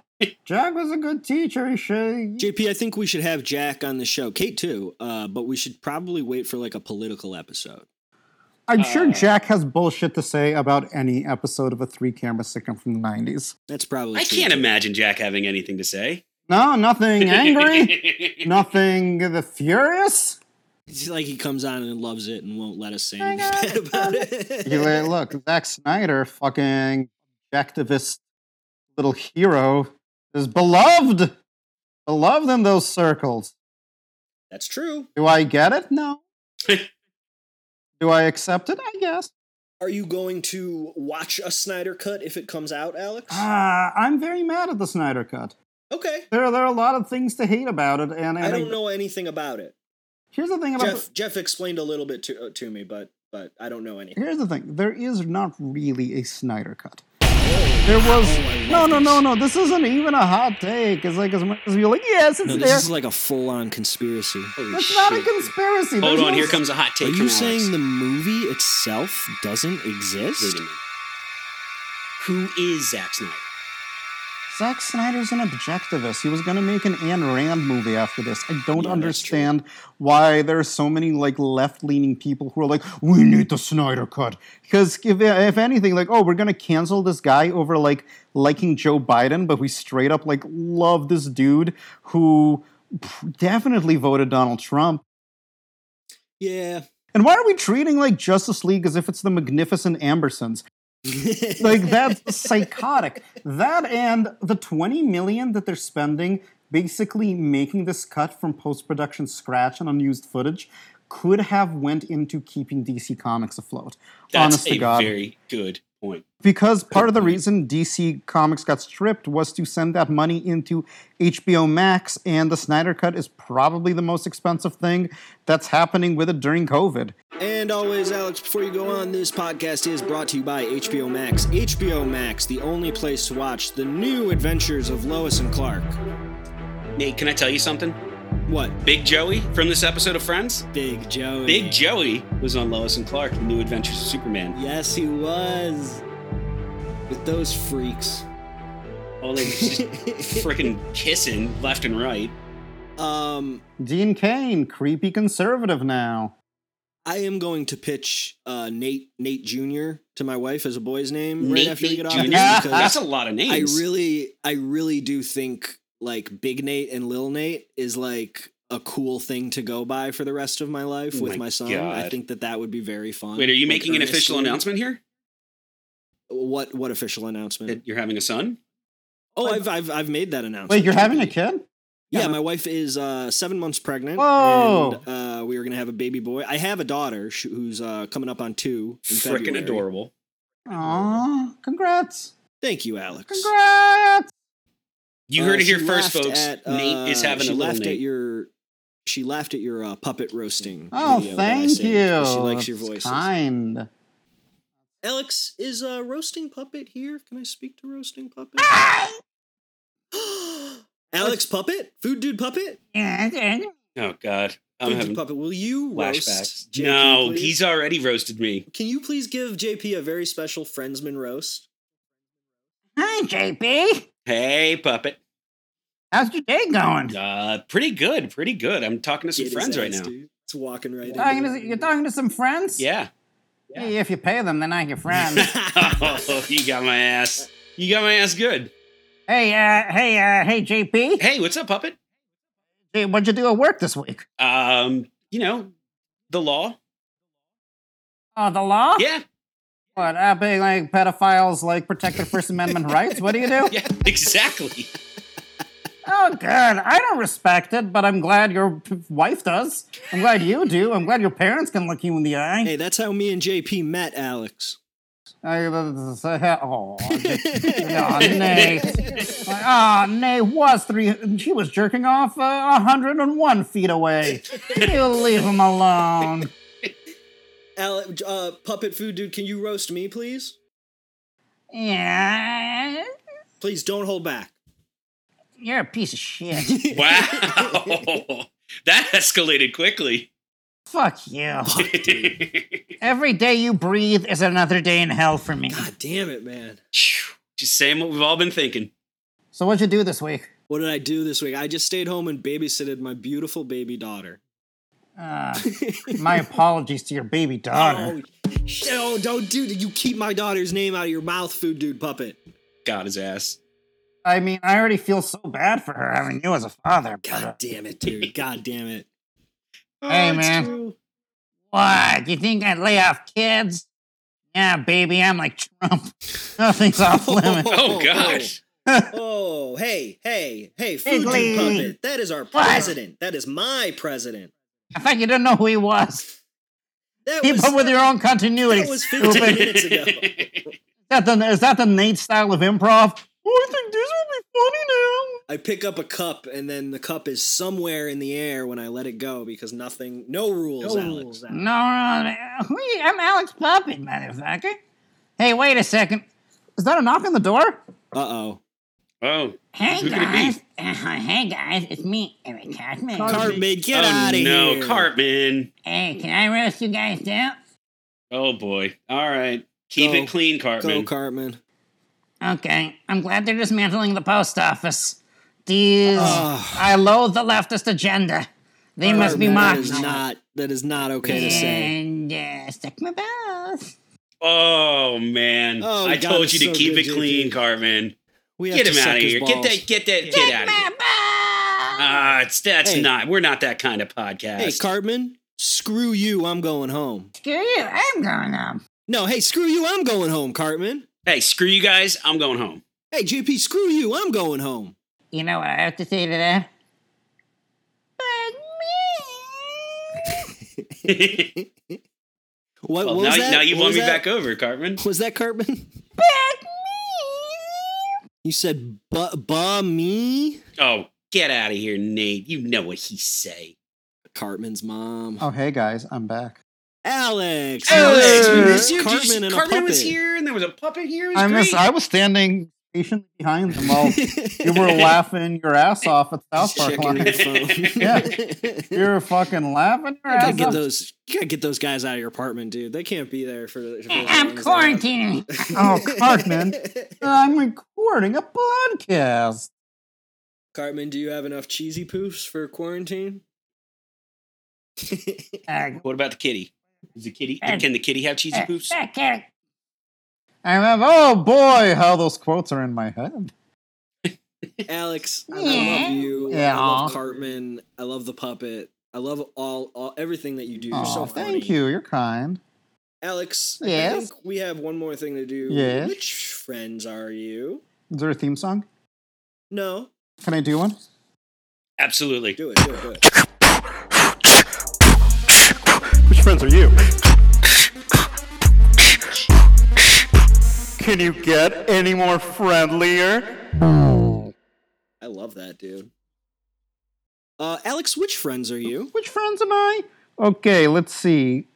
[SPEAKER 4] Jack was a good teacher. He should.
[SPEAKER 2] JP, I think we should have Jack on the show. Kate too, uh, but we should probably wait for like a political episode.
[SPEAKER 4] I'm sure
[SPEAKER 3] Uh,
[SPEAKER 4] Jack has bullshit to say about any episode of a three camera sitcom from the 90s.
[SPEAKER 2] That's probably.
[SPEAKER 3] I
[SPEAKER 2] true,
[SPEAKER 3] can't
[SPEAKER 2] too.
[SPEAKER 3] imagine Jack having anything to say.
[SPEAKER 4] No, nothing angry. nothing the furious.
[SPEAKER 2] It's like he comes on and loves it and won't let us say anything bad about
[SPEAKER 4] You
[SPEAKER 2] it.
[SPEAKER 4] like, look, Zack Snyder, fucking objectivist little hero, is beloved, beloved in those circles.
[SPEAKER 2] That's true.
[SPEAKER 4] Do I get it? No. Do I accept it? I guess.
[SPEAKER 2] Are you going to watch a Snyder cut if it comes out, Alex?
[SPEAKER 4] Ah, I'm very mad at the Snyder Cut.
[SPEAKER 2] okay.
[SPEAKER 4] There, there are a lot of things to hate about it, and, and
[SPEAKER 2] I don't know anything about it.
[SPEAKER 4] Here's the thing about
[SPEAKER 2] Jeff Jeff explained a little bit to uh, to me, but but I don't know
[SPEAKER 4] the,
[SPEAKER 2] anything.
[SPEAKER 4] here's the thing. There is not really a Snyder Cut. There was
[SPEAKER 2] Oh, I
[SPEAKER 4] no,
[SPEAKER 2] love
[SPEAKER 4] no,
[SPEAKER 2] this.
[SPEAKER 4] no, no. This isn't even a hot take. It's like as much as you're like, yes, it's
[SPEAKER 2] No, this
[SPEAKER 4] there.
[SPEAKER 2] is like a full on conspiracy.
[SPEAKER 4] That's not a conspiracy.
[SPEAKER 3] Hold
[SPEAKER 4] There's
[SPEAKER 3] on,
[SPEAKER 4] no-
[SPEAKER 3] here comes a hot
[SPEAKER 2] Are
[SPEAKER 3] take.
[SPEAKER 2] you
[SPEAKER 3] from
[SPEAKER 2] saying
[SPEAKER 3] Alex.
[SPEAKER 2] the movie itself doesn't
[SPEAKER 3] Wait a
[SPEAKER 2] exist?
[SPEAKER 3] minute. Who is Zack Snyder?
[SPEAKER 4] Zack Snyder's an objectivist. He was gonna make an Anne Rand movie after this. I don't
[SPEAKER 2] Yeah, that's true.
[SPEAKER 4] understand why there are so many like left-leaning people who are like, "We need the Snyder cut." Because if, if anything, like, "Oh, we're gonna cancel this guy over like liking Joe Biden," but we straight up like love this dude who pff, definitely voted Donald Trump.
[SPEAKER 2] Yeah.
[SPEAKER 4] And why are we treating like Justice League as if it's the magnificent Ambersons? like that's psychotic. That and the 20 million that they're spending basically making this cut from post-production scratch and unused footage could have went into keeping DC Comics afloat.
[SPEAKER 3] That's
[SPEAKER 4] honest
[SPEAKER 3] a
[SPEAKER 4] to God.
[SPEAKER 3] very good point.
[SPEAKER 4] because part of the reason DC Comics got stripped was to send that money into HBO Max and the Snyder cut is probably the most expensive thing that's happening with it during COVID.
[SPEAKER 2] And always, Alex, before you go on, this podcast is brought to you by HBO Max. HBO Max, the only place to watch the new adventures of Lois and Clark.
[SPEAKER 3] Nate, can I tell you something?
[SPEAKER 2] What?
[SPEAKER 3] Big Joey from this episode of Friends?
[SPEAKER 2] Big Joey.
[SPEAKER 3] Big Joey was on Lois and Clark, The New Adventures of Superman.
[SPEAKER 2] Yes, he was. With those freaks.
[SPEAKER 3] All they was just freaking kissing left and right.
[SPEAKER 2] um,
[SPEAKER 4] Dean Kane, creepy conservative now.
[SPEAKER 2] I am going to pitch uh, Nate Nate Jr. to my wife as a boy's name right
[SPEAKER 3] Nate,
[SPEAKER 2] after we
[SPEAKER 3] Nate
[SPEAKER 2] get off
[SPEAKER 3] Jr.
[SPEAKER 2] this
[SPEAKER 3] That's
[SPEAKER 2] because
[SPEAKER 3] a lot of
[SPEAKER 2] I
[SPEAKER 3] names.
[SPEAKER 2] really I really do think like Big Nate and Lil Nate is like a cool thing to go by for the rest of my life
[SPEAKER 3] Oh
[SPEAKER 2] with
[SPEAKER 3] my
[SPEAKER 2] my son. I
[SPEAKER 3] God.
[SPEAKER 2] think that that would be very fun.
[SPEAKER 3] Wait, are you
[SPEAKER 2] Like,
[SPEAKER 3] making an official
[SPEAKER 2] earnestly-
[SPEAKER 3] announcement here
[SPEAKER 2] What what official announcement?
[SPEAKER 3] that you're having a son?
[SPEAKER 2] oh, I've, I've I've made that announcement.
[SPEAKER 4] Wait, you're having a
[SPEAKER 2] JP.
[SPEAKER 4] kid?
[SPEAKER 2] Yeah, my wife is uh, seven months pregnant.
[SPEAKER 4] Whoa.
[SPEAKER 2] And, uh, we are going to have a baby boy. I have a daughter sh- who's uh, coming up on two. in
[SPEAKER 3] Freaking
[SPEAKER 2] February.
[SPEAKER 3] adorable.
[SPEAKER 4] Aw, congrats.
[SPEAKER 2] Thank you, Alex.
[SPEAKER 4] Congrats.
[SPEAKER 3] You
[SPEAKER 2] Uh,
[SPEAKER 3] heard it
[SPEAKER 2] she
[SPEAKER 3] here first,
[SPEAKER 2] laughed
[SPEAKER 3] folks.
[SPEAKER 2] at, uh,
[SPEAKER 3] Nate is having
[SPEAKER 2] she
[SPEAKER 3] a little
[SPEAKER 2] laughed at
[SPEAKER 3] Nate.
[SPEAKER 2] your. She laughed at your uh, puppet roasting.
[SPEAKER 4] Oh,
[SPEAKER 2] video that I
[SPEAKER 4] thank
[SPEAKER 2] saved,
[SPEAKER 4] you.
[SPEAKER 2] 'cause She likes your
[SPEAKER 4] That's
[SPEAKER 2] voices.
[SPEAKER 4] Kind.
[SPEAKER 2] Alex is uh, roasting puppet here. Can I speak to roasting puppet?
[SPEAKER 4] Ah!
[SPEAKER 2] Alex puppet, food dude puppet,
[SPEAKER 6] uh,
[SPEAKER 3] Oh God, I'm
[SPEAKER 2] food dude
[SPEAKER 3] having
[SPEAKER 2] puppet. Will you
[SPEAKER 3] flashbacks.
[SPEAKER 2] roast? JP,
[SPEAKER 3] no,
[SPEAKER 2] please?
[SPEAKER 3] he's already roasted me.
[SPEAKER 2] Can you please give JP a very special Friendsman roast?
[SPEAKER 4] Hi, JP.
[SPEAKER 3] Hey, puppet.
[SPEAKER 4] How's your day going?
[SPEAKER 3] Uh, pretty good, pretty good. I'm talking to some
[SPEAKER 2] Get his
[SPEAKER 3] friends right
[SPEAKER 2] ass,
[SPEAKER 3] now.
[SPEAKER 2] dude. It's walking right
[SPEAKER 4] Talking
[SPEAKER 2] in.
[SPEAKER 4] to, you're talking to some friends?
[SPEAKER 3] Yeah.
[SPEAKER 4] Hey, if you pay them, they're not your friend.
[SPEAKER 3] oh, you got my ass. You got my ass good.
[SPEAKER 4] hey, uh, hey, uh, hey, JP.
[SPEAKER 3] Hey, what's up, puppet?
[SPEAKER 4] Hey, what'd you do at work this week?
[SPEAKER 3] Um, you know, the law.
[SPEAKER 4] Oh, the law?
[SPEAKER 3] Yeah,
[SPEAKER 4] What, uh, being like pedophiles, like protect their First Amendment rights? What do you do?
[SPEAKER 3] yeah, exactly.
[SPEAKER 4] Oh, God. I don't respect it, but I'm glad your p- wife does. I'm glad you do. I'm glad your parents can look you in the eye.
[SPEAKER 2] Hey, that's how me and JP met, Alex.
[SPEAKER 4] uh,
[SPEAKER 6] Oh, nay. Ah, nay was three. He was jerking off uh, 101 feet away. You leave him alone.
[SPEAKER 2] Ale- uh, puppet food dude, can you roast me, please?
[SPEAKER 6] Yeah.
[SPEAKER 2] Please don't hold back.
[SPEAKER 6] You're a piece of shit.
[SPEAKER 3] Wow. that escalated quickly.
[SPEAKER 6] Fuck you. Every day you breathe is another day in hell for me.
[SPEAKER 2] God damn it, man.
[SPEAKER 3] Just saying what we've all been thinking.
[SPEAKER 6] So what'd you do this week?
[SPEAKER 2] What did I do this week? I just stayed home and babysitted my beautiful baby daughter.
[SPEAKER 6] Uh, my apologies to your baby daughter.
[SPEAKER 2] Oh, shit, oh, don't do that. You keep my daughter's name out of your mouth, food dude puppet.
[SPEAKER 3] Got his ass.
[SPEAKER 6] I mean, I already feel so bad for her having you as a father. But, uh,
[SPEAKER 2] God damn it, dude. God damn it. Oh,
[SPEAKER 6] Hey,
[SPEAKER 2] it's
[SPEAKER 6] man.
[SPEAKER 2] true.
[SPEAKER 6] Why? Do you think I'd lay off kids? Yeah, baby, I'm like Trump. Nothing's off limits.
[SPEAKER 3] Oh, gosh.
[SPEAKER 2] Oh, hey, hey, hey, food
[SPEAKER 6] Piggly.
[SPEAKER 2] dude puppet. That is our president. That is my president.
[SPEAKER 6] I thought you didn't know who he was.
[SPEAKER 2] That
[SPEAKER 6] Keep
[SPEAKER 2] was,
[SPEAKER 6] up with your own continuity.
[SPEAKER 2] that was 15
[SPEAKER 6] stupid. Is
[SPEAKER 2] minutes ago.
[SPEAKER 6] that, the, is that the Nate style of improv? Oh, I think this will be funny now.
[SPEAKER 2] I pick up a cup, and then the cup is somewhere in the air when I let it go because nothing, no rules, Alex.
[SPEAKER 6] No, no, no. Who you- I'm Alex Puppet, motherfucker. Hey, wait a second. Is that a knock on the door?
[SPEAKER 2] Uh oh.
[SPEAKER 3] Oh.
[SPEAKER 6] Hey,
[SPEAKER 3] Who could it be?
[SPEAKER 6] guys. Uh-huh. hey, guys. It's me, Eric Cartman.
[SPEAKER 2] Cartman, get
[SPEAKER 3] oh,
[SPEAKER 2] out of
[SPEAKER 3] no,
[SPEAKER 2] here.
[SPEAKER 3] Cartman.
[SPEAKER 6] hey, can I roast you guys down?
[SPEAKER 3] Oh, boy. All right. Keep
[SPEAKER 2] Go.
[SPEAKER 3] it clean,
[SPEAKER 2] Go,
[SPEAKER 3] Cartman.
[SPEAKER 2] Cartman.
[SPEAKER 6] Okay, I'm glad they're dismantling the post office. These,
[SPEAKER 2] Ugh.
[SPEAKER 6] I loathe the leftist agenda. They must be
[SPEAKER 2] Cartman,
[SPEAKER 6] mocked.
[SPEAKER 2] That is not, that is not okay to say.
[SPEAKER 6] and uh, stick my balls.
[SPEAKER 3] oh, man.
[SPEAKER 2] Oh,
[SPEAKER 3] I
[SPEAKER 2] God,
[SPEAKER 3] told
[SPEAKER 2] it's
[SPEAKER 3] you to
[SPEAKER 2] so
[SPEAKER 3] keep
[SPEAKER 2] good,
[SPEAKER 3] it clean,
[SPEAKER 2] JP.
[SPEAKER 3] Cartman.
[SPEAKER 2] We have
[SPEAKER 3] Get
[SPEAKER 2] to
[SPEAKER 3] him
[SPEAKER 2] suck
[SPEAKER 3] out of
[SPEAKER 2] his
[SPEAKER 3] here. Get
[SPEAKER 2] balls.
[SPEAKER 3] that, get that kid out of here.
[SPEAKER 2] Uh,
[SPEAKER 3] Ah, it's that's
[SPEAKER 2] Hey.
[SPEAKER 3] not. We're not that kind of podcast.
[SPEAKER 2] Hey, Cartman, screw you. I'm going home.
[SPEAKER 6] Screw you, I'm going home.
[SPEAKER 2] No, hey, screw you. I'm going home, Cartman.
[SPEAKER 3] hey, screw you guys. I'm going home.
[SPEAKER 2] Hey, JP, screw you. I'm going home.
[SPEAKER 6] You know what I have to say to that? But me.
[SPEAKER 2] What,
[SPEAKER 3] well,
[SPEAKER 2] what
[SPEAKER 3] now,
[SPEAKER 2] was that?
[SPEAKER 3] now you
[SPEAKER 2] What
[SPEAKER 3] won
[SPEAKER 2] was
[SPEAKER 3] me
[SPEAKER 2] that?
[SPEAKER 3] back over, Cartman.
[SPEAKER 2] Was that Cartman?
[SPEAKER 6] But me.
[SPEAKER 2] You said ba ba me?
[SPEAKER 3] Oh, get out of here, Nate. You know what he say.
[SPEAKER 2] Cartman's mom.
[SPEAKER 4] Oh, hey guys, I'm back.
[SPEAKER 2] Alex.
[SPEAKER 3] Alex, we
[SPEAKER 4] Hey.
[SPEAKER 3] missed you. Did you
[SPEAKER 2] Cartman
[SPEAKER 3] see-
[SPEAKER 2] and a
[SPEAKER 3] Cartman was
[SPEAKER 2] puppet.
[SPEAKER 3] here, and there was a puppet here. It was
[SPEAKER 4] I
[SPEAKER 3] great.
[SPEAKER 4] miss. I was standing patiently behind them while Oh, you were laughing your ass off at South
[SPEAKER 2] Just
[SPEAKER 4] Park.
[SPEAKER 2] checking
[SPEAKER 4] Line.
[SPEAKER 2] your phone.
[SPEAKER 4] Yeah. You were fucking laughing your
[SPEAKER 2] You gotta
[SPEAKER 4] ass
[SPEAKER 2] get
[SPEAKER 4] off.
[SPEAKER 2] those. You gotta get those guys out of your apartment, dude. They can't be there for. for as long
[SPEAKER 6] I'm
[SPEAKER 2] as
[SPEAKER 6] quarantining.
[SPEAKER 4] Oh, Cartman, I'm recording a podcast.
[SPEAKER 2] Cartman, do you have enough cheesy poofs for quarantine?
[SPEAKER 6] Uh,
[SPEAKER 3] what about the kitty? Is the kitty?
[SPEAKER 6] Hey.
[SPEAKER 3] Can the kitty have cheesy
[SPEAKER 6] uh,
[SPEAKER 3] poofs?
[SPEAKER 6] uh, Eric,
[SPEAKER 4] I remember, oh boy, how those quotes are in my head.
[SPEAKER 2] Alex, I
[SPEAKER 6] Yeah.
[SPEAKER 2] love you.
[SPEAKER 4] Yeah.
[SPEAKER 2] I love Cartman. I love the puppet. I love all, all everything that you do. You're so
[SPEAKER 4] Aw,
[SPEAKER 2] funny.
[SPEAKER 4] thank you. You're kind.
[SPEAKER 2] Alex. I
[SPEAKER 4] Yes?
[SPEAKER 2] think we have one more thing to do.
[SPEAKER 4] Yes?
[SPEAKER 2] Which friends are you?
[SPEAKER 4] Is there a theme song?
[SPEAKER 2] No,
[SPEAKER 4] Can I do one?
[SPEAKER 3] Absolutely.
[SPEAKER 2] do it, do it, do it.
[SPEAKER 1] Which friends are you? Can you get any more friendlier?
[SPEAKER 2] I love that, dude. Uh, Alex, which friends are you?
[SPEAKER 4] Which friends am I? Okay, let's see.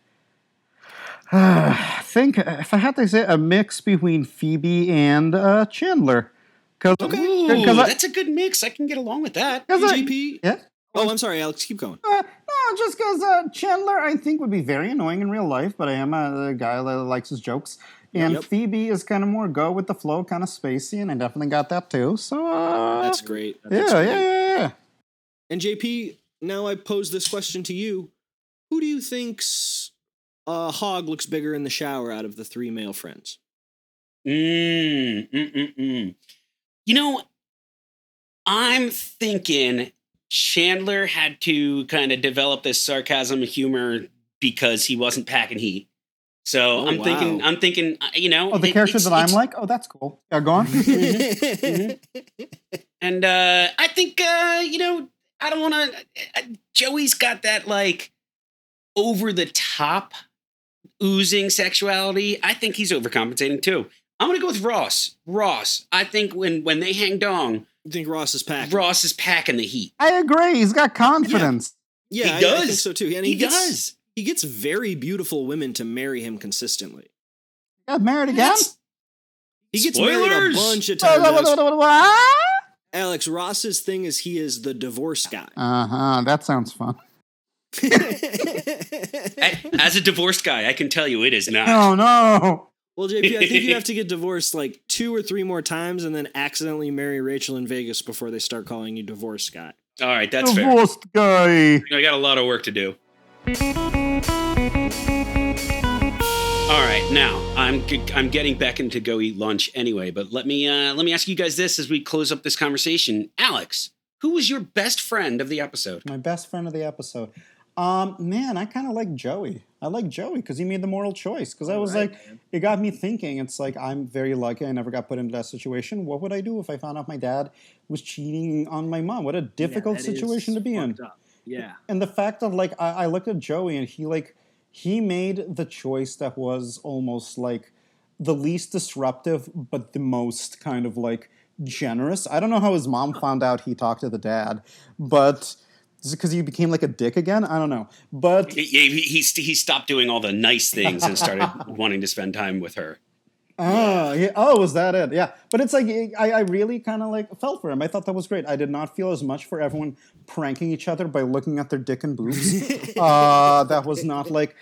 [SPEAKER 4] I think if I had to say a mix between Phoebe and uh, Chandler, because
[SPEAKER 3] Ooh,
[SPEAKER 4] I,
[SPEAKER 3] that's a good mix. I can get along with that.
[SPEAKER 4] 'cause I-
[SPEAKER 2] JP.
[SPEAKER 4] yeah.
[SPEAKER 2] Oh, I'm sorry, Alex. Keep going.
[SPEAKER 4] Uh, no, just because uh, Chandler, I think, would be very annoying in real life, but I am a, a guy that likes his jokes. And
[SPEAKER 2] Yep.
[SPEAKER 4] Phoebe is kind of more go with the flow, kind of spacey, and I definitely got that too. So, uh,
[SPEAKER 2] That's great.
[SPEAKER 4] yeah,
[SPEAKER 2] That's
[SPEAKER 4] yeah,
[SPEAKER 2] great.
[SPEAKER 4] yeah, yeah.
[SPEAKER 2] And JP, now I pose this question to you: Who do you think's uh, hog looks bigger in the shower out of the three male friends?
[SPEAKER 3] Mm, mm, mm, mm. You know, I'm thinking Chandler had to kind of develop this sarcasm and humor because he wasn't packing heat. So
[SPEAKER 2] Oh,
[SPEAKER 3] I'm thinking,
[SPEAKER 2] wow.
[SPEAKER 3] I'm thinking, uh, you know,
[SPEAKER 4] Oh, the
[SPEAKER 3] it-
[SPEAKER 4] character
[SPEAKER 3] it's-
[SPEAKER 4] that I'm
[SPEAKER 3] it's- Mm-hmm.
[SPEAKER 4] like? Oh, that's cool. Yeah, go on.
[SPEAKER 3] and uh, I think, uh, you know, I don't uh, want to. Joey's got that like over the top oozing sexuality, I think he's overcompensating too. I'm gonna go with Ross. Ross. I think when when they hang dong,
[SPEAKER 2] You think Ross is packed?
[SPEAKER 3] Ross is packing the heat.
[SPEAKER 6] I agree. He's got confidence.
[SPEAKER 2] yeah,
[SPEAKER 3] he
[SPEAKER 2] I, I think
[SPEAKER 3] does.
[SPEAKER 2] so too. And
[SPEAKER 3] he
[SPEAKER 2] he, gets,
[SPEAKER 3] does.
[SPEAKER 2] He gets very beautiful women to marry him consistently.
[SPEAKER 6] Got married again. Uh-huh.
[SPEAKER 2] He gets married
[SPEAKER 3] Spoilers!
[SPEAKER 2] a bunch of
[SPEAKER 6] What,
[SPEAKER 2] times.
[SPEAKER 6] what,
[SPEAKER 2] Alex.
[SPEAKER 6] what, what, what?
[SPEAKER 2] Alex Ross's thing is he is the divorce guy.
[SPEAKER 6] Uh huh. That sounds fun.
[SPEAKER 3] I- As a divorced guy, I can tell you it is not.
[SPEAKER 6] Oh no.
[SPEAKER 2] well, JP, I think you have to get divorced like two or three more times and then accidentally marry Rachel in Vegas before they start calling you divorce guy.
[SPEAKER 3] All right, that's fair.
[SPEAKER 6] Divorced guy.
[SPEAKER 3] I got a lot of work to do. All right, now I'm g- I'm getting back into go eat lunch anyway, but let me uh, let me ask you guys this as we close up this conversation. Alex, who was your best friend of the episode?
[SPEAKER 4] My best friend of the episode. Um, man, I kind of like Joey. I like Joey because he made the moral choice. Because I was like, it got me thinking. It's like I'm very lucky. I never got put into that situation. What would I do if I found out my dad was cheating on my mom? What a difficult situation to be in.
[SPEAKER 2] Yeah.
[SPEAKER 4] and the fact of like I, I looked at Joey and he like he made the choice that was almost like the least disruptive but the most kind of like generous. I don't know how his mom found out he talked to the dad, but because he became like a dick again, I don't know. But
[SPEAKER 3] He, he, he, st- he stopped doing all the nice things and started wanting to spend time with her.
[SPEAKER 4] Oh, yeah. Oh, was that it? Yeah. But it's like I, I really kind of like felt for him. I thought that was great. I did not feel as much for everyone pranking each other by looking at their dick and boobs. uh, that was not like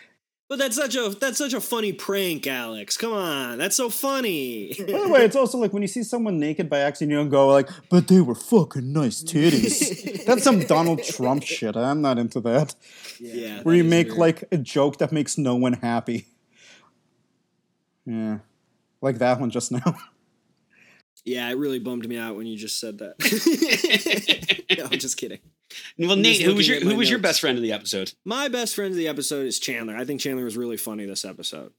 [SPEAKER 2] But that's such a that's such a funny prank, Alex. Come on, that's so funny.
[SPEAKER 4] By the way, it's also like when you see someone naked by accident, you don't go like, "But they were fucking nice titties." That's some Donald Trump shit. I'm not into that.
[SPEAKER 2] yeah,
[SPEAKER 4] Where you make like a joke that makes no one happy. Yeah, like that one just now.
[SPEAKER 2] yeah, it really bummed me out when you just said that. no, I'm just kidding.
[SPEAKER 3] Well,
[SPEAKER 2] I'm just
[SPEAKER 3] Nate, who
[SPEAKER 2] looking
[SPEAKER 3] was your
[SPEAKER 2] at
[SPEAKER 3] who
[SPEAKER 2] my
[SPEAKER 3] was your
[SPEAKER 2] notes.
[SPEAKER 3] best friend of the episode?
[SPEAKER 2] My best friend of the episode is Chandler. I think Chandler was really funny this episode.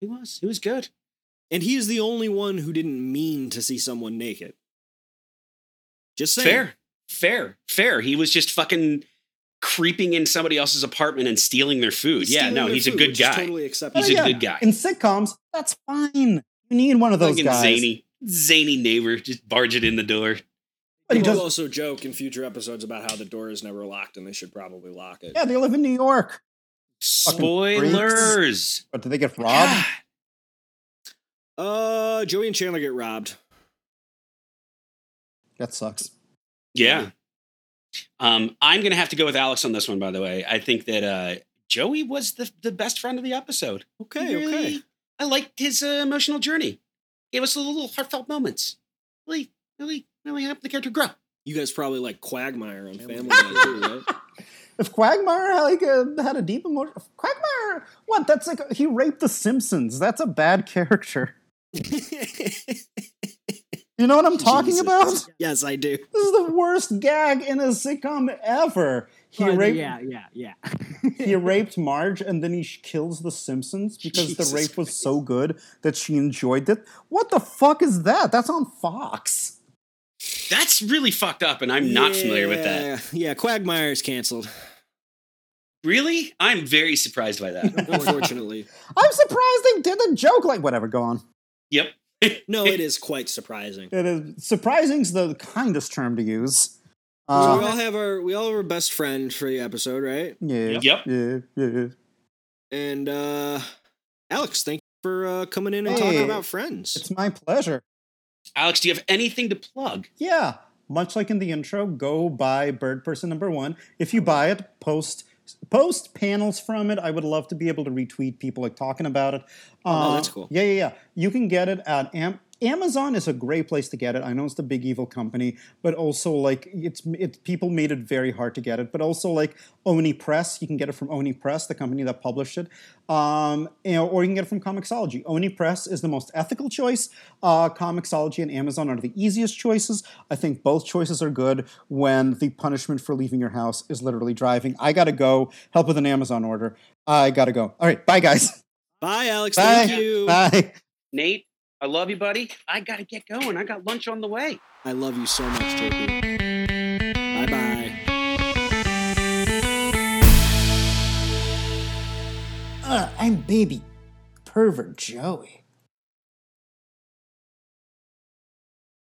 [SPEAKER 3] He was he was good.
[SPEAKER 2] And he is the only one who didn't mean to see someone naked. Just saying.
[SPEAKER 3] Fair, fair, fair. He was just fucking creeping in somebody else's apartment and stealing their food. yeah,
[SPEAKER 2] Stealing
[SPEAKER 3] no,
[SPEAKER 2] their
[SPEAKER 3] he's a
[SPEAKER 2] food,
[SPEAKER 3] good
[SPEAKER 2] which is
[SPEAKER 3] guy.
[SPEAKER 2] Totally acceptable.
[SPEAKER 3] He's a good guy.
[SPEAKER 4] In sitcoms, that's fine. You need one of those
[SPEAKER 3] Fucking
[SPEAKER 4] guys.
[SPEAKER 3] zany, zany neighbor just barging in the door.
[SPEAKER 4] But he
[SPEAKER 2] People
[SPEAKER 4] does.
[SPEAKER 2] also joke in future episodes about how the door is never locked and they should probably lock it.
[SPEAKER 4] Yeah, they live in New York.
[SPEAKER 3] Spoilers.
[SPEAKER 4] But did they get robbed?
[SPEAKER 3] God.
[SPEAKER 2] Uh, Joey and Chandler get robbed.
[SPEAKER 4] That sucks.
[SPEAKER 3] Yeah. Um, I'm gonna have to go with Alex on this one. By the way, I think that uh, Joey was the the best friend of the episode.
[SPEAKER 2] Okay,
[SPEAKER 3] Really,
[SPEAKER 2] okay.
[SPEAKER 3] I liked his uh, emotional journey. Gave us little heartfelt moments. Really, really, really helped the character grow.
[SPEAKER 2] You guys probably like Quagmire on Family Guy too, right?
[SPEAKER 4] If Quagmire had, like uh, had a deep emotion, Quagmire, what? That's like he raped the Simpsons. That's a bad character. You know what I'm talking
[SPEAKER 2] Jesus.
[SPEAKER 4] about?
[SPEAKER 2] Yes, I do.
[SPEAKER 4] This is the worst gag in a sitcom ever. He raped,
[SPEAKER 6] yeah, yeah.
[SPEAKER 4] he raped Marge, and then he sh- kills the Simpsons because
[SPEAKER 2] Jesus
[SPEAKER 4] the rape was so good that she enjoyed it. What the fuck is that? That's on Fox.
[SPEAKER 3] That's really fucked up, and I'm not familiar with that.
[SPEAKER 2] Yeah, Yeah, Quagmire is canceled,
[SPEAKER 3] Really, I'm very surprised by that.
[SPEAKER 2] unfortunately.
[SPEAKER 4] I'm surprised they did a joke like whatever. Go on.
[SPEAKER 3] yep.
[SPEAKER 2] no, it is quite surprising.
[SPEAKER 4] It is surprising's the kindest term to use.
[SPEAKER 2] So we
[SPEAKER 4] Uh,
[SPEAKER 2] all have our we all have our best friend for the episode, right?
[SPEAKER 4] yeah,
[SPEAKER 3] Yep.
[SPEAKER 4] yeah, yeah.
[SPEAKER 2] And uh Alex, thank you for uh, coming in and
[SPEAKER 4] Hey.
[SPEAKER 2] talking about friends.
[SPEAKER 4] It's my pleasure.
[SPEAKER 3] Alex, do you have anything to plug?
[SPEAKER 4] Yeah. Much like in the intro, go buy Bird Person number one. If you buy it, post post panels from it. I would love to be able to retweet people like talking about it. Um,
[SPEAKER 2] Oh, that's cool.
[SPEAKER 4] Yeah, yeah, yeah. You can get it at Am- Amazon is a great place to get it. I know it's the big evil company, but also like it's it people made it very hard to get it. But also like Oni Press, you can get it from Oni Press, the company that published it, um, you know, or you can get it from Comixology. Oni Press is the most ethical choice. Uh, Comixology and Amazon are the easiest choices. I think both choices are good when the punishment for leaving your house is literally driving. I gotta go help with an Amazon order. I gotta go. All right, bye guys.
[SPEAKER 2] Bye, Alex.
[SPEAKER 4] Bye.
[SPEAKER 2] Thank you.
[SPEAKER 4] Bye.
[SPEAKER 3] Nate, I love you, buddy. I gotta get going. I got lunch on the way.
[SPEAKER 2] I love you so much, JP. Bye bye.
[SPEAKER 4] uh, I'm baby pervert Joey.